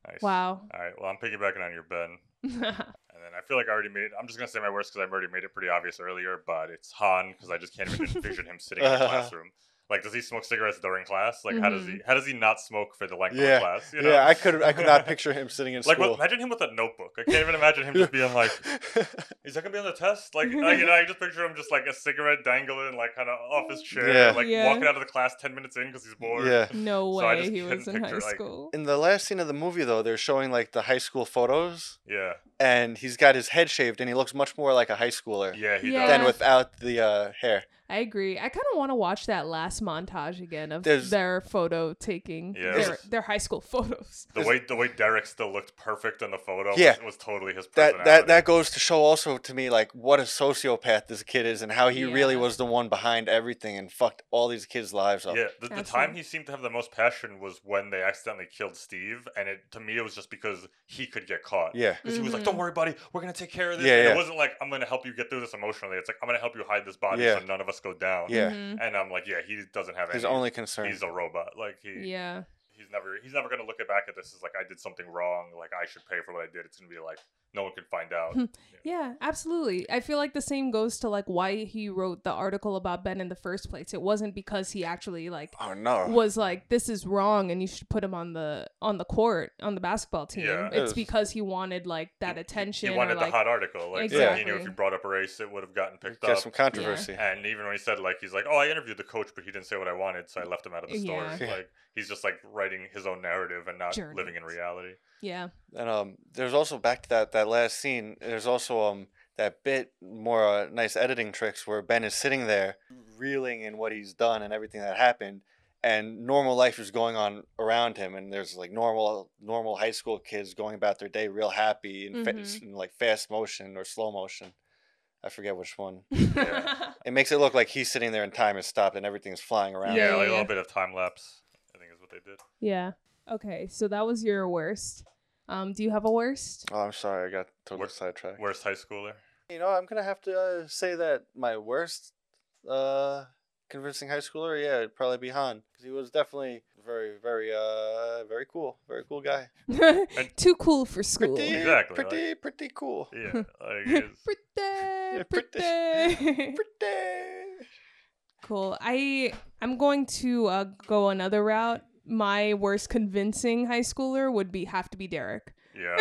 nice. Wow. All right. Well I'm piggybacking on your Ben. And then I feel like I already made I'm just gonna say my worst because I've already made it pretty obvious earlier, but it's Han because I just can't even envision him sitting in the classroom. Like, does he smoke cigarettes during class? Like, how does he Mhm. how does he not smoke for the length of Yeah. the class? You know? Yeah, I could I could not picture him sitting in Like, what- school. imagine him with a notebook. I can't even imagine him just being like, Is that gonna be on the test? Like, I, you know, I just picture him just like a cigarette dangling, like kind of off his chair, Yeah. like Yeah. walking out of the class ten minutes in because he's bored. yeah. No So I way just he was couldn't in high picture, like- school. In the last scene of the movie though, they're showing like the high school photos yeah, and he's got his head shaved and he looks much more like a high schooler yeah. He Yeah. does. than without the uh, hair. I agree. I kind of want to watch that last montage again of There's- their photo taking Yeah. their, their high school photos. The way the way Derek still looked perfect in the photo Yeah. was, was totally his That personality. that that goes to show also to me like what a sociopath this kid is and how he really Yeah. was the one behind everything and fucked all these kids' lives up. yeah, the, the time Absolutely. he seemed to have the most passion was when they accidentally killed Steve, and it to me it was just because he could get caught. Yeah. because he was like, don't worry, buddy. We're gonna take care of this. Yeah, and yeah. It wasn't like I'm gonna help you get through this emotionally. It's like I'm gonna help you hide this body Yeah. so none of us go down. Yeah. Mhm. And I'm like, yeah, he doesn't have His any- only concern. He's a robot. Like he. Yeah. He's never. He's never gonna look back at this as like I did something wrong. Like I should pay for what I did. It's gonna be like no one can find out. Hmm. Yeah, absolutely. I feel like the same goes to like why he wrote the article about Ben in the first place. It wasn't because he actually like Oh no. was like this is wrong and you should put him on the on the court on the basketball team. Yeah. it's It was- because he wanted like that attention. He wanted or, like, the hot article. Like exactly. he knew if he brought up a race, it would have gotten picked Get up. some controversy. And even when he said like he's like, oh, I interviewed the coach, but he didn't say what I wanted, so I left him out of the story. Yeah. Yeah. Like he's just like writing his own narrative and not Journey. living in reality. yeah. And um, there's also back to that that last scene. There's also um that bit more uh, nice editing tricks where Ben is sitting there reeling in what he's done and everything that happened, and normal life is going on around him, and there's like normal normal high school kids going about their day real happy and, fa- Mhm. in, like fast motion or slow motion. I forget which one. It makes it look like he's sitting there and time has stopped and everything's flying around. Yeah, like Yeah, yeah, a yeah. little bit of time lapse. I think is what they did. Yeah. Okay, so that was your worst. Um, do you have a worst? Oh, I'm sorry, I got totally sidetracked. Worst high schooler. You know, I'm gonna have to uh, say that my worst uh, convincing high schooler, yeah, it'd probably be Han, because he was definitely very, very, uh, very cool, very cool guy. Too cool for school. Pretty, Exactly, like- pretty, pretty cool. Yeah, like it's- Pretty, pretty. pretty. Pretty. Cool. I I'm going to uh, go another route. My worst convincing high schooler would be have to be Derek. yeah.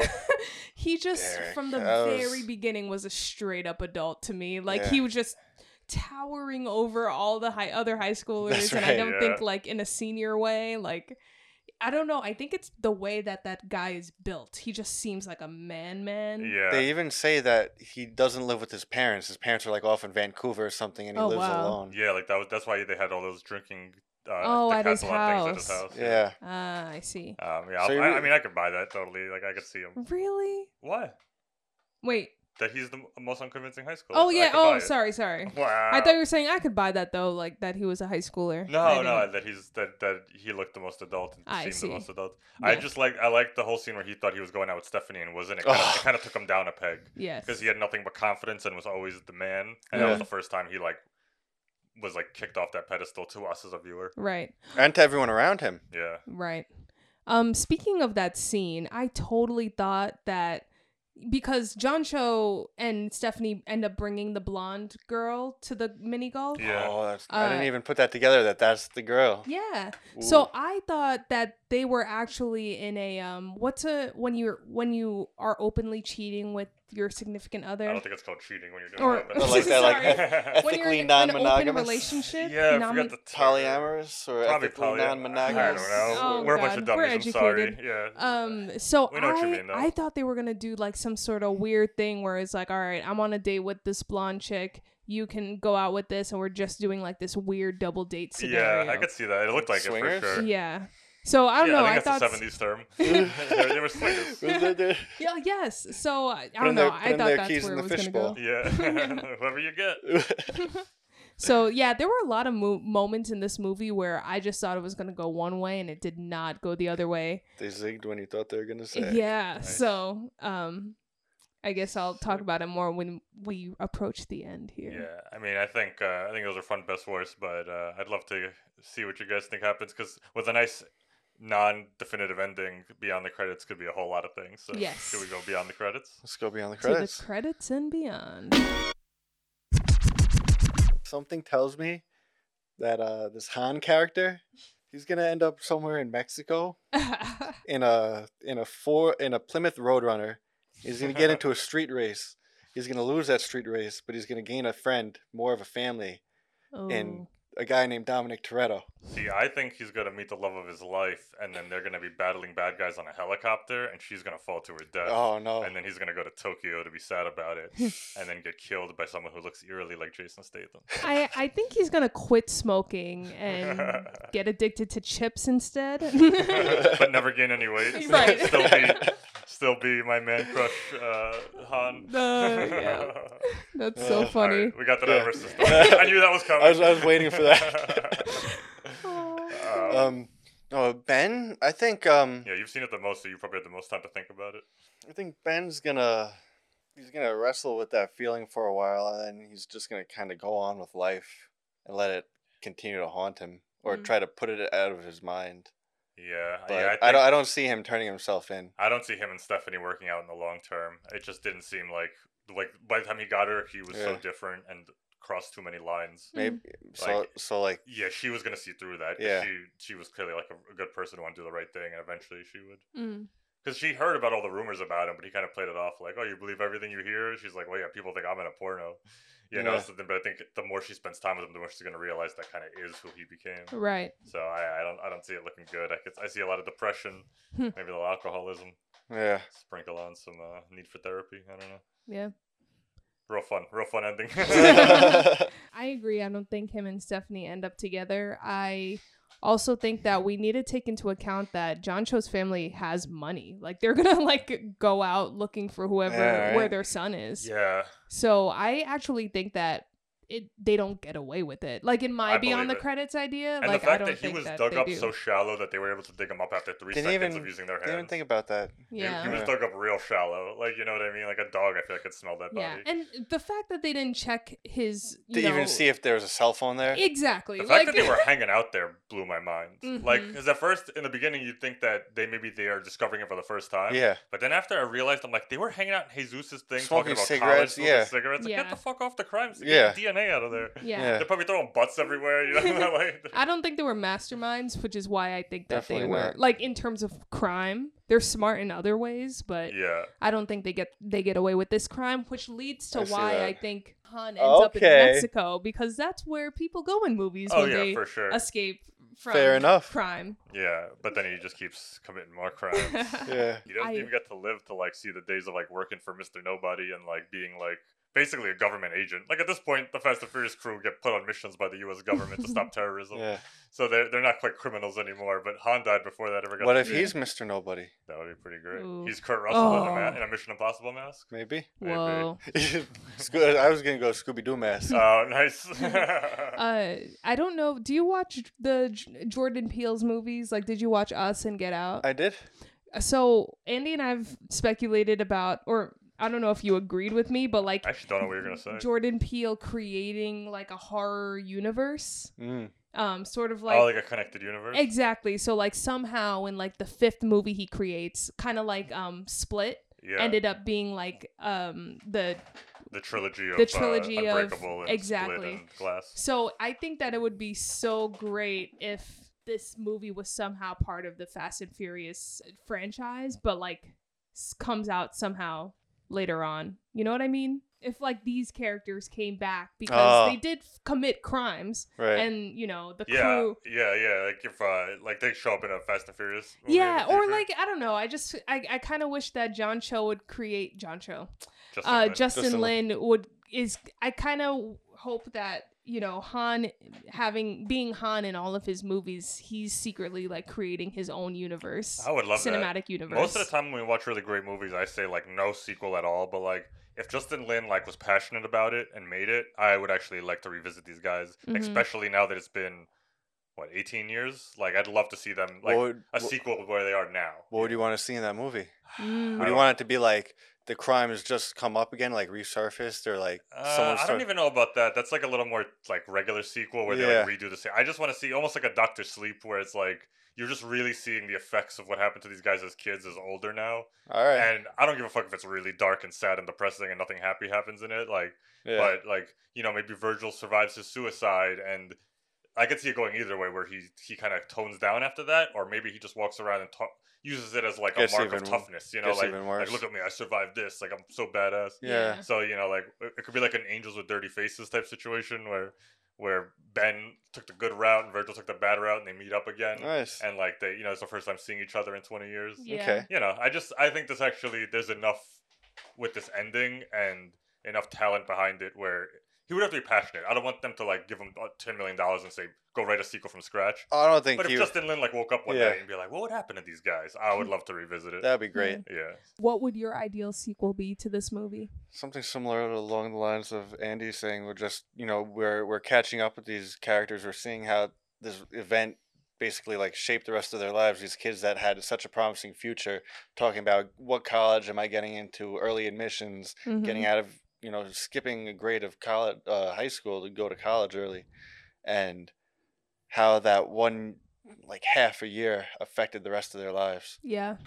He just Derek, from the that was- very beginning was a straight up adult to me. Like Yeah. he was just towering over all the high other high schoolers, That's and I right. don't Yeah. think like in a senior way. Like I don't know. I think it's the way that that guy is built. He just seems like a man, man. Yeah. They even say that he doesn't live with his parents. His parents are like off in Vancouver or something, and he Oh, lives wow. alone. yeah, like that was that's why they had all those drinking uh Oh, at his decathlon things at his house. house. Yeah. Ah, I see. Um, yeah, I'll- So you I, really- I mean, I could buy that totally. Like, I could see him. Really? Why? Wait. That he's the m- most unconvincing high schooler. Oh I yeah. could buy Oh, it. sorry, sorry. Wow. I thought you were saying I could buy that though, like that he was a high schooler. I No, no, didn't- that he's that that he looked the most adult and I seemed see. the most adult. I Yeah. just like I like the whole scene where he thought he was going out with Stephanie and wasn't. It kind of, Ugh. it kind of took him down a peg Yes. because he had nothing but confidence and was always the man. And that Yeah. was the first time he like was like kicked off that pedestal to us as a viewer. Right. And to everyone around him. Yeah. Right. Um, speaking of that scene, I totally thought that because John Cho and Stephanie end up bringing the blonde girl to the mini golf. Yeah. Oh, that's, I Uh, didn't even put that together. That that's the girl. Yeah. Ooh. So I thought that they were actually in a um what's a when you're when you are openly cheating with your significant other. I don't think it's called cheating when you're doing Or- that. I like that, like Sorry. eth- when you're ethically in an open non-monogamous. relationship. yeah, I nomi- forgot the term. polyamorous or Probably ethically poly- non-monogamous. I don't know. Oh, we're a bunch of God. We're dummies. I'm sorry. educated. Yeah. Um, so We know I, what you mean, though. I thought they were gonna do like some sort of weird thing where it's like, all right, I'm on a date with this blonde chick. You can go out with this, and we're just doing like this weird double date scenario. Yeah, I could see that. It looked like Swingers? it for sure. Yeah. So I don't yeah, know. I Oh, I, think thought. that's a 70s term. they, they were swingers. Yeah. Yes. So I, I Put in don't know. their- put I in thought their that's keys where in it the was gonna fishbowl. go. Yeah, whoever you get. So yeah, there were a lot of mo- moments in this movie where I just thought it was gonna go one way, and it did not go the other way. they zigged when you thought they were gonna say. Yeah. Nice. So, um, I guess I'll talk about it more when we approach the end here. Yeah, I mean, I think uh, I think those are fun best worst, but uh, I'd love to see what you guys think happens because with a nice non-definitive ending, beyond the credits could be a whole lot of things. So Yes. should we go beyond the credits? Let's go beyond the To the credits. credits and beyond. Something tells me that uh, this Han character, he's gonna end up somewhere in Mexico in a in a four in a Plymouth Roadrunner. He's gonna get into a street race. He's gonna lose that street race, but he's gonna gain a friend, more of a family, oh. in a guy named Dominic Toretto. See, I think he's gonna meet the love of his life, and then they're gonna be battling bad guys on a helicopter, and she's gonna fall to her death. Oh no! And then he's gonna go to Tokyo to be sad about it, and then get killed by someone who looks eerily like Jason Statham. I, I think he's gonna quit smoking and get addicted to chips instead. but never gain any weight. Right. still be, still be my man crush, uh, Han. Uh, yeah. That's so Ugh, All funny. right, we got that out of our Yeah. system. I knew that was coming. I was- I was waiting for that. um, Um, Oh, Ben, I think um Yeah, you've seen it the most, so you probably had the most time to think about it. I think Ben's gonna he's gonna wrestle with that feeling for a while, and then he's just gonna kind of go on with life and let it continue to haunt him, or Mhm. try to put it out of his mind. Yeah, But yeah. I, don't. think- I don't see him turning himself in. I don't see him and Stephanie working out in the long term. It just didn't seem like like by the time he got her, he was so Yeah. different and crossed too many lines. Hmm. Maybe so. Like- so like Yeah, she was gonna see through that. 'cause Yeah. She she was clearly like a, a good person who wanted to do the right thing, and eventually she would. Mm. Because she heard about all the rumors about him, but he kind of played it off like, "Oh, you believe everything you hear?" She's like, "Well, yeah, people think I'm in a porno," you know. Yeah. So then, but I think the more she spends time with him, the more she's gonna realize that kind of is who he became. Right. So I, I don't I don't see it looking good. I could, I see a lot of depression, Hmm. maybe a little alcoholism. yeah. Sprinkle on some uh, need for therapy. I don't know. Yeah. Real fun, real fun ending. I agree. I don't think him and Stephanie end up together. I also think that we need to take into account that John Cho's family has money. Like they're gonna like go out looking for whoever Yeah, right. where their son is. yeah, So I actually think that it they don't get away with it. Like in my I beyond the believe it. credits idea, and like the I fact don't that he think was that dug they up do. so shallow that they were able to dig him up after 3 Didn't seconds even, of using their didn't even hands. think about that. He- yeah. He, was dug up real shallow, like you know what I mean. Like a dog, I feel like could smell that yeah. body. And the fact that they didn't check his you To know, even see if there was a cell phone there. Exactly. the like fact that they were hanging out there blew my mind. Like, Mhm. because at first, in the beginning, you'd think that they maybe they are discovering it for the first time. Yeah. But then after I realized, I'm like, they were hanging out in Jesus's thing, talking Smoking about cigarettes, college, smoking yeah. cigarettes. Like, Yeah. get the fuck off the crime scene. Get the DNA out of there. Yeah. Yeah. They're probably throwing butts everywhere. You know, like I don't think they were masterminds, which is why I think that they Definitely were not. like in terms of crime. They're smart in other ways, but yeah. I don't think they get they get away with this crime, which leads to I see why I that. think Han ends up in Okay. Mexico because that's where people go in movies Oh when yeah, they for sure. escape from Fair enough. crime. Yeah, but then he just keeps committing more crimes. Yeah. he doesn't I- even get to live to like see the days of like working for Mr. Nobody and like being like basically a government agent. Like at this point, the Fast and Furious crew get put on missions by the U.S. government to stop terrorism, Yeah. so they're they're not quite criminals anymore. But Han died before that ever got. What to if be- he's Mr. Nobody? That would be pretty great. Ooh. He's Kurt Russell in, a Oh. ma- in a Mission Impossible mask. Maybe. Maybe. Whoa. It's good. I was gonna go Scooby Doo mask. Oh, nice. Uh, I don't know. Do you watch the J- Jordan Peele's movies? Like, did you watch Us and Get Out? I did. so Andy and I've speculated about, or I don't know if you agreed with me, but like I actually don't know what you're gonna say. Jordan Peele creating like a horror universe, Mm. um, sort of oh, like, like a connected universe. exactly. So like somehow in like the fifth movie he creates, kind of like um Split, yeah. ended up being like um the the trilogy of the trilogy uh, of- Unbreakable and exactly. Split and Glass. So I think that it would be so great if this movie was somehow part of the Fast and Furious franchise, but like s- comes out somehow later on. You know what I mean? If like these characters came back because Oh. they did f- commit crimes Right. and you know the Yeah, crew yeah, yeah. Like if uh, like they show up in a Fast and Furious. movie in yeah the or future, like i don't know i just i, I kind of wish that john cho would create john cho Justin uh Lin. justin, Justin lin would is i kind of hope that you know han having being han in all of his movies he's secretly like creating his own universe I would love that. cinematic universe Most of the time when we watch really great movies, I say like no sequel at all. But like if Justin Lin like was passionate about it and made it, I would actually like to revisit these guys, Mhm. especially now that it's been what 18 years. Like I'd love to see them like what would, a wh- sequel of where they are now. what would you want to see in that movie? Mm. I Would you don't- want it to be like the crime has just come up again, like resurfaced, or like Uh, someone I don't started? even know about that. That's like a little more like regular sequel where they like redo the same. I just want to see almost like a Doctor Sleep where it's like you're just really seeing the effects of what happened to these guys as kids as older now. All right. And I don't give a fuck if it's really dark and sad and depressing and nothing happy happens in it. Like, yeah. but like you know maybe Virgil survives his suicide and. I could see it going either way, where he he kind of tones down after that, or maybe he just walks around and ta- uses it as like a Gets mark of even- toughness. You know, gets like, even like worse. look at me, I survived this. Like I'm so badass. yeah. So you know, like it it could be like an angels with dirty faces type situation where where Ben took the good route and Virgil took the bad route, and they meet up again, Nice. and like they, you know, it's the first time seeing each other in twenty years. yeah. Okay. You know, I just I think this actually there's enough with this ending and enough talent behind it where he would have to be passionate. I don't want them to like give him uh, ten million dollars and say go write a sequel from scratch. I don't think But if he. Justin Lin like woke up one Yeah. day and be like, what would happen to these guys? I would love to revisit it. That'd be great. yeah. what would your ideal sequel be to this movie Something similar along the lines of Andy saying, "We're just, you know, we're we're catching up with these characters. We're seeing how this event basically like shaped the rest of their lives. These kids that had such a promising future, talking about what college am I getting into, early admissions, Mhm. getting out of you know skipping a grade of college, uh, high school to go to college early, and how that one like half a year affected the rest of their lives. Yeah.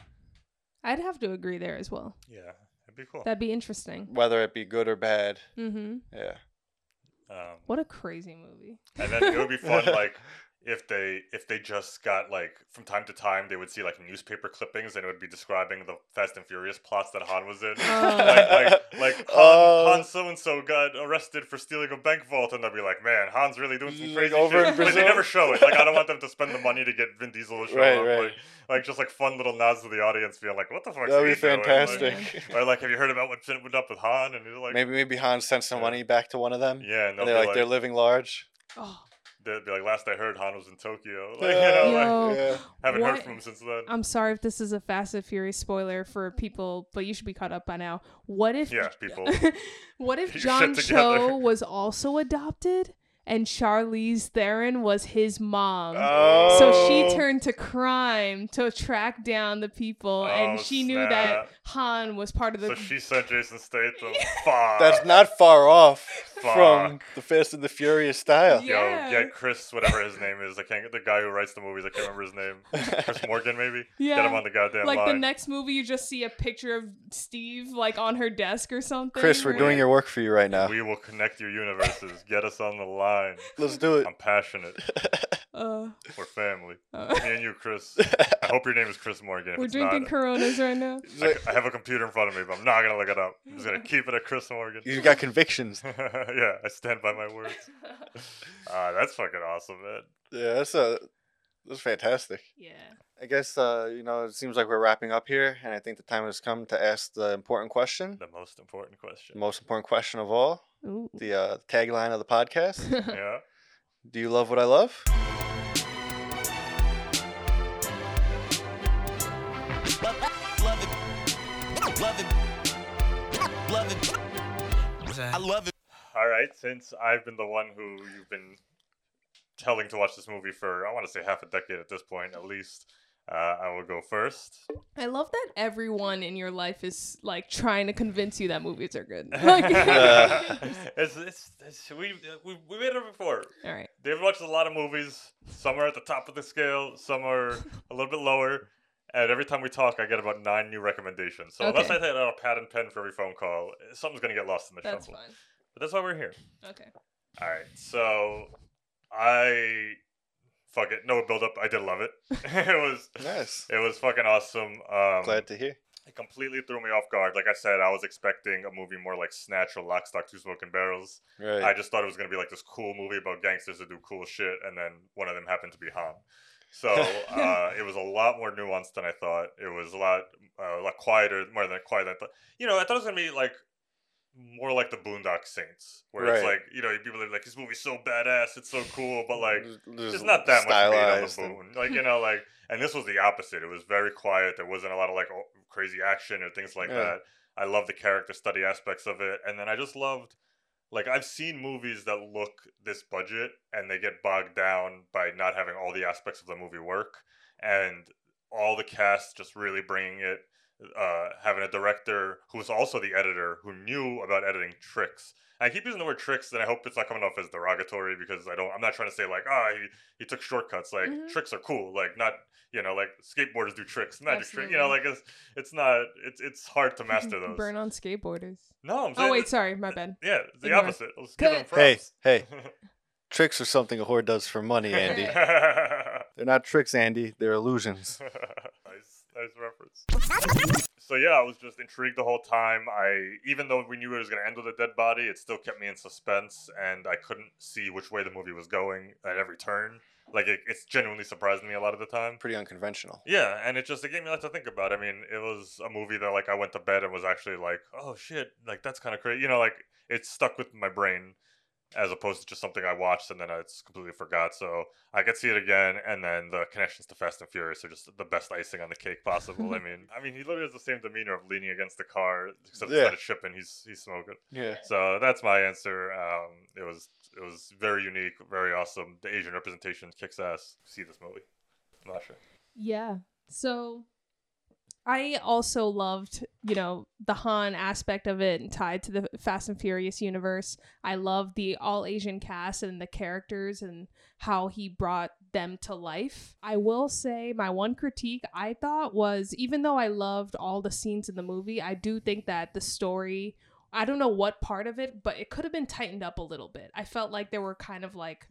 I'd have to agree there as well. Yeah, it'd be cool. That'd be interesting. Whether it be good or bad. Mm-hmm. Yeah. Um, What a crazy movie. and then it would be fun like if they if they just got like from time to time they would see like newspaper clippings and it would be describing the Fast and Furious plots that Han was in. Oh. like like like Han, Oh. Han so and so got arrested for stealing a bank vault and they'll be like, Man, Han's really doing some Like, crazy over shit. in But they Brazil? never show it. Like I don't want them to spend the money to get Vin Diesel to show Right, up. right. Like, like just like fun little nods to the audience being like, What the fuck? That'd be fantastic. Or like, have you heard about what went up with Han? And you're like maybe maybe Han sent some money back to one of them. Yeah, and and they'll they're be like, like- they're living large. Oh, They'd be like, last I heard, Han was in Tokyo. Like, you know, yo. like, haven't heard What- from him since then. I'm sorry if this is a Fast and Furious spoiler for people, but you should be caught up by now. What if Yeah, people. what if Get your John shit together. Cho was also adopted and Charlize Theron was his mom? So she Oh. turned to crime to track down the people, and Oh, she knew that snap. Han was part of the. So she sent Jason Statham. Fuck. That's not far off from Fuck. the Fast and the Furious style. Yo, Yeah. get Chris, whatever his name is. I can't. The guy who writes the movies, I can't remember his name. Chris Morgan, maybe. Get him Yeah. on the goddamn like the line. next movie, you just see a picture of Steve like on her desk or something. Chris, we're right? doing your work for you right now. we will connect your universes. Get us on the line. Let's do it. I'm passionate. Uh, We're family. Uh. Me and you, Chris. I hope your name is Chris Morgan. If we're it's drinking not, Coronas right now. I, I have a computer in front of me, but I'm not gonna look it up. I'm just gonna keep it at Chris Morgan. You got convictions. yeah, I stand by my words. Ah, that's fucking awesome, man. Yeah, that's uh, a that's fantastic. Yeah. I guess uh, you know it seems like we're wrapping up here, and I think the time has come to ask the important question, The most important question. the most important question of all, Ooh. the uh, tagline of the podcast. yeah. Do you love what I love? All right. Since I've been the one who you've been telling to watch this movie for, I want to say half a decade at this point, at least. Uh, I will go first. I love that everyone in your life is like trying to convince you that movies are good. Like, it's, it's, it's, we, we, we made it before. all right. David watches a lot of movies. Some are at the top of the scale, some are a little bit lower. And every time we talk, I get about nine new recommendations. So unless Okay. I take out a pad and pen for every phone call, something's going to get lost in the That's shuffle. fine. But that's why we're here. Okay. All right, so I fuck it, no build up. I did love it. it was Nice. it was fucking awesome. Um, Glad to hear. it completely threw me off guard. Like I said, I was expecting a movie more like Snatch or Lock, Stock, Two Smoking Barrels. Right. I just thought it was gonna be like this cool movie about gangsters that do cool shit, and then one of them happened to be Han. So uh, it was a lot more nuanced than I thought. It was a lot, uh, a lot quieter, more than quiet. Than I thought. You know, I thought it was gonna be like more like the Boondock Saints, where it's Right. like you know people are like this movie's so badass, it's so cool, but like There's there's not that much stylized meat on and- the bone. Like you know, like and this was the opposite. It was very quiet. There wasn't a lot of like o- crazy action or things like Yeah. that. I love the character study aspects of it, and then I just loved. Like I've seen movies that look this budget and they get bogged down by not having all the aspects of the movie work, and all the cast just really bringing it. Uh, having a director who was also the editor who knew about editing tricks. I keep using the word tricks, and I hope it's not coming off as derogatory because I don't. I'm not trying to say like, ah, he, he took shortcuts. Like Mhm. tricks are cool. Like not, you know, like skateboarders do tricks, magic trick. You know, like Absolutely. it's it's not. It's it's hard to master those. Burn on skateboarders. No, I'm saying. Oh wait, sorry, my bad. Yeah, it's the Ignore. opposite. Let's give him Hey, props. hey. Tricks are something a whore does for money, Andy. They're not tricks, Andy. They're illusions. nice, nice reference. So yeah, I was just intrigued the whole time. I, even though we knew it was going to end with a dead body, it still kept me in suspense, and I couldn't see which way the movie was going at every turn. Like it, it's genuinely surprised me a lot of the time. Pretty unconventional. Yeah, and it just it gave me a lot to think about. I mean, it was a movie that like I went to bed and was actually like, oh shit, like that's kind of crazy. You know, like it stuck with my brain as opposed to just something I watched and then I just completely forgot. So I could see it again, and then the connections to Fast and Furious are just the best icing on the cake possible. I mean, I mean, he literally has the same demeanor of leaning against the car, except Yeah. instead of shipping, he's he's smoking. Yeah. So that's my answer. Um, it was it was very unique, very awesome. The Asian representation kicks ass. See this movie. I'm not sure. Yeah. So I also loved, you know, the Han aspect of it and tied to the Fast and Furious universe. I loved the all Asian cast and the characters and how he brought them to life. I will say my one critique I thought was even though I loved all the scenes in the movie, I do think that the story I don't know what part of it, but it could have been tightened up a little bit. I felt like there were kind of like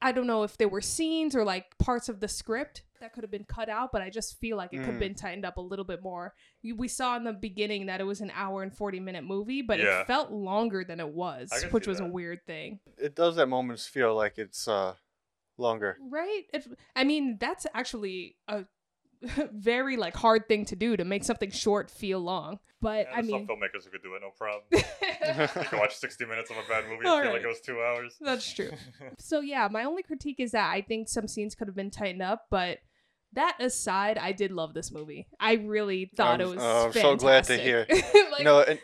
I don't know if there were scenes or like parts of the script that could have been cut out, but I just feel like it could have Mm. been tightened up a little bit more. You- We saw in the beginning that it was an hour and 40 minute movie, but Yeah. it felt longer than it was, I can which see was a that. weird thing. It does at moments feel like it's uh longer. Right? It, I mean, that's actually a very like hard thing to do to make something short feel long. But I There's mean, some filmmakers who could do it, no problem. you can watch 60 minutes of a bad movie and All feel right. like it was two hours. That's true. so yeah, my only critique is that I think some scenes could have been tightened up, but that aside, I did love this movie. I really thought I'm- it was. oh, I'm fantastic. so glad to hear. Like, no, and-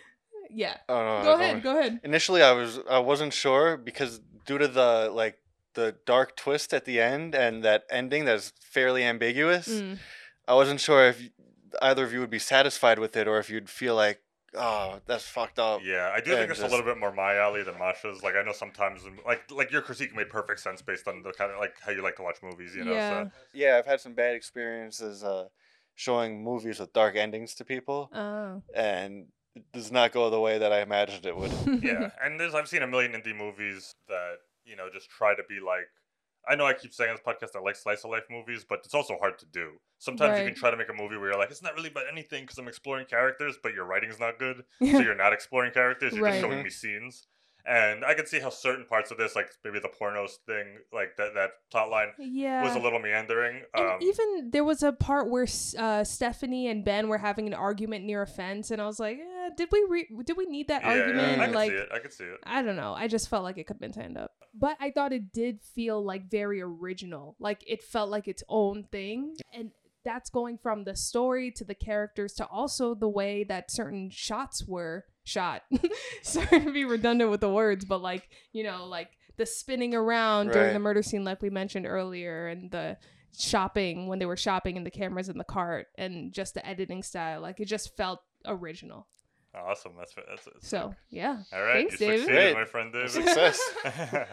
yeah. Oh, go no, no, ahead. Go ahead. Initially, I was I wasn't sure because due to the like the dark twist at the end and that ending that's fairly ambiguous, Mm. I wasn't sure if either of you would be satisfied with it or if you'd feel like, oh, that's fucked up. Yeah, I do think and it's just- a little bit more my alley than Masha's. Like I know sometimes, like like your critique made perfect sense based on the kind of like how you like to watch movies. You know, so Yeah, I've had some bad experiences uh, showing movies with dark endings to people, Oh. and it does not go the way that I imagined it would. yeah, and there's I've seen a million indie movies that you know just try to be like. I know I keep saying on this podcast I like slice of life movies, but it's also hard to do. Sometimes you Right. can try to make a movie where you're like, it's not really about anything because I'm exploring characters, but your writing's not good, so you're not exploring characters. You're just Right. Mm-hmm. showing me scenes, and I can see how certain parts of this, like maybe the pornos thing, like that that plot line, was Yeah. a little meandering. um, And even there was a part where uh, Stephanie and Ben were having an argument near a fence, and I was like, eh, "Did we re- did we need that yeah, yeah, argument?" I can like, see it. I can see it. I don't know. I just felt like it could have been tightened up. But I thought it did feel like very original. Like it felt like its own thing. And that's going from the story to the characters to also the way that certain shots were shot. Sorry to be redundant with the words, but like, you know, like the spinning around during Right. the murder scene, like we mentioned earlier, and the shopping when they were shopping and the cameras in the cart and just the editing style. Like it just felt original. Awesome. That's that's, that's So, yeah. All right, Thanks, you David. succeeded, my friend David. Success.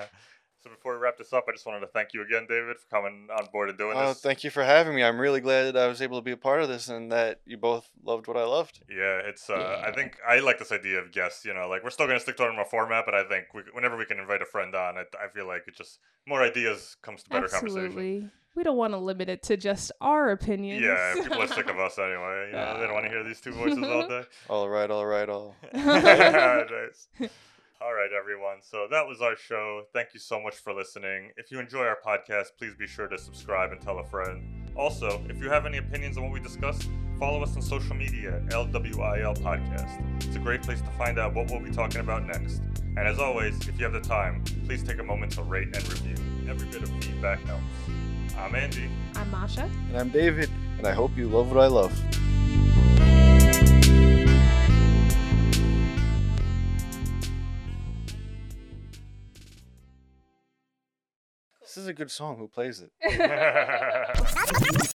so before we wrap this up, I just wanted to thank you again, David, for coming on board and doing Oh, this. thank you for having me. I'm really glad that I was able to be a part of this and that you both loved what I loved. Yeah, it's. Uh, I think I like this idea of guests. You know, like we're still going to stick to our normal format, but I think we, whenever we can invite a friend on, I, I feel like it just more ideas comes to better conversation. Absolutely. We don't want to limit it to just our opinions. Yeah, people are sick of us anyway. You know, they don't want to hear these two voices all day. All right, all right, all. Nice. All right, everyone. So that was our show. Thank you so much for listening. If you enjoy our podcast, please be sure to subscribe and tell a friend. Also, if you have any opinions on what we discussed, follow us on social media at LWIL Podcast. It's a great place to find out what we'll be talking about next. And as always, if you have the time, please take a moment to rate and review. Every bit of feedback helps. I'm Andy. I'm Masha. And I'm David, and I hope you love what I love. This is a good song. Who plays it?